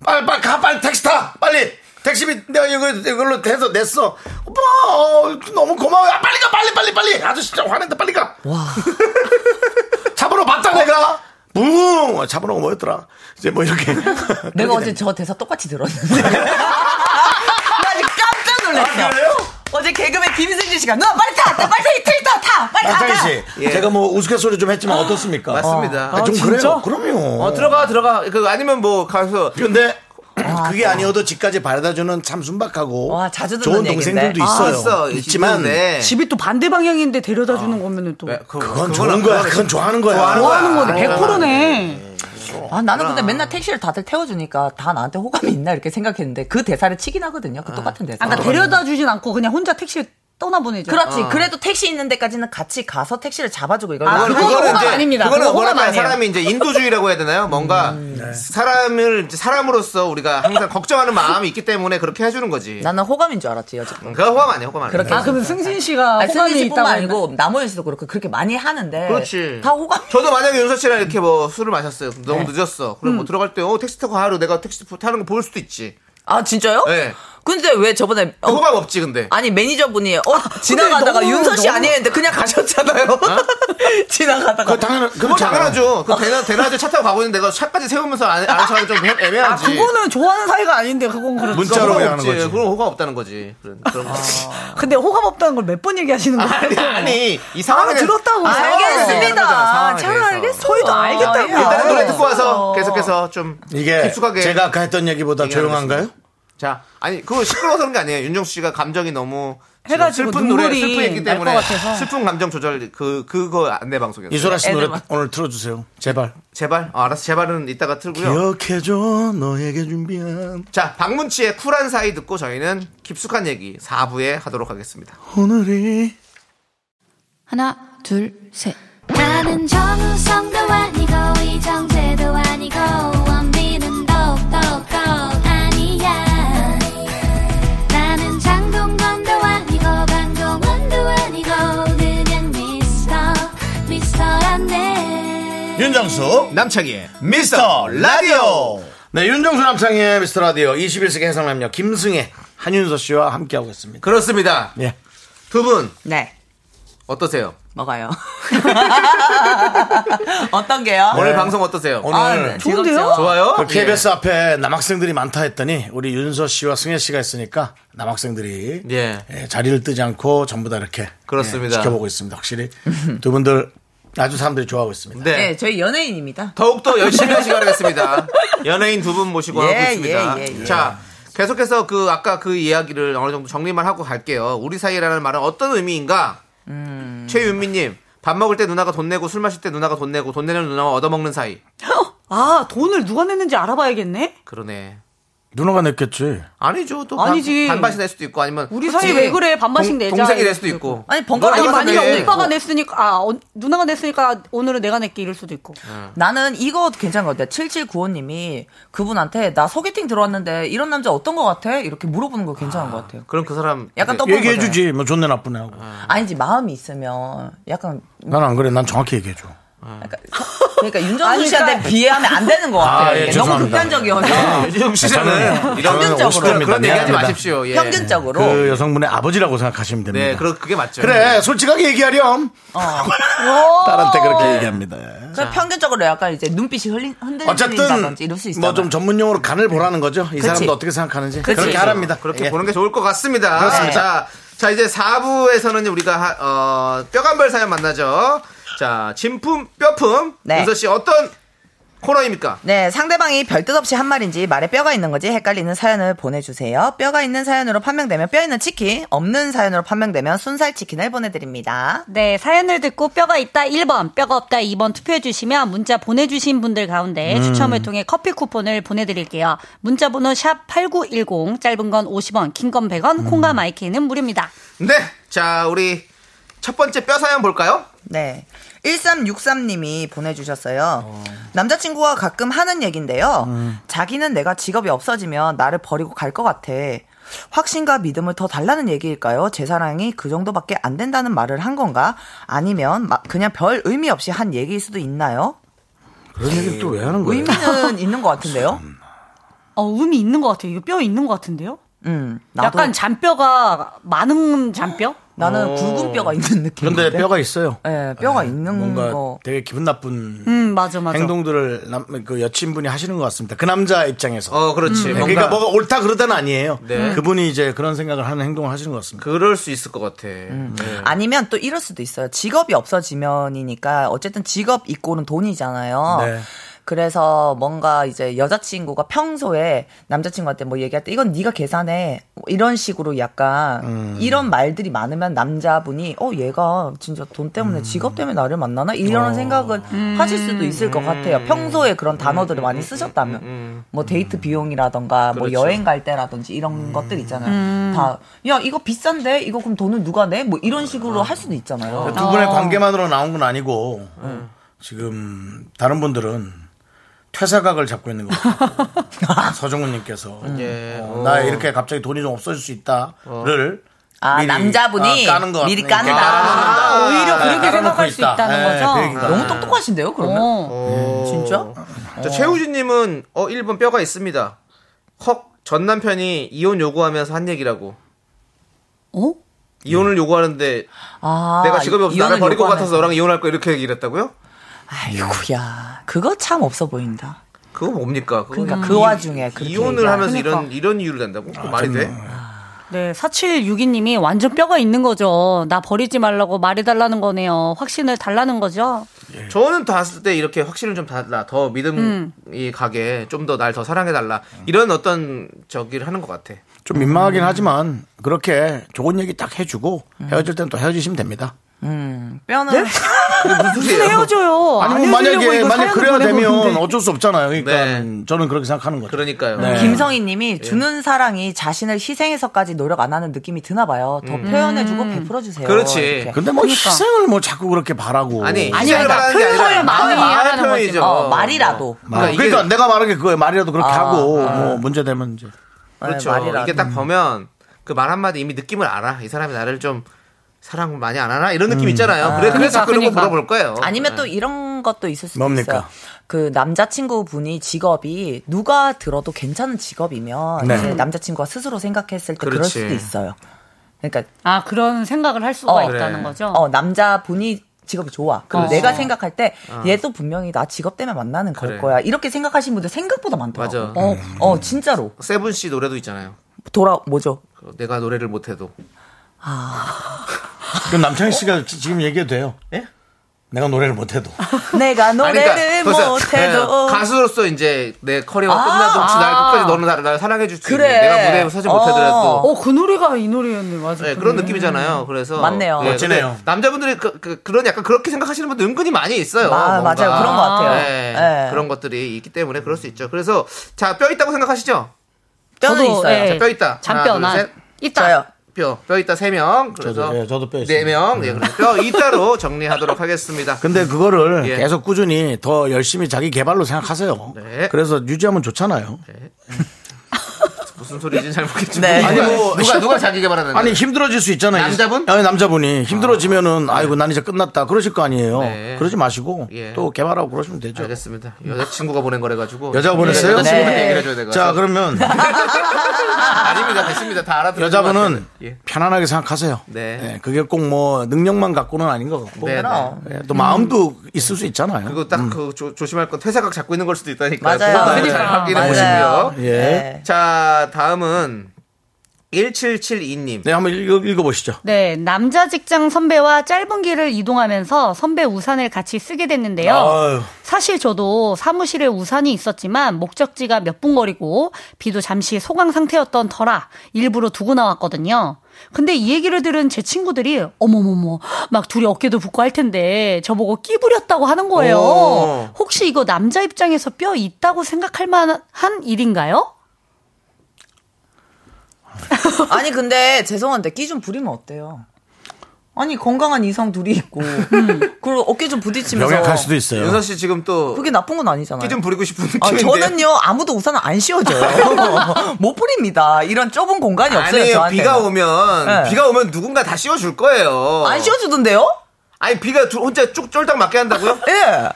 [SPEAKER 1] 빨리 빨리 가 빨리 택시 타 빨리 택시비 내가 이거 이걸로 해서 냈어 오빠 어, 너무 고마워 요 빨리 가 빨리 빨리 빨리 아저씨 진짜 화낸다 빨리 가 잡으러 봤다 내가 붕 잡으러 온 뭐였더라 이제 뭐 이렇게
[SPEAKER 9] 내가 어제 저 대사 똑같이 들었는데. 나 지금 깜짝 놀랐어.
[SPEAKER 1] 아, 그래요?
[SPEAKER 9] 어제 개그맨 김승진 씨가 너 빨리 타, 나 빨리 타, 이틀 타, 타, 빨리 타.
[SPEAKER 1] 남창희
[SPEAKER 9] 타.
[SPEAKER 1] 씨
[SPEAKER 2] 예.
[SPEAKER 1] 아, 제가 뭐 우스갯소리 좀 했지만 어떻습니까?
[SPEAKER 2] 맞습니다.
[SPEAKER 1] 아, 좀 그래요. 그럼요.
[SPEAKER 2] 어 들어가 들어가 그 아니면 뭐 가서
[SPEAKER 1] 근데 그게 아니어도 집까지 바래다주는 참 순박하고
[SPEAKER 9] 와, 자주 듣는
[SPEAKER 1] 좋은
[SPEAKER 9] 얘기인데.
[SPEAKER 1] 동생들도
[SPEAKER 9] 아,
[SPEAKER 1] 있어요.
[SPEAKER 2] 있어
[SPEAKER 1] 있지만
[SPEAKER 2] 있는데.
[SPEAKER 10] 집이 또 반대 방향인데 데려다
[SPEAKER 1] 아.
[SPEAKER 10] 주는 거면은 또뭐
[SPEAKER 2] 왜, 그거-
[SPEAKER 1] 그건
[SPEAKER 2] 그거는-
[SPEAKER 1] 좋은 거야. 그건 좋아하는 거야.
[SPEAKER 2] 좋아하는 거야.
[SPEAKER 10] 좋아하는 거네. 100%네.
[SPEAKER 9] 아, 나는 근데
[SPEAKER 2] 그럼.
[SPEAKER 9] 맨날 택시를 다들 태워주니까 다 나한테 호감이 있나 이렇게 생각했는데 그 대사를 치긴 하거든요. 그 똑같은 대사.
[SPEAKER 10] 아까 그러니까 그렇죠. 데려다 주진 않고 그냥 혼자 택시를 떠나보내죠.
[SPEAKER 9] 그렇지.
[SPEAKER 10] 어.
[SPEAKER 9] 그래도 택시 있는 데까지는 같이 가서 택시를 잡아주고 이걸.
[SPEAKER 10] 아, 그거는
[SPEAKER 2] 그거는
[SPEAKER 10] 호감
[SPEAKER 2] 이제
[SPEAKER 10] 아닙니다.
[SPEAKER 2] 그거는
[SPEAKER 10] 그거 호감
[SPEAKER 2] 뭐랄까
[SPEAKER 10] 아니에요.
[SPEAKER 2] 사람이 이제 인도주의라고 해야 되나요? 뭔가 사람을 이제 사람으로서 우리가 항상 걱정하는 마음이 있기 때문에 그렇게 해주는 거지.
[SPEAKER 9] 나는 호감인 줄 알았지 여자.
[SPEAKER 2] 그거 호감 아니야 호감 아니야.
[SPEAKER 9] 그렇게
[SPEAKER 10] 아, 그럼 승진 씨가
[SPEAKER 9] 아니,
[SPEAKER 10] 호감이
[SPEAKER 9] 승진
[SPEAKER 10] 있다고
[SPEAKER 9] 씨뿐만
[SPEAKER 10] 아니고
[SPEAKER 9] 아니고 남호연씨도 그렇고 그렇게 많이 하는데.
[SPEAKER 2] 그렇지.
[SPEAKER 9] 다 호감.
[SPEAKER 2] 저도 만약에 윤서 씨랑 이렇게 뭐 술을 마셨어요. 그럼 너무
[SPEAKER 9] 네.
[SPEAKER 2] 늦었어. 그럼 뭐 들어갈 때, 어, 택시 타고 하루 내가 택시 타는 거 볼 수도 있지.
[SPEAKER 9] 아 진짜요?
[SPEAKER 2] 네.
[SPEAKER 9] 근데 왜 저번에 어,
[SPEAKER 2] 호감 없지, 근데.
[SPEAKER 9] 아니 매니저분이 어 지나가다가
[SPEAKER 10] 너무,
[SPEAKER 9] 윤서 씨
[SPEAKER 10] 너무-
[SPEAKER 9] 아니었는데 그냥 가셨잖아요. 어? 지나가다가.
[SPEAKER 1] 그 당연
[SPEAKER 2] 그건
[SPEAKER 1] 그렇잖아.
[SPEAKER 2] 당연하죠. 그 대낮, 대낮에 차 타고 가고 있는데 내가 차까지 세우면서 안, 안 차면 좀
[SPEAKER 10] 아,
[SPEAKER 2] 애매하지.
[SPEAKER 10] 그거는 좋아하는 사이가 아닌데 그건 그렇죠.
[SPEAKER 1] 문자로
[SPEAKER 2] 호감
[SPEAKER 1] 그냥 하는
[SPEAKER 2] 없지.
[SPEAKER 1] 거지.
[SPEAKER 2] 그럼 호감 없다는 거지. 그런, 그런
[SPEAKER 10] 아.
[SPEAKER 2] 거지.
[SPEAKER 10] 근데 호감 없다는 걸 몇 번 얘기하시는 거예요?
[SPEAKER 2] 아니, 아니. 이 상황에.
[SPEAKER 10] 아, 들었다고.
[SPEAKER 2] 이 상황에
[SPEAKER 10] 알겠습니다.
[SPEAKER 2] 대해서 얘기하는 거잖아, 상황에
[SPEAKER 9] 잘
[SPEAKER 2] 대해서.
[SPEAKER 9] 알겠어요.
[SPEAKER 10] 저희도 알겠다고요. 아,
[SPEAKER 2] 일단은 노래 듣고
[SPEAKER 10] 어.
[SPEAKER 2] 와서 계속해서 좀
[SPEAKER 1] 이게
[SPEAKER 2] 깊숙하게
[SPEAKER 1] 제가 아까 했던 얘기보다
[SPEAKER 2] 얘기하는
[SPEAKER 1] 조용한가요?
[SPEAKER 2] 거지. 자, 아니 그거 시끄러워서 그런 게 아니에요. 윤정수 씨가 감정이 너무 지금
[SPEAKER 10] 해가지고
[SPEAKER 2] 슬픈 노래
[SPEAKER 10] 눈물이
[SPEAKER 2] 슬픈 했기
[SPEAKER 10] 날것
[SPEAKER 2] 때문에
[SPEAKER 10] 같아서.
[SPEAKER 2] 슬픈 감정 조절 그 그거 안내 방송이었어요.
[SPEAKER 1] 이소라 씨 노래
[SPEAKER 9] 애들만.
[SPEAKER 1] 오늘 틀어주세요. 제발.
[SPEAKER 2] 제발 아, 알았어 제발은 이따가 틀고요.
[SPEAKER 1] 기억해줘 너에게 준비한
[SPEAKER 2] 자, 박문치의 쿨한 사이 듣고 저희는 깊숙한 얘기 4부에 하도록 하겠습니다.
[SPEAKER 1] 오늘이
[SPEAKER 5] 하나, 둘, 셋.
[SPEAKER 12] 나는 정우성도 아니고 이정재도 아니고 원빈은 더욱더 아니야 나는 장동건도 아니고 강동원도 아니고 그냥 미스터 미스터란데
[SPEAKER 1] 윤정수
[SPEAKER 2] 남창희의
[SPEAKER 1] 미스터 라디오 네 윤정수 남창희의 미스터 라디오 21세기 해상남녀 김승혜 한윤서 씨와 함께하고 있습니다
[SPEAKER 2] 그렇습니다.
[SPEAKER 1] 예.
[SPEAKER 2] 두 분
[SPEAKER 9] 네.
[SPEAKER 2] 어떠세요?
[SPEAKER 9] 먹어요. 어떤 게요?
[SPEAKER 2] 오늘 방송 어떠세요?
[SPEAKER 1] 오늘
[SPEAKER 9] 아, 네.
[SPEAKER 10] 좋은데요?
[SPEAKER 9] 즐겁죠?
[SPEAKER 2] 좋아요? 예.
[SPEAKER 1] 그 KBS 앞에 남학생들이 많다 했더니 우리 윤서 씨와 승혜 씨가 있으니까 남학생들이
[SPEAKER 2] 예.
[SPEAKER 1] 예, 자리를 뜨지 않고 전부 다 이렇게
[SPEAKER 2] 그렇습니다.
[SPEAKER 1] 예, 지켜보고 있습니다 확실히 두 분들 아주 사람들이 좋아하고 있습니다
[SPEAKER 2] 네.
[SPEAKER 9] 네, 저희 연예인입니다.
[SPEAKER 2] 더욱더 열심히 하시기 바라겠습니다. 연예인 두 분 모시고
[SPEAKER 9] 예,
[SPEAKER 2] 하고 있습니다.
[SPEAKER 9] 예, 예, 예.
[SPEAKER 2] 자, 계속해서 그 아까 그 이야기를 어느 정도 정리만 하고 갈게요. 우리 사이라는 말은 어떤 의미인가?
[SPEAKER 9] 음.
[SPEAKER 2] 최윤미님, 밥 먹을 때 누나가 돈 내고 술 마실 때 누나가 돈 내고 돈 내는 누나와 얻어먹는 사이.
[SPEAKER 10] 아, 돈을 누가 냈는지 알아봐야겠네?
[SPEAKER 2] 그러네.
[SPEAKER 1] 누나가 냈겠지
[SPEAKER 2] 아니죠. 또
[SPEAKER 10] 아니지.
[SPEAKER 2] 반, 반반씩 낼 수도 있고 아니면
[SPEAKER 10] 우리 사이
[SPEAKER 2] 그치.
[SPEAKER 10] 왜 그래? 반반씩 내자.
[SPEAKER 2] 동생이 낼
[SPEAKER 10] 이럴
[SPEAKER 2] 수도
[SPEAKER 10] 수도
[SPEAKER 2] 있고.
[SPEAKER 9] 아니, 번갈아
[SPEAKER 10] 아니,
[SPEAKER 9] 가면서
[SPEAKER 2] 누나가
[SPEAKER 10] 만약에
[SPEAKER 2] 내.
[SPEAKER 10] 오빠가 냈으니까, 아, 어, 누나가 냈으니까 오늘은 내가 낼게 이럴 수도 있고.
[SPEAKER 9] 나는 이거 괜찮은 것 같아. 7795님이 그분한테 나 소개팅 들어왔는데 이런 남자 어떤 것 같아? 이렇게 물어보는 거 괜찮은 것 같아요.
[SPEAKER 2] 그럼 그 사람
[SPEAKER 9] 약간 떠보는 거잖아요.
[SPEAKER 1] 얘기해주지 뭐 좋네 나쁘네 하고
[SPEAKER 9] 아니지, 마음이 있으면 약간.
[SPEAKER 1] 난 안 그래 난 정확히 얘기해줘
[SPEAKER 9] 약간 그러니까 윤정수
[SPEAKER 10] 아니,
[SPEAKER 9] 씨한테
[SPEAKER 10] 그러니까-
[SPEAKER 9] 비하면 안 되는 것 같아요.
[SPEAKER 1] 아, 예,
[SPEAKER 9] 이게 너무 아,
[SPEAKER 1] 죄송합니다.
[SPEAKER 9] 극단적이어서.
[SPEAKER 2] 유정 씨는
[SPEAKER 1] 저는-
[SPEAKER 2] 이런
[SPEAKER 1] 저는
[SPEAKER 2] 그런
[SPEAKER 1] 50대입니다.
[SPEAKER 2] 그런 얘기하지
[SPEAKER 1] 미안합니다.
[SPEAKER 2] 마십시오. 예.
[SPEAKER 9] 평균적으로.
[SPEAKER 1] 그 여성분의 아버지라고 생각하시면 됩니다
[SPEAKER 2] 네, 그러, 그게 맞죠.
[SPEAKER 1] 그래 솔직하게 얘기하렴 딸한테
[SPEAKER 9] 어.
[SPEAKER 1] 그렇게 얘기합니다
[SPEAKER 9] 그러니까 평균적으로 약간 이제 눈빛이 흘린,
[SPEAKER 1] 어쨌든
[SPEAKER 9] 흔들린다든지 이럴 수 있어요. 네.
[SPEAKER 1] 뭐 좀 전문용어로 간을 보라는 거죠 이
[SPEAKER 9] 그치.
[SPEAKER 1] 사람도 어떻게 생각하는지 그
[SPEAKER 9] 그치.
[SPEAKER 1] 렇게 하랍니다
[SPEAKER 2] 그렇게
[SPEAKER 1] 예.
[SPEAKER 2] 보는 게 좋을 것 같습니다.
[SPEAKER 1] 그렇습니다.
[SPEAKER 2] 자, 자 이제 4부에서는 우리가 하- 어, 뼈간별 사연 만나죠. 자, 진품 뼈품
[SPEAKER 9] 네.
[SPEAKER 2] 윤서 씨 어떤 코너입니까?
[SPEAKER 9] 네, 상대방이 별뜻 없이 한 말인지 말에 뼈가 있는 거지 헷갈리는 사연을 보내주세요. 뼈가 있는 사연으로 판명되면 뼈 있는 치킨, 없는 사연으로 판명되면 순살 치킨을 보내드립니다.
[SPEAKER 10] 네, 사연을 듣고 뼈가 있다 1번, 뼈가 없다 2번 투표해주시면 문자 보내주신 분들 가운데
[SPEAKER 1] 음.
[SPEAKER 10] 추첨을 통해 커피 쿠폰을 보내드릴게요. 문자 번호 샵8910, 짧은 건 50원, 긴 건 100원,
[SPEAKER 1] 음.
[SPEAKER 10] 콩과 마이키는 무료입니다.
[SPEAKER 2] 네, 자 우리 첫 번째 뼈 사연 볼까요?
[SPEAKER 9] 네. 1363님이 보내주셨어요. 남자친구가 가끔 하는 얘긴데요. 어,
[SPEAKER 1] 음.
[SPEAKER 9] 자기는 내가 직업이 없어지면 나를 버리고 갈 것 같아. 확신과 믿음을 더 달라는 얘기일까요? 제 사랑이 그 정도밖에 안 된다는 말을 한 건가? 아니면 막 그냥 별 의미 없이 한 얘기일 수도 있나요?
[SPEAKER 1] 그런 얘기를 또 왜 하는 거예요
[SPEAKER 9] 의미는 있는 것 같은데요?
[SPEAKER 10] 어, 음이 있는 것 같아요. 이거 뼈 있는 것 같은데요?
[SPEAKER 9] 음, 나도
[SPEAKER 10] 약간 잔뼈가 많은 잔뼈?
[SPEAKER 9] 나는 굵은 뼈가 있는 느낌.
[SPEAKER 1] 그런데 어. 뼈가 있어요
[SPEAKER 9] 예, 뼈가 있는
[SPEAKER 1] 뭔가
[SPEAKER 9] 거.
[SPEAKER 1] 되게 기분 나쁜
[SPEAKER 10] 음, 맞아, 맞아.
[SPEAKER 1] 행동들을 남, 그 여친분이 하시는 것 같습니다 그 남자 입장에서
[SPEAKER 2] 어, 그렇지.
[SPEAKER 1] 네,
[SPEAKER 2] 뭔가
[SPEAKER 1] 그러니까 뭐가 옳다 그러다는 아니에요
[SPEAKER 2] 네.
[SPEAKER 1] 그분이 이제 그런 생각을 하는 행동을 하시는 것 같습니다
[SPEAKER 2] 그럴 수 있을 것 같아. 네.
[SPEAKER 9] 아니면 또 이럴 수도 있어요. 직업이 없어지면이니까 어쨌든 직업 이꼴은 돈이잖아요.
[SPEAKER 1] 네.
[SPEAKER 10] 그래서 뭔가 이제 여자친구가 평소에 남자친구한테 뭐 얘기할 때 이건 네가 계산해 뭐 이런 식으로 약간
[SPEAKER 13] 음.
[SPEAKER 10] 이런 말들이 많으면 남자분이 어 얘가 진짜 돈 때문에 직업 때문에 나를 만나나 이런
[SPEAKER 13] 음. 어. 음.
[SPEAKER 10] 생각은 하실 수도 있을 것 같아요. 평소에 그런 단어들을 많이 쓰셨다면 뭐 데이트 비용이라던가 뭐
[SPEAKER 13] 그렇죠.
[SPEAKER 10] 여행 갈 때라든지 이런 것들 있잖아요.
[SPEAKER 13] 음.
[SPEAKER 10] 다 야 이거 비싼데 이거 그럼 돈을 누가 내? 뭐 이런 식으로 할 수도
[SPEAKER 13] 그렇죠.
[SPEAKER 10] 있잖아요.
[SPEAKER 1] 두 분의 관계만으로 나온 건 아니고 지금 다른 분들은 퇴사각을 잡고 있는 것 같아요. 서정훈님께서 어, 나
[SPEAKER 2] 어.
[SPEAKER 1] 이렇게 갑자기 돈이 좀 없어질 수 있다를
[SPEAKER 10] 아, 남자분이
[SPEAKER 1] 아, 까는 것
[SPEAKER 10] 미리
[SPEAKER 1] 같네.
[SPEAKER 10] 깐다.
[SPEAKER 1] 깔아놓는다.
[SPEAKER 10] 아, 오히려 그렇게
[SPEAKER 1] 깔아놓고 어.
[SPEAKER 10] 생각할 수 있다는 거죠?
[SPEAKER 1] 그 얘기가.
[SPEAKER 10] 너무 똑똑하신데요, 그러면? 네, 진짜?
[SPEAKER 2] 어. 아, 자, 최우진님은 어 1번 뼈가 있습니다. 헉 전 남편이 이혼 요구하면서 한 얘기라고.
[SPEAKER 14] 어?
[SPEAKER 2] 이혼을 요구하는데
[SPEAKER 10] 네. 아,
[SPEAKER 2] 내가 직업이 없어 나를
[SPEAKER 10] 이혼을
[SPEAKER 2] 버릴 것
[SPEAKER 10] 요구하면서.
[SPEAKER 2] 같아서 너랑 이혼할 거 이렇게 얘기를 했다고요?
[SPEAKER 10] 아이고야 그거 참 없어 보인다.
[SPEAKER 2] 그거 뭡니까? 그거
[SPEAKER 10] 그러니까
[SPEAKER 2] 이-
[SPEAKER 10] 그 와중에 그렇게 아,
[SPEAKER 2] 이혼을
[SPEAKER 14] 얘기하는
[SPEAKER 2] 하면서 이런
[SPEAKER 14] 그러니까.
[SPEAKER 2] 이런 이유를 낸다고? 그거 말이 돼?
[SPEAKER 14] 네, 4762님이 완전 뼈가 있는 거죠. 나 버리지 말라고 말해달라는 거네요. 확신을 달라는 거죠.
[SPEAKER 10] 네.
[SPEAKER 2] 저는 봤을 때 이렇게 확신을 좀 달라 더 믿음이 가게 좀 더 날 더 사랑해 달라 이런 어떤 저기를 하는 것 같아.
[SPEAKER 1] 좀 민망하긴 하지만 그렇게 좋은 얘기 딱 해주고 헤어질 땐 또 헤어지시면 됩니다.
[SPEAKER 10] 음, 뼈는
[SPEAKER 14] 무슨 헤어져요?
[SPEAKER 1] 아니
[SPEAKER 14] 네? 안
[SPEAKER 1] 뭐
[SPEAKER 14] 헤어지려고
[SPEAKER 1] 만약에
[SPEAKER 14] 이거
[SPEAKER 1] 만약
[SPEAKER 14] 사연을
[SPEAKER 1] 그래야
[SPEAKER 14] 보내고
[SPEAKER 1] 되면
[SPEAKER 14] 있는데.
[SPEAKER 1] 어쩔 수 없잖아요. 그러니까 저는 그렇게 생각하는 거죠.
[SPEAKER 2] 그러니까요.
[SPEAKER 10] 네. 김성희 님이
[SPEAKER 1] 예.
[SPEAKER 10] 주는 사랑이 자신을 희생해서까지 노력 안 하는 느낌이 드나 봐요. 더 표현해주고
[SPEAKER 14] 음.
[SPEAKER 10] 베풀어주세요. 이렇게.
[SPEAKER 1] 음. 근데 뭐
[SPEAKER 10] 그러니까.
[SPEAKER 1] 희생을 뭐 자꾸 그렇게 바라고.
[SPEAKER 2] 아니, 아니, 희생을 그러니까 바라는 게 아니라 표현을 마음의 많이 마음의 하라는 거지. 표현이죠. 어, 말이라도.
[SPEAKER 1] 그러니까,
[SPEAKER 2] 그러니까 이게-
[SPEAKER 1] 내가 말한 게 그거예요. 말이라도 그렇게
[SPEAKER 2] 아,
[SPEAKER 1] 하고
[SPEAKER 2] 아.
[SPEAKER 1] 뭐 문제 되면 이제.
[SPEAKER 2] 그렇죠. 이게 딱 보면 그 말 한마디 이미 느낌을 알아. 이 사람이 나를 좀 사랑 많이 안 하나 이런 느낌
[SPEAKER 1] 음.
[SPEAKER 2] 있잖아요.
[SPEAKER 1] 아.
[SPEAKER 2] 그래, 서
[SPEAKER 10] 그러니까,
[SPEAKER 2] 그런
[SPEAKER 10] 그러니까.
[SPEAKER 2] 거 물어볼 거예요.
[SPEAKER 10] 아니면 또
[SPEAKER 2] 네.
[SPEAKER 10] 이런 것도 있을 수도
[SPEAKER 2] 뭡니까?
[SPEAKER 10] 있어요. 그 남자친구분이 직업이 누가 들어도 괜찮은 직업이면
[SPEAKER 14] 네.
[SPEAKER 10] 이제 남자친구가 스스로 생각했을 때그럴
[SPEAKER 14] 그렇지.
[SPEAKER 10] 수도 있어요. 그러니까
[SPEAKER 14] 아, 그런 생각을 할 수가
[SPEAKER 2] 네.
[SPEAKER 14] 있다는 거죠.
[SPEAKER 10] 어, 남자분이 직업이 좋아. 그럼
[SPEAKER 14] 그렇지.
[SPEAKER 10] 내가 생각할 때
[SPEAKER 14] 어.
[SPEAKER 10] 얘도 분명히 나 직업 때문에 만나는 걸
[SPEAKER 2] 그래.
[SPEAKER 10] 거야. 이렇게 생각하시는 분들 생각보다 많더라고.
[SPEAKER 2] 맞아. 음.
[SPEAKER 10] 어, 어, 진짜로.
[SPEAKER 2] 세븐 씨 노래도 있잖아요. 그
[SPEAKER 10] 돌아 뭐죠?
[SPEAKER 2] 내가 노래를 못해도 아,
[SPEAKER 1] 그럼 남창희 씨가 지- 지금 얘기해도 돼요.
[SPEAKER 2] 예?
[SPEAKER 1] 내가 노래를 못해도.
[SPEAKER 10] 내가
[SPEAKER 2] 아니,
[SPEAKER 10] 노래를
[SPEAKER 2] 그러니까 벌써,
[SPEAKER 10] 못해도
[SPEAKER 2] 네, 가수로서 이제 내 커리어가
[SPEAKER 10] 아,
[SPEAKER 2] 끝나도 혹시 날
[SPEAKER 10] 아.
[SPEAKER 2] 끝까지 너는 나를, 나를 사랑해 줄 수
[SPEAKER 10] 그래.
[SPEAKER 2] 있는 내가 무대에 서지 못하더라도
[SPEAKER 14] 어, 그 노래가 이 노래였네, 맞아.
[SPEAKER 2] 네, 그런
[SPEAKER 10] 음.
[SPEAKER 2] 느낌이잖아요. 그래서
[SPEAKER 14] 맞네요.
[SPEAKER 2] 예,
[SPEAKER 1] 멋지네요.
[SPEAKER 2] 근데 남자분들이 그, 런 약간 그렇게 생각하시는 분들 은근히 많이 있어요.
[SPEAKER 10] 아,
[SPEAKER 2] 뭔가.
[SPEAKER 10] 맞아요. 그런 것 같아요.
[SPEAKER 2] 네,
[SPEAKER 10] 예.
[SPEAKER 2] 그런 것들이 있기 때문에 그럴 수 있죠. 그래서 자 뼈 있다고 생각하시죠? 아,
[SPEAKER 10] 뼈는 저도, 있어요. 예.
[SPEAKER 2] 자, 뼈 있다.
[SPEAKER 10] 잔뼈,
[SPEAKER 14] 아,
[SPEAKER 2] 하나,
[SPEAKER 10] 난
[SPEAKER 2] 둘, 셋.
[SPEAKER 14] 있다.
[SPEAKER 2] 뼈, 뼈 있다 세 명. 그래서
[SPEAKER 1] 저도, 예, 저도 뼈
[SPEAKER 2] 네 명. 예, 그래서 뼈 있다로 정리하도록 하겠습니다.
[SPEAKER 1] 근데 그거를
[SPEAKER 2] 예.
[SPEAKER 1] 계속 꾸준히 더 열심히 자기 개발로 생각하세요.
[SPEAKER 2] 네.
[SPEAKER 1] 그래서 유지하면 좋잖아요.
[SPEAKER 2] 무슨 소리인지 잘 모르겠지만
[SPEAKER 1] 네.
[SPEAKER 2] 아니 뭐
[SPEAKER 1] 아니,
[SPEAKER 2] 누가
[SPEAKER 1] 뭐-
[SPEAKER 2] 누가 자기 개발하는
[SPEAKER 1] 아니 힘들어질 수 있잖아요.
[SPEAKER 2] 남자분?
[SPEAKER 1] 아니, 남자분이 힘들어지면은 아이고 난 이제 끝났다 그러실 거 아니에요.
[SPEAKER 2] 네.
[SPEAKER 1] 그러지 마시고
[SPEAKER 2] 예.
[SPEAKER 1] 또 개발하고 그러시면 되죠.
[SPEAKER 2] 알겠습니다. 여자친구가 보낸 거래 가지고
[SPEAKER 1] 여자가 보냈어요?
[SPEAKER 2] 여자친구한테
[SPEAKER 1] 네.
[SPEAKER 2] 얘기를 해줘야 돼가지고
[SPEAKER 1] 자,
[SPEAKER 2] 네.
[SPEAKER 1] 그러면.
[SPEAKER 2] 아닙니다 됐습니다 다 알아들었어요. 예.
[SPEAKER 1] 여자분은 편안하게 생각하세요.
[SPEAKER 2] 네.
[SPEAKER 1] 예, 그게 꼭 뭐 능력만 갖고는 아닌 것 같고
[SPEAKER 2] 네, 네.
[SPEAKER 1] 예, 또 마음도 있을 수 있잖아요.
[SPEAKER 2] 그리고 딱 그 조심할 건 퇴사각 잡고 있는 걸 수도 있다니까.
[SPEAKER 1] 맞아요. 그러니까.
[SPEAKER 2] 잘 확인해
[SPEAKER 1] 맞아요.
[SPEAKER 2] 보시고요.
[SPEAKER 1] 예. 네.
[SPEAKER 2] 자 다음은 1772님.
[SPEAKER 1] 네 한번 읽어, 읽어보시죠.
[SPEAKER 14] 네, 남자 직장 선배와 짧은 길을 이동하면서 선배 우산을 같이 쓰게
[SPEAKER 1] 네.
[SPEAKER 14] 됐는데요.
[SPEAKER 1] 아유.
[SPEAKER 14] 사실 저도 사무실에 우산이 있었지만 목적지가 몇 분 거리고 비도 잠시 소강 상태였던 터라 일부러 두고 나왔거든요. 근데 이 얘기를 들은 제 친구들이 어머머머 막 둘이 어깨도 붓고 할 텐데 저보고 끼부렸다고 하는 거예요.
[SPEAKER 10] 어.
[SPEAKER 13] 오.
[SPEAKER 14] 혹시 이거 남자 입장에서 뼈 있다고 생각할 만한 일인가요?
[SPEAKER 10] 아니 근데 죄송한데 끼 좀 부리면 어때요? 아니 건강한 이성 둘이 있고
[SPEAKER 14] 음.
[SPEAKER 10] 그리고 어깨 좀 부딪히면서
[SPEAKER 1] 명약할 수도 있어요.
[SPEAKER 2] 윤서 씨 지금 또
[SPEAKER 10] 그게 나쁜 건 아니잖아요.
[SPEAKER 2] 끼 좀 부리고 싶은
[SPEAKER 10] 아,
[SPEAKER 2] 느낌인데.
[SPEAKER 10] 저는요 아무도 우산을 안 씌워줘요. 못 부립니다. 이런 좁은 공간이 없어요.
[SPEAKER 2] 아니에요.
[SPEAKER 10] 저한테는.
[SPEAKER 2] 비가 오면
[SPEAKER 10] 네.
[SPEAKER 2] 비가 오면 누군가 다 씌워줄 거예요.
[SPEAKER 10] 안 씌워주던데요?
[SPEAKER 2] 아니 비가 두- 혼자 쭉 쫄딱 맞게 한다고요?
[SPEAKER 10] 예.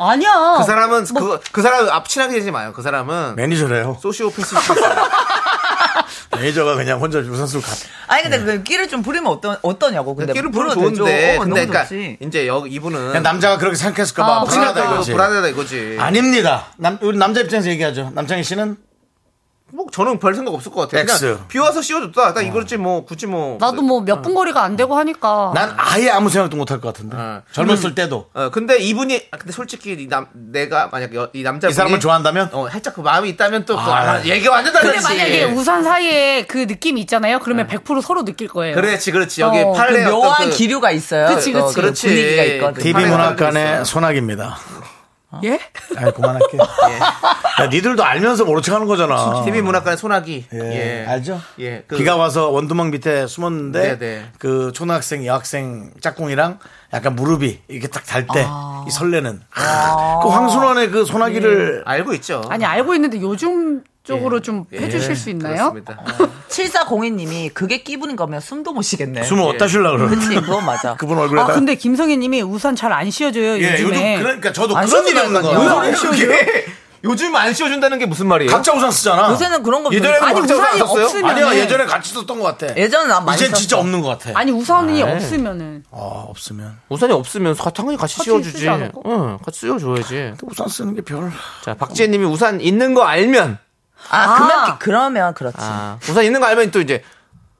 [SPEAKER 14] 아니야.
[SPEAKER 2] 그 사람은
[SPEAKER 10] 뭐.
[SPEAKER 2] 그, 그 사람은 앞 친하게 되지 마요. 그 사람은
[SPEAKER 1] 네. 매니저래요.
[SPEAKER 2] 소시오패스
[SPEAKER 1] 매니저가 그냥 혼자 유산슬 갔.
[SPEAKER 10] 아니 근데 그 끼를 좀 부리면 어떠, 어떠냐고 근데
[SPEAKER 2] 네. 끼를 부르면
[SPEAKER 10] 부려도 되죠.
[SPEAKER 2] 좋은데
[SPEAKER 10] 어,
[SPEAKER 2] 근데
[SPEAKER 10] 너무
[SPEAKER 2] 그러니까
[SPEAKER 10] 좋지.
[SPEAKER 2] 이제 여, 이분은
[SPEAKER 1] 그냥 남자가 그렇게 생각했을까봐
[SPEAKER 2] 아,
[SPEAKER 1] 불안하다
[SPEAKER 2] 그러니까
[SPEAKER 1] 이거지.
[SPEAKER 2] 불안하다 이거지.
[SPEAKER 1] 아닙니다. 남 우리 남자 입장에서 얘기하죠. 남창희 씨는
[SPEAKER 2] 뭐 저는 별 생각 없을 것 같아요. 그냥
[SPEAKER 1] X.
[SPEAKER 2] 비 와서 씌워줬다. 딱 이거지 뭐 굳이 뭐
[SPEAKER 15] 나도 뭐 몇
[SPEAKER 10] 어.
[SPEAKER 15] 분 거리가 안 되고 하니까.
[SPEAKER 1] 난 아예 아무 생각도 못 할 것 같은데. 젊었을 때도.
[SPEAKER 2] 어, 근데 이분이 아, 근데 솔직히 이 남, 내가 만약 여- 이 남자
[SPEAKER 1] 이 사람을 좋아한다면?
[SPEAKER 2] 어, 살짝 그 마음이 있다면 또, 그,
[SPEAKER 1] 아.
[SPEAKER 2] 아, 얘기가 완전
[SPEAKER 15] 근데
[SPEAKER 2] 다르지.
[SPEAKER 15] 만약에 우산 사이에 그 느낌이 있잖아요. 그러면 100% 서로 느낄 거예요. 어.
[SPEAKER 2] 그렇지, 그렇지. 여기 팔레
[SPEAKER 10] 네. 그 묘한 기류가 있어요.
[SPEAKER 15] 그치,
[SPEAKER 10] 어,
[SPEAKER 15] 그치.
[SPEAKER 10] 그런
[SPEAKER 2] 그렇지.
[SPEAKER 10] 분위기가 있거든.
[SPEAKER 1] TV 문학관의 소나기입니다.
[SPEAKER 15] 예?
[SPEAKER 1] 아, 그만할게. 야, 니들도 알면서 모른 척 하는 거잖아.
[SPEAKER 2] TV 문학관의 소나기.
[SPEAKER 1] 예, 알죠?
[SPEAKER 2] 예. 그-
[SPEAKER 1] 비가 와서 원두막 밑에 숨었는데
[SPEAKER 2] 네, 네.
[SPEAKER 1] 그 초등학생, 여학생 짝꿍이랑 약간 무릎이 이렇게 딱 달 때 이
[SPEAKER 10] 아.
[SPEAKER 1] 설레는 그 황순원의 그
[SPEAKER 10] 네.
[SPEAKER 1] 소나기를
[SPEAKER 2] 알고 있죠.
[SPEAKER 15] 아니 알고 있는데 요즘 쪽으로 좀 해주실
[SPEAKER 10] 예,
[SPEAKER 15] 수 있나요? 아.
[SPEAKER 10] 7402님이 그게 끼부는 거면 숨도 못 쉬겠네.
[SPEAKER 1] 숨을 어디다 쉬려고 그러는
[SPEAKER 10] 그치, 그건 맞아.
[SPEAKER 1] 그분 얼굴에다가
[SPEAKER 15] 아 근데 김성희님이 우산 잘 안 씌워줘요
[SPEAKER 1] 예,
[SPEAKER 15] 요즘에.
[SPEAKER 1] 요즘 그러니까 저도
[SPEAKER 10] 안
[SPEAKER 1] 그런 일이 없는
[SPEAKER 10] 씌워준다니까요.
[SPEAKER 1] 거예요.
[SPEAKER 10] 왜
[SPEAKER 2] 아, 요즘 안 씌워준다는 게 무슨 말이에요?
[SPEAKER 1] 각자 우산 쓰잖아.
[SPEAKER 10] 요새는 그런 거
[SPEAKER 1] 예전에는
[SPEAKER 10] 별로- 아니,
[SPEAKER 1] 각자 우산
[SPEAKER 10] 우산이
[SPEAKER 1] 안 썼어요?
[SPEAKER 10] 없으면은-
[SPEAKER 1] 아니야, 예전에 같이 썼던 것 같아.
[SPEAKER 10] 예전엔 난 많이
[SPEAKER 1] 이젠 진짜
[SPEAKER 10] 썼어.
[SPEAKER 1] 없는 것 같아.
[SPEAKER 15] 아니
[SPEAKER 10] 네.
[SPEAKER 15] 우산이
[SPEAKER 2] 아이.
[SPEAKER 15] 없으면은
[SPEAKER 1] 아, 없으면.
[SPEAKER 2] 우산이 없으면 가- 당연히 같이
[SPEAKER 15] 같이
[SPEAKER 2] 씌워주지.
[SPEAKER 15] 쓰지 않을까?
[SPEAKER 2] 응, 같이 씌워줘야지.
[SPEAKER 1] 우산 쓰는 게 별.
[SPEAKER 2] 자, 박지혜님이
[SPEAKER 15] 어.
[SPEAKER 2] 우산 있는 거 알면,
[SPEAKER 10] 아, 그만, 그러면 그렇지.
[SPEAKER 2] 아, 우산 있는 거 알면 또 이제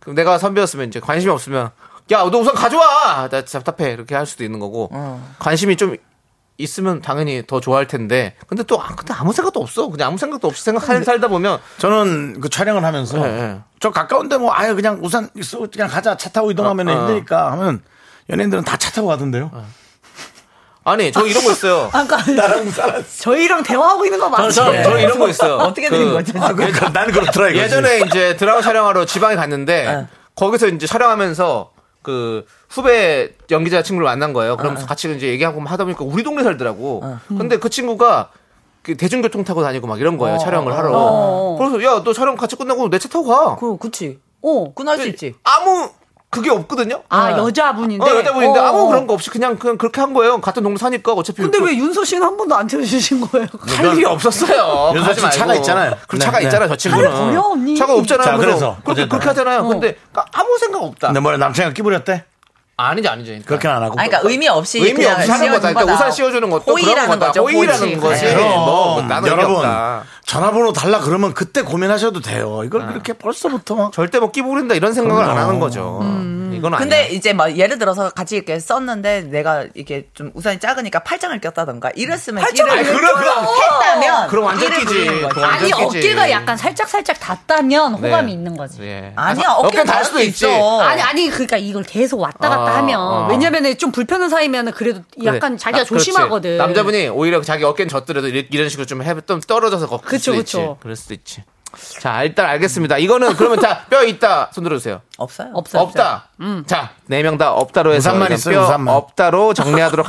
[SPEAKER 2] 그럼 내가 선배였으면 이제 관심이 없으면, 야, 너 우산 가져와. 나 답답해. 이렇게 할 수도 있는 거고, 관심이 좀 있으면 당연히 더 좋아할 텐데, 근데 또 아, 근데 아무 생각도 없어. 그냥 아무 생각도 없이 생각 살다 보면,
[SPEAKER 1] 저는 그 촬영을 하면서
[SPEAKER 10] 네,
[SPEAKER 2] 예, 예.
[SPEAKER 1] 저 가까운데 뭐 아예 그냥 우산 있어 그냥 가자 차 타고 이동하면
[SPEAKER 2] 어, 어.
[SPEAKER 1] 힘드니까 하면 연예인들은 다 차 타고
[SPEAKER 10] 어.
[SPEAKER 1] 가던데요.
[SPEAKER 2] 아니 저 이런 거 있어요.
[SPEAKER 10] 아까
[SPEAKER 15] 저희랑 대화하고 있는 거 맞죠?
[SPEAKER 2] 저, 저 이런 거 있어요.
[SPEAKER 10] 어떻게
[SPEAKER 2] 그,
[SPEAKER 10] 된 거죠?
[SPEAKER 1] 아, 그러니까 나는 그렇더라 이거지.
[SPEAKER 2] 예전에 이제 드라마 촬영하러 지방에 갔는데
[SPEAKER 10] 네.
[SPEAKER 2] 거기서 이제 촬영하면서 그 후배 연기자 친구를 만난 거예요.
[SPEAKER 10] 어.
[SPEAKER 2] 그러면서 같이 이제 얘기하고 막 하다 보니까 우리 동네 살더라고.
[SPEAKER 15] 음.
[SPEAKER 2] 근데 그 친구가 그 대중교통 타고 다니고 막 이런 거예요. 촬영을 하러.
[SPEAKER 15] 어.
[SPEAKER 2] 그래서 야 너 촬영 같이 끝나고 내 차 타고 가.
[SPEAKER 10] 그, 그치.
[SPEAKER 15] 어.
[SPEAKER 10] 끊할 수 있지.
[SPEAKER 2] 아무 그게 없거든요.
[SPEAKER 15] 아 여자분인데.
[SPEAKER 2] 어, 여자분인데
[SPEAKER 15] 어,
[SPEAKER 2] 아무
[SPEAKER 15] 어.
[SPEAKER 2] 그런 거 없이 그냥 그냥 그렇게 한 거예요. 같은 동네 사니까 어차피
[SPEAKER 15] 근데
[SPEAKER 2] 그-
[SPEAKER 15] 왜 윤서 씨는 한 번도 안 채워주신 거예요?
[SPEAKER 2] 할 일이 없었어요.
[SPEAKER 1] 윤서
[SPEAKER 2] 가지
[SPEAKER 1] 씨 차가
[SPEAKER 2] 말고.
[SPEAKER 1] 있잖아요.
[SPEAKER 2] 그
[SPEAKER 1] 네,
[SPEAKER 2] 차가
[SPEAKER 1] 네.
[SPEAKER 2] 있잖아요. 저 친구는.
[SPEAKER 15] 차를 버려, 언니.
[SPEAKER 2] 차가 없잖아요.
[SPEAKER 1] 자,
[SPEAKER 2] 그래서
[SPEAKER 1] 그래서
[SPEAKER 2] 그렇게
[SPEAKER 1] 어쨌든.
[SPEAKER 2] 그렇게 하잖아요. 근데 그러니까 아무 생각 없다.
[SPEAKER 1] 근데 뭐래 남친이랑 끼부렸대?
[SPEAKER 2] 아니지 아니지. 그러니까.
[SPEAKER 1] 그렇게는 안 하고.
[SPEAKER 10] 아니, 그러니까 의미 없이.
[SPEAKER 2] 의미
[SPEAKER 10] 그냥
[SPEAKER 2] 없이 하는
[SPEAKER 10] 씌워준
[SPEAKER 2] 거다. 그러니까 우산 씌워주는 것도
[SPEAKER 10] 호의라는
[SPEAKER 2] 그런 거다.
[SPEAKER 10] 거죠,
[SPEAKER 2] 호의라는
[SPEAKER 10] 호의.
[SPEAKER 2] 거지.
[SPEAKER 10] 네.
[SPEAKER 1] 그럼
[SPEAKER 2] 뭐, 뭐 나는 여러분.
[SPEAKER 1] 여러분
[SPEAKER 2] 없다. 아,
[SPEAKER 1] 전화번호 달라 그러면 그때 고민하셔도 돼요. 이걸 그렇게
[SPEAKER 2] 예,
[SPEAKER 1] 벌써부터 막
[SPEAKER 2] 절대 뭐 끼부린다 이런 생각을 안
[SPEAKER 1] 음.
[SPEAKER 2] 하는 거죠.
[SPEAKER 15] 음.
[SPEAKER 2] 이건 아니야.
[SPEAKER 10] 근데 이제 막 예를 들어서 같이 이렇게 썼는데 내가 이게 좀 우산이 작으니까 팔짱을 꼈다던가 이랬으면 끼를
[SPEAKER 2] 아니, 그럼, 그럼.
[SPEAKER 10] 했다면
[SPEAKER 2] 그럼 완전
[SPEAKER 10] 끼를
[SPEAKER 2] 끼지.
[SPEAKER 10] 부리는 거지.
[SPEAKER 2] 그럼 완전
[SPEAKER 15] 아니
[SPEAKER 2] 완전 끼지.
[SPEAKER 15] 어깨가 약간 살짝 살짝 닿다면
[SPEAKER 2] 네.
[SPEAKER 15] 호감이 있는 거지.
[SPEAKER 2] 예.
[SPEAKER 10] 아니야,
[SPEAKER 2] 아,
[SPEAKER 10] 어깨 닿을
[SPEAKER 2] 닿을
[SPEAKER 10] 수도 있어.
[SPEAKER 15] 아니 아니 그러니까 이걸 계속 왔다 갔다
[SPEAKER 2] 아,
[SPEAKER 15] 하면
[SPEAKER 2] 아.
[SPEAKER 15] 왜냐면은 좀 불편한 사이면은 그래도
[SPEAKER 2] 그래.
[SPEAKER 15] 약간 자기가
[SPEAKER 2] 나- 그렇지.
[SPEAKER 15] 조심하거든.
[SPEAKER 2] 남자분이 오히려 자기 어깨는 젖더라도 이- 이런 식으로 좀, 해, 좀 떨어져서 걷
[SPEAKER 15] 그쵸,
[SPEAKER 2] 수도 있지.
[SPEAKER 15] 그쵸.
[SPEAKER 2] 그럴 수도 있지. 자, 일단 알겠습니다. 이거는 그러면 자, 뼈 있다. 손 들어주세요.
[SPEAKER 10] 없어요.
[SPEAKER 15] 없어요. 음.
[SPEAKER 2] 없다. 자, 네 명 다 없다로 해서
[SPEAKER 1] 우산만
[SPEAKER 2] 그냥
[SPEAKER 1] 있어요,
[SPEAKER 2] 뼈
[SPEAKER 1] 우산만.
[SPEAKER 2] 없다로 정리하도록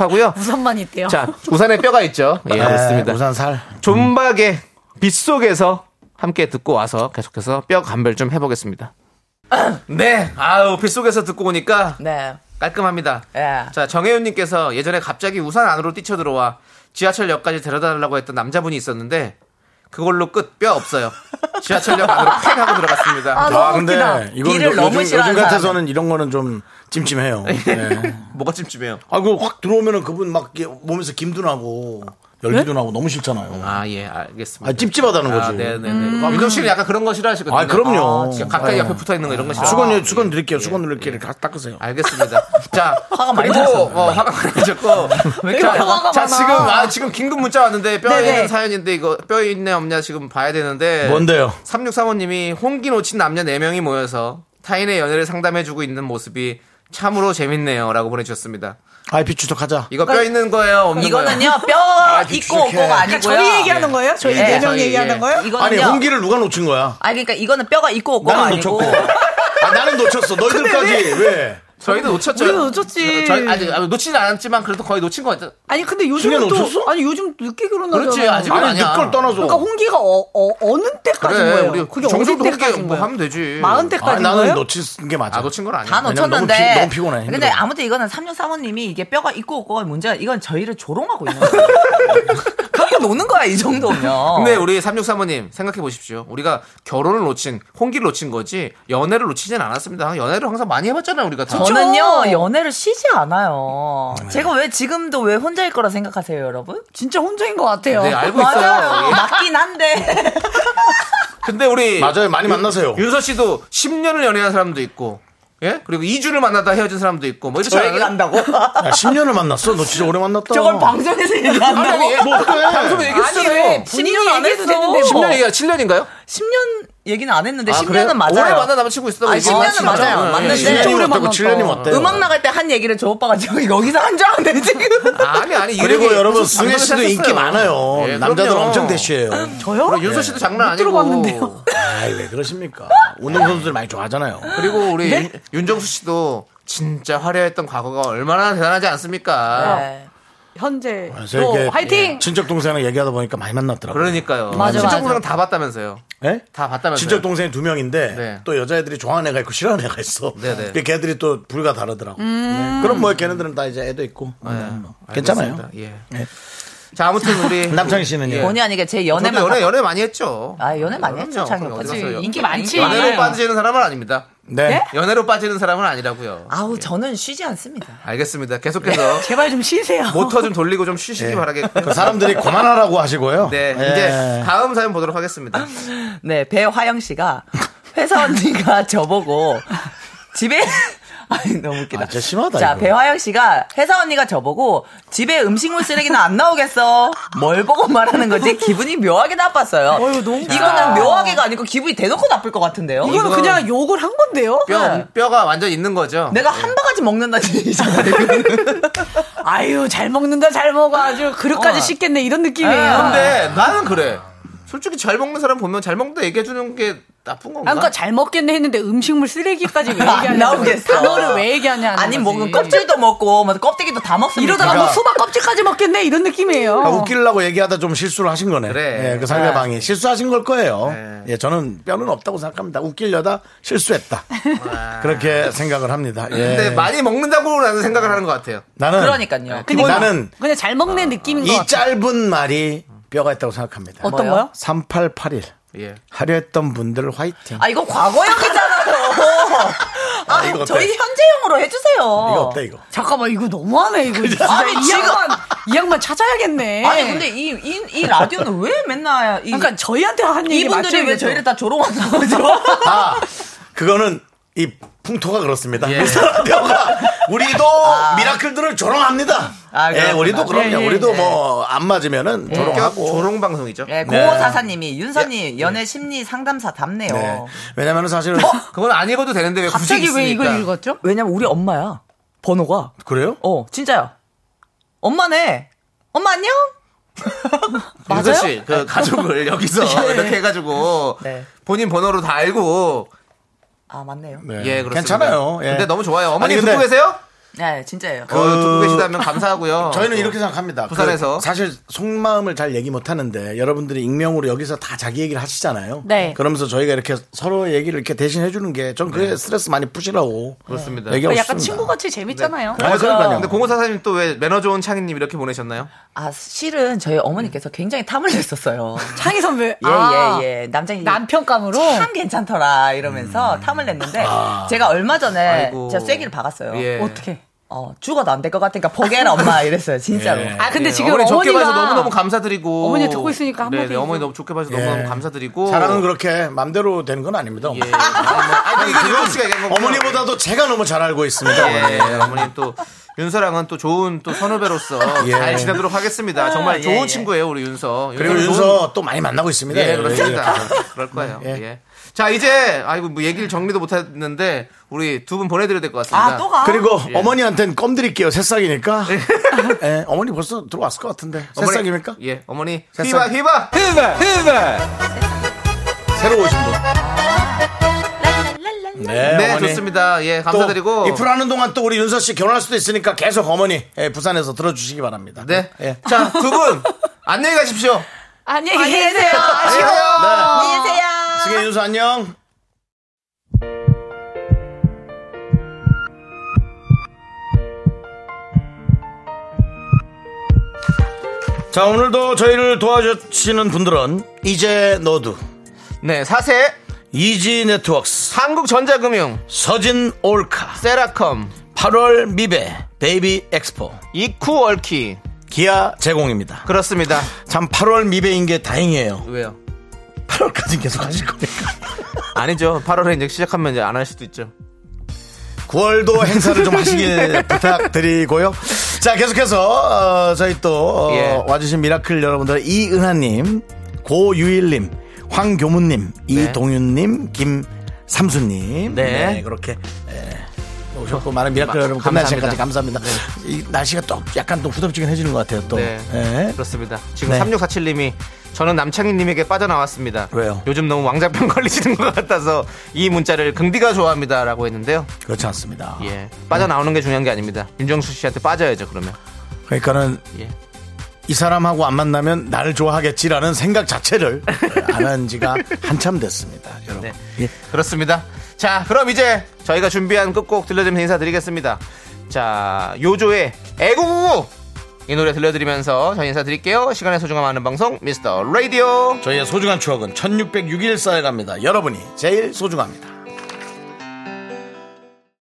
[SPEAKER 2] 하고요.
[SPEAKER 15] 우산만 있대요.
[SPEAKER 2] 자, 우산에 뼈가 있죠. 예, 그렇습니다.
[SPEAKER 1] 아, 우산 살.
[SPEAKER 2] 존박의 빗속에서 함께 듣고 와서 계속해서 뼈 감별 좀 해보겠습니다. 네, 아우 빗속에서 듣고 오니까
[SPEAKER 10] 네.
[SPEAKER 2] 깔끔합니다.
[SPEAKER 10] 예.
[SPEAKER 2] 자, 정혜윤님께서 예전에 갑자기 우산 안으로 뛰쳐들어와 지하철역까지 데려다달라고 했던 남자분이 있었는데 그걸로 끝 뼈 없어요. 지하철역 안으로 팽 하고 들어갔습니다.
[SPEAKER 1] 아 근데 이건
[SPEAKER 10] 비를
[SPEAKER 1] 요,
[SPEAKER 10] 너무
[SPEAKER 1] 요즘, 요즘
[SPEAKER 10] 싫어하는 예.
[SPEAKER 1] 같아서는 이런 거는 좀 찜찜해요. 네.
[SPEAKER 2] 뭐가 찜찜해요?
[SPEAKER 1] 아그 확 들어오면은 그분 막 이렇게 몸에서 김도 나고
[SPEAKER 10] 예?
[SPEAKER 1] 열기도 나고 너무 싫잖아요. 아,
[SPEAKER 2] 아, 예, 알겠습니다. 아,
[SPEAKER 1] 찝찝하다는 거지.
[SPEAKER 2] 네네네. 어, 민정 씨는 약간 그런 거 싫어하시거든요.
[SPEAKER 1] 아, 그럼요.
[SPEAKER 2] 진짜 가까이
[SPEAKER 1] 네.
[SPEAKER 2] 옆에 붙어 있는 거 이런 거 싫어.
[SPEAKER 1] 수건 요
[SPEAKER 2] 예,
[SPEAKER 1] 수건 드릴게요. 수건 드릴게요. 가- 닦으세요.
[SPEAKER 2] 아, 알겠습니다. 자,
[SPEAKER 10] 화가 많이
[SPEAKER 2] 그리고,
[SPEAKER 10] 나셨네.
[SPEAKER 2] 어, 화가 많이 나셨고. 왜
[SPEAKER 10] 이렇게 화가
[SPEAKER 2] 자,
[SPEAKER 10] 많아?
[SPEAKER 2] 지금 아 지금 긴급 문자 왔는데 뼈
[SPEAKER 10] 네네.
[SPEAKER 2] 있는 사연인데 이거 뼈 있네 없냐 지금 봐야 되는데.
[SPEAKER 1] 뭔데요?
[SPEAKER 2] 예. 3635님이 홍기 놓친 남녀 4명이 모여서 타인의 연애를 상담해주고 있는 모습이 참으로 재밌네요. 라고 보내주셨습니다.
[SPEAKER 1] IP 추적하자.
[SPEAKER 2] 이거 뼈 있는 거예요? 없는 거예요?
[SPEAKER 10] 이거는요, 뼈 있고 없고가 아니고요.
[SPEAKER 15] 저희 얘기하는 거예요? 저희
[SPEAKER 2] 예,
[SPEAKER 15] 네 명
[SPEAKER 2] 저희,
[SPEAKER 15] 얘기하는
[SPEAKER 2] 예.
[SPEAKER 15] 거예요?
[SPEAKER 10] 이거는요.
[SPEAKER 1] 아니 홍기를 누가 놓친 거야?
[SPEAKER 10] 아니, 그러니까 이거는 뼈가 있고 없고가
[SPEAKER 1] 나는
[SPEAKER 10] 아니고
[SPEAKER 1] 놓쳤고. 아, 나는 놓쳤어. 너희들까지 왜?
[SPEAKER 2] 저희도 놓쳤죠.
[SPEAKER 15] 우리도 놓쳤지.
[SPEAKER 2] 저희, 아직 아직 놓치진 않았지만 그래도 거의 놓친 거 같아요.
[SPEAKER 15] 아니 근데 요즘
[SPEAKER 1] 신경
[SPEAKER 15] 또
[SPEAKER 1] 놓쳤어?
[SPEAKER 15] 아니 요즘 늦게 결혼하잖아요.
[SPEAKER 2] 그렇지, 아직은
[SPEAKER 1] 아니
[SPEAKER 2] 아니야.
[SPEAKER 1] 늦걸 떠나서.
[SPEAKER 15] 그러니까 홍기가 어, 느 때까지인
[SPEAKER 2] 그래,
[SPEAKER 15] 거예요?
[SPEAKER 2] 우리
[SPEAKER 15] 그게
[SPEAKER 2] 정수도
[SPEAKER 15] 어느
[SPEAKER 2] 홍기
[SPEAKER 15] 때까지인
[SPEAKER 2] 뭐
[SPEAKER 15] 거예요?
[SPEAKER 2] 하면 되지.
[SPEAKER 15] 마흔
[SPEAKER 1] 아,
[SPEAKER 15] 때까지인
[SPEAKER 1] 나는
[SPEAKER 15] 거예요?
[SPEAKER 1] 놓친 게 맞아.
[SPEAKER 2] 아, 놓친 건 아니야.
[SPEAKER 10] 다 놓쳤는데.
[SPEAKER 1] 너무 피- 너무 피곤해,
[SPEAKER 10] 근데
[SPEAKER 1] 힘들어.
[SPEAKER 10] 아무튼 이거는 3635님이 이게 뼈가 있고 없고가 문제가 이건 저희를 조롱하고 있는 거예요. 갖고 노는 거야, 이 정도면.
[SPEAKER 2] 근데 우리 3635님 생각해 보십시오. 우리가 결혼을 놓친, 홍기를 놓친 거지 연애를 놓치진 않았습니다. 연애를 항상 많이 해봤잖아요. 우리가 다.
[SPEAKER 10] 저는요, 연애를 쉬지 않아요. 제가 왜 지금도 왜 혼자일 거라 생각하세요, 여러분?
[SPEAKER 15] 진짜 혼자인 것 같아요.
[SPEAKER 2] 네, 알고 있어요.
[SPEAKER 10] 맞아요. 맞긴 한데.
[SPEAKER 2] 근데 우리
[SPEAKER 1] 맞아요. 많이 만나세요.
[SPEAKER 2] 윤서 씨도 10년을 연애한 사람도 있고 예 그리고 2주를 만나다 헤어진 사람도 있고 뭐 이렇지
[SPEAKER 1] 저 얘기
[SPEAKER 2] 않아요?
[SPEAKER 1] 안다고? 야, 10년을 만났어. 너 진짜 오래 만났다.
[SPEAKER 2] 저걸 방송에서 얘기 안
[SPEAKER 1] 아니, 아니,
[SPEAKER 2] 하고?
[SPEAKER 1] 뭐 어떡해.
[SPEAKER 2] 방송에서 얘기했어요.
[SPEAKER 10] 아니, 왜?
[SPEAKER 2] 본인이
[SPEAKER 10] 본인이 안 해도 되는데 뭐.
[SPEAKER 2] 10년 얘기야 7년인가요?
[SPEAKER 10] 10년 얘기는 안 했는데
[SPEAKER 2] 아,
[SPEAKER 10] 10년은
[SPEAKER 2] 그래요?
[SPEAKER 10] 맞아요.
[SPEAKER 2] 오래 만난 남자친구 있었다고
[SPEAKER 10] 아,
[SPEAKER 2] 얘기해요.
[SPEAKER 10] 10년은
[SPEAKER 2] 아, 진짜?
[SPEAKER 10] 맞아요.
[SPEAKER 1] 예,
[SPEAKER 2] 네.
[SPEAKER 10] 맞는데
[SPEAKER 2] 진짜 오래 만났다고
[SPEAKER 10] 만났다.
[SPEAKER 2] 7년이면 어때요?
[SPEAKER 10] 음악 나갈 때 한 얘기를 저 오빠가 지금 여기서 한 줄 아는데 지금.
[SPEAKER 2] 아니 아니
[SPEAKER 1] 그리고 여러분 승혜 씨도 인기 많아요.
[SPEAKER 2] 예,
[SPEAKER 1] 남자들 엄청 대쉬해요.
[SPEAKER 2] 저요?
[SPEAKER 10] 네.
[SPEAKER 2] 윤서 씨도 장난 아니고
[SPEAKER 1] 아이 왜 그러십니까? 운동 선수들 많이 좋아하잖아요.
[SPEAKER 2] 그리고 우리
[SPEAKER 10] 네?
[SPEAKER 2] 윤, 정수 씨도 진짜 화려했던 과거가 얼마나 대단하지 않습니까?
[SPEAKER 10] 네.
[SPEAKER 2] 아,
[SPEAKER 16] 현재
[SPEAKER 1] 그래서 이렇게
[SPEAKER 16] 또 화이팅.
[SPEAKER 2] 예,
[SPEAKER 1] 친척 동생이랑 얘기하다 보니까 많이 만났더라고요.
[SPEAKER 2] 그러니까요.
[SPEAKER 1] 맞아,
[SPEAKER 2] 진짜
[SPEAKER 1] 맞아.
[SPEAKER 2] 친구랑 다 봤다면서요.
[SPEAKER 1] 예?
[SPEAKER 2] 다 봤다면서요.
[SPEAKER 1] 친척 동생이 두 명인데 또 여자애들이 좋아하는 애가 있고 싫어하는 애가 있어.
[SPEAKER 2] 네, 네.
[SPEAKER 1] 근데 걔들이 또 부류가 다르더라고.
[SPEAKER 2] 음.
[SPEAKER 1] 네. 그럼 뭐 걔네들은 다 이제 애도 있고 뭐 괜찮아요. 네.
[SPEAKER 2] 알겠습니다. 예. 자 아무튼 우리 예.
[SPEAKER 1] 남창희 씨는요?
[SPEAKER 10] 본의 아니게 제 연애만
[SPEAKER 2] 저도 연애
[SPEAKER 10] 다-
[SPEAKER 2] 연애 많이 했죠.
[SPEAKER 10] 아, 연애 많이 했죠, 창희 오빠. 인기 많지.
[SPEAKER 2] 연애로 빠지는 사람은 아닙니다.
[SPEAKER 1] 네.
[SPEAKER 10] 네?
[SPEAKER 2] 연애로 빠지는 사람은 아니라고요.
[SPEAKER 10] 아우 네. 저는 쉬지 않습니다.
[SPEAKER 2] 알겠습니다. 계속해서
[SPEAKER 10] 제발 좀 쉬세요.
[SPEAKER 2] 모터 좀 돌리고 좀 쉬시기
[SPEAKER 1] 예.
[SPEAKER 2] 바라겠고
[SPEAKER 1] 그 사람들이 그만하라고 하시고요.
[SPEAKER 2] 네,
[SPEAKER 1] 예.
[SPEAKER 2] 이제 다음 사연 보도록 하겠습니다.
[SPEAKER 10] 네, 배화영 씨가 회사 언니가 저보고 집에 아니 너무 웃기다.
[SPEAKER 1] 진짜 심하다,
[SPEAKER 10] 자,
[SPEAKER 1] 이거.
[SPEAKER 10] 배화영 씨가 회사 언니가 저보고 집에 음식물 쓰레기는 안 나오겠어. 뭘 보고 말하는 거지? 기분이 묘하게 나빴어요. 이거는 묘하게가 아니고 기분이 대놓고 나쁠 것 같은데요.
[SPEAKER 2] 이거는 이거- 그냥
[SPEAKER 10] 욕을 한 건데요.
[SPEAKER 16] 네.
[SPEAKER 2] 뼈 뼈가 완전 있는 거죠.
[SPEAKER 10] 내가 한 바가지 먹는다는 얘기잖아요.
[SPEAKER 16] 아유 잘 먹는다 잘 먹어 아주 그릇까지
[SPEAKER 2] 어.
[SPEAKER 16] 씻겠네 이런 느낌이에요.
[SPEAKER 10] 아.
[SPEAKER 2] 근데 나는 그래. 솔직히 잘 먹는 사람 보면 잘 먹는다 얘기해 주는 게 나쁜 건가?
[SPEAKER 16] 아, 그러니까 잘 먹겠네 했는데 음식물 쓰레기까지 왜 얘기하냐?
[SPEAKER 10] 아, 나오겠어.
[SPEAKER 16] 단어를 왜 얘기하냐?
[SPEAKER 10] 아니
[SPEAKER 16] 거지.
[SPEAKER 10] 뭐 껍질도 먹고 뭐 껍데기도 다 먹습니다.
[SPEAKER 16] 이러다가 뭐
[SPEAKER 1] 그러니까-
[SPEAKER 16] 수박 껍질까지 먹겠네 이런 느낌이에요.
[SPEAKER 1] 아, 웃기려고 얘기하다 좀 실수를 하신 거네.
[SPEAKER 2] 그래. 아, 네.
[SPEAKER 1] 예, 그 상대방이 실수하신 걸 거예요. 예, 저는 뼈는 없다고 생각합니다. 웃기려다 실수했다. 그렇게 생각을 합니다. 예.
[SPEAKER 2] 아. 근데 많이 먹는다고 나는 생각을 하는 것 같아요.
[SPEAKER 1] 나는
[SPEAKER 10] 네. 그러니까요.
[SPEAKER 1] 근데 나는
[SPEAKER 16] 네. 그냥 잘 먹네 느낌인 것
[SPEAKER 1] 이
[SPEAKER 16] 같아.
[SPEAKER 1] 짧은 말이 뼈가 있다고 생각합니다.
[SPEAKER 16] 어떤 뭐요? 거요?
[SPEAKER 1] 3881.
[SPEAKER 2] 예.
[SPEAKER 1] 하려했던 분들 화이팅.
[SPEAKER 10] 아 이거 과거형이잖아요. 아,
[SPEAKER 1] 아, 이거 어때?
[SPEAKER 10] 저희 현재형으로 해주세요.
[SPEAKER 1] 이거 어때 이거?
[SPEAKER 16] 잠깐만 이거 너무하네 이거 진짜
[SPEAKER 10] 아니,
[SPEAKER 16] 이
[SPEAKER 10] 지금-
[SPEAKER 16] 양반 이 양반 찾아야겠네.
[SPEAKER 10] 아니 근데 이 이 라디오는 왜 맨날 이,
[SPEAKER 16] 그러니까 저희한테 한 얘기
[SPEAKER 10] 이분들이 왜
[SPEAKER 16] 맞춰야겠어.
[SPEAKER 10] 저희를 다 조롱한다고 그러죠?
[SPEAKER 1] 아 그거는 이 풍토가 그렇습니다.
[SPEAKER 2] 예. 아.
[SPEAKER 1] 미스터 뼈가 우리도 미라클들을 조롱합니다.
[SPEAKER 10] 아,
[SPEAKER 1] 예,
[SPEAKER 10] 그렇구나.
[SPEAKER 1] 우리도 그럼요.
[SPEAKER 10] 예, 예,
[SPEAKER 1] 우리도
[SPEAKER 10] 예.
[SPEAKER 1] 뭐 안 맞으면은
[SPEAKER 2] 예.
[SPEAKER 1] 조롱하고
[SPEAKER 2] 그러니까 조롱 방송이죠.
[SPEAKER 16] 예.
[SPEAKER 10] 네,
[SPEAKER 2] 예.
[SPEAKER 10] 고사사님이 윤서님 연애 심리 상담사 답네요.
[SPEAKER 1] 네. 왜냐면 사실은
[SPEAKER 2] 그건 안 어. 읽어도 되는데 왜 굳이
[SPEAKER 16] 갑자기 왜
[SPEAKER 2] 있습니까?
[SPEAKER 16] 이걸 읽었죠?
[SPEAKER 10] 왜냐면 우리 엄마야 번호가.
[SPEAKER 1] 그래요?
[SPEAKER 10] 어 진짜요. 엄마네. 엄마 안녕.
[SPEAKER 2] 윤서 씨, 그 가족을 여기서
[SPEAKER 16] 네.
[SPEAKER 2] 이렇게 해가지고
[SPEAKER 10] 네.
[SPEAKER 2] 본인 번호로 다 알고
[SPEAKER 10] 아 맞네요.
[SPEAKER 1] 네.
[SPEAKER 2] 예 그렇습니다.
[SPEAKER 1] 괜찮아요. 예.
[SPEAKER 2] 근데 너무 좋아요. 어머니
[SPEAKER 1] 아니, 근데- 어,
[SPEAKER 2] 듣고 계세요?
[SPEAKER 10] 네 진짜예요.
[SPEAKER 2] 그... 듣고 계시다면 감사하고요.
[SPEAKER 1] 저희는 이렇게 생각합니다.
[SPEAKER 2] 어, 부산에서.
[SPEAKER 1] 그 사실 속마음을 잘 얘기 못 하는데 여러분들이 익명으로 여기서 다 자기 얘기를 하시잖아요.
[SPEAKER 16] 네.
[SPEAKER 1] 그러면서 저희가 이렇게 서로 얘기를 이렇게 대신 해주는 게 전 그게 스트레스 많이 푸시라고.
[SPEAKER 2] 네. 그렇습니다.
[SPEAKER 1] 얘기하고
[SPEAKER 16] 어, 약간
[SPEAKER 1] 싶습니다.
[SPEAKER 16] 친구같이 재밌잖아요.
[SPEAKER 2] 네.
[SPEAKER 1] 아니, 그러니까요.
[SPEAKER 2] 근데 공호사사님 또 왜 매너 좋은 창희님 이렇게 보내셨나요?
[SPEAKER 10] 아 실은 저희 어머니께서 굉장히 탐을 냈었어요.
[SPEAKER 16] 음. 창희 선배.
[SPEAKER 10] 예예예
[SPEAKER 16] 아,
[SPEAKER 10] 남자님
[SPEAKER 16] 남편감으로 음.
[SPEAKER 10] 참 괜찮더라 이러면서 탐을 냈는데
[SPEAKER 16] 아.
[SPEAKER 10] 제가 얼마 전에
[SPEAKER 2] 아이고.
[SPEAKER 10] 제가 쐐기를 박았어요.
[SPEAKER 2] 예.
[SPEAKER 16] 어떻게?
[SPEAKER 10] 어, 죽어도 안 될 것 같으니까 포개라 엄마 이랬어요 진짜로.
[SPEAKER 1] 예.
[SPEAKER 16] 아 근데
[SPEAKER 2] 예,
[SPEAKER 16] 지금
[SPEAKER 2] 어머니 좋게 봐서
[SPEAKER 16] 어머니가
[SPEAKER 2] 너무 너무 감사드리고
[SPEAKER 16] 어머니 듣고 있으니까 한마디
[SPEAKER 2] 네, 네,
[SPEAKER 16] 해줘.
[SPEAKER 2] 어머니 너무 좋게 봐서 너무 너무
[SPEAKER 1] 예.
[SPEAKER 2] 감사드리고
[SPEAKER 1] 사랑은 그렇게 맘대로 되는 건 아닙니다.
[SPEAKER 2] 예. 아, 니 이게 윤서 씨가 얘기한 거고
[SPEAKER 1] 어머니보다도 제가 너무 잘 알고 있습니다.
[SPEAKER 2] 예, 어머니 또 윤서랑은 또 좋은 또 선후배로서
[SPEAKER 1] 예.
[SPEAKER 2] 잘 지내도록
[SPEAKER 16] 아,
[SPEAKER 2] 하겠습니다. 정말
[SPEAKER 10] 예,
[SPEAKER 2] 좋은
[SPEAKER 10] 예.
[SPEAKER 2] 친구예요 우리 윤서.
[SPEAKER 1] 그리고
[SPEAKER 2] 윤서는
[SPEAKER 1] 윤서 또 많이 만나고 있습니다.
[SPEAKER 2] 예,
[SPEAKER 1] 예,
[SPEAKER 2] 그렇습니다. 그럴 거예요.
[SPEAKER 1] 예.
[SPEAKER 2] 예. 자, 이제, 아이고, 뭐 얘기를 정리도 못 했는데, 우리 두 분 보내드려야 될 것 같습니다.
[SPEAKER 10] 아 또 가?
[SPEAKER 1] 그리고
[SPEAKER 2] 예.
[SPEAKER 1] 어머니한테는 껌 드릴게요. 새싹이니까. 예, 어머니 벌써 들어왔을 것 같은데.
[SPEAKER 2] 어머니,
[SPEAKER 1] 새싹입니까?
[SPEAKER 2] 예, 어머니. 휘바,
[SPEAKER 1] 새싹.
[SPEAKER 2] 휘바!
[SPEAKER 17] 휘발 휘발
[SPEAKER 1] 새로 오신 분. 네,
[SPEAKER 2] 네,
[SPEAKER 1] 어머니.
[SPEAKER 2] 좋습니다. 예, 감사드리고.
[SPEAKER 1] 또 이풀 하는 동안 또 우리 윤서 씨 결혼할 수도 있으니까 계속 어머니 예, 부산에서 들어주시기 바랍니다.
[SPEAKER 2] 네.
[SPEAKER 1] 예.
[SPEAKER 2] 자, 두 분, 안녕히 가십시오.
[SPEAKER 16] 안녕히 계세요.
[SPEAKER 2] 안녕!
[SPEAKER 10] 안녕히 계세요.
[SPEAKER 1] 승혜 네. 윤서 안녕. 자 오늘도 저희를 도와주시는 분들은 이제 너두
[SPEAKER 2] 네, 사세,
[SPEAKER 1] 이지 네트워크스
[SPEAKER 2] 한국전자금융,
[SPEAKER 1] 서진 올카
[SPEAKER 2] 세라컴,
[SPEAKER 1] 8월 미베 베이비 엑스포
[SPEAKER 2] 이쿠월키.
[SPEAKER 1] 기아 제공입니다.
[SPEAKER 2] 그렇습니다.
[SPEAKER 1] 참 8월 미베인 게 다행이에요.
[SPEAKER 2] 왜요?
[SPEAKER 1] 8월까지 계속 하실 거예요.
[SPEAKER 2] 아니죠. 8월에 이제 시작하면 이제 안 할 수도 있죠.
[SPEAKER 1] 9월도 행사를 좀 하시길 부탁드리고요. 자, 계속해서 어, 저희 또 어,
[SPEAKER 2] 예.
[SPEAKER 1] 와주신 미라클 여러분들 이은하님, 고유일님, 황교문님, 이동윤님, 김삼수님,
[SPEAKER 2] 네.
[SPEAKER 1] 그렇게 예, 오셨고 많은 미라클 여러분
[SPEAKER 2] 감사합니다.
[SPEAKER 1] 끝날 시간까지 감사합니다. 이 날씨가 또 약간 또 후덥지근해지는 것 같아요. 또
[SPEAKER 2] 네.
[SPEAKER 1] 예.
[SPEAKER 2] 그렇습니다. 지금
[SPEAKER 1] 네.
[SPEAKER 2] 3647님이 저는 남창희님에게 빠져나왔습니다.
[SPEAKER 1] 왜요?
[SPEAKER 2] 요즘 너무 왕자병 걸리시는 것 같아서 이 문자를 긍디가 좋아합니다라고 했는데요.
[SPEAKER 1] 그렇지 않습니다.
[SPEAKER 2] 예. 빠져나오는 게 중요한 게 아닙니다. 윤정수 씨한테 빠져야죠, 그러면.
[SPEAKER 1] 그러니까는
[SPEAKER 2] 예.
[SPEAKER 1] 이 사람하고 안 만나면 나를 좋아하겠지라는 생각 자체를 안 한 지가 한참 됐습니다. 여러분.
[SPEAKER 2] 네. 그렇습니다. 자, 그럼 이제 저희가 준비한 끝곡 들려드리면서 인사드리겠습니다. 자, 요조의 애구구구! 이 노래 들려드리면서 저희 인사드릴게요. 시간의 소중함 아는 방송, 미스터 라디오.
[SPEAKER 1] 저희의 소중한 추억은 1606일 쌓여갑니다. 여러분이 제일 소중합니다.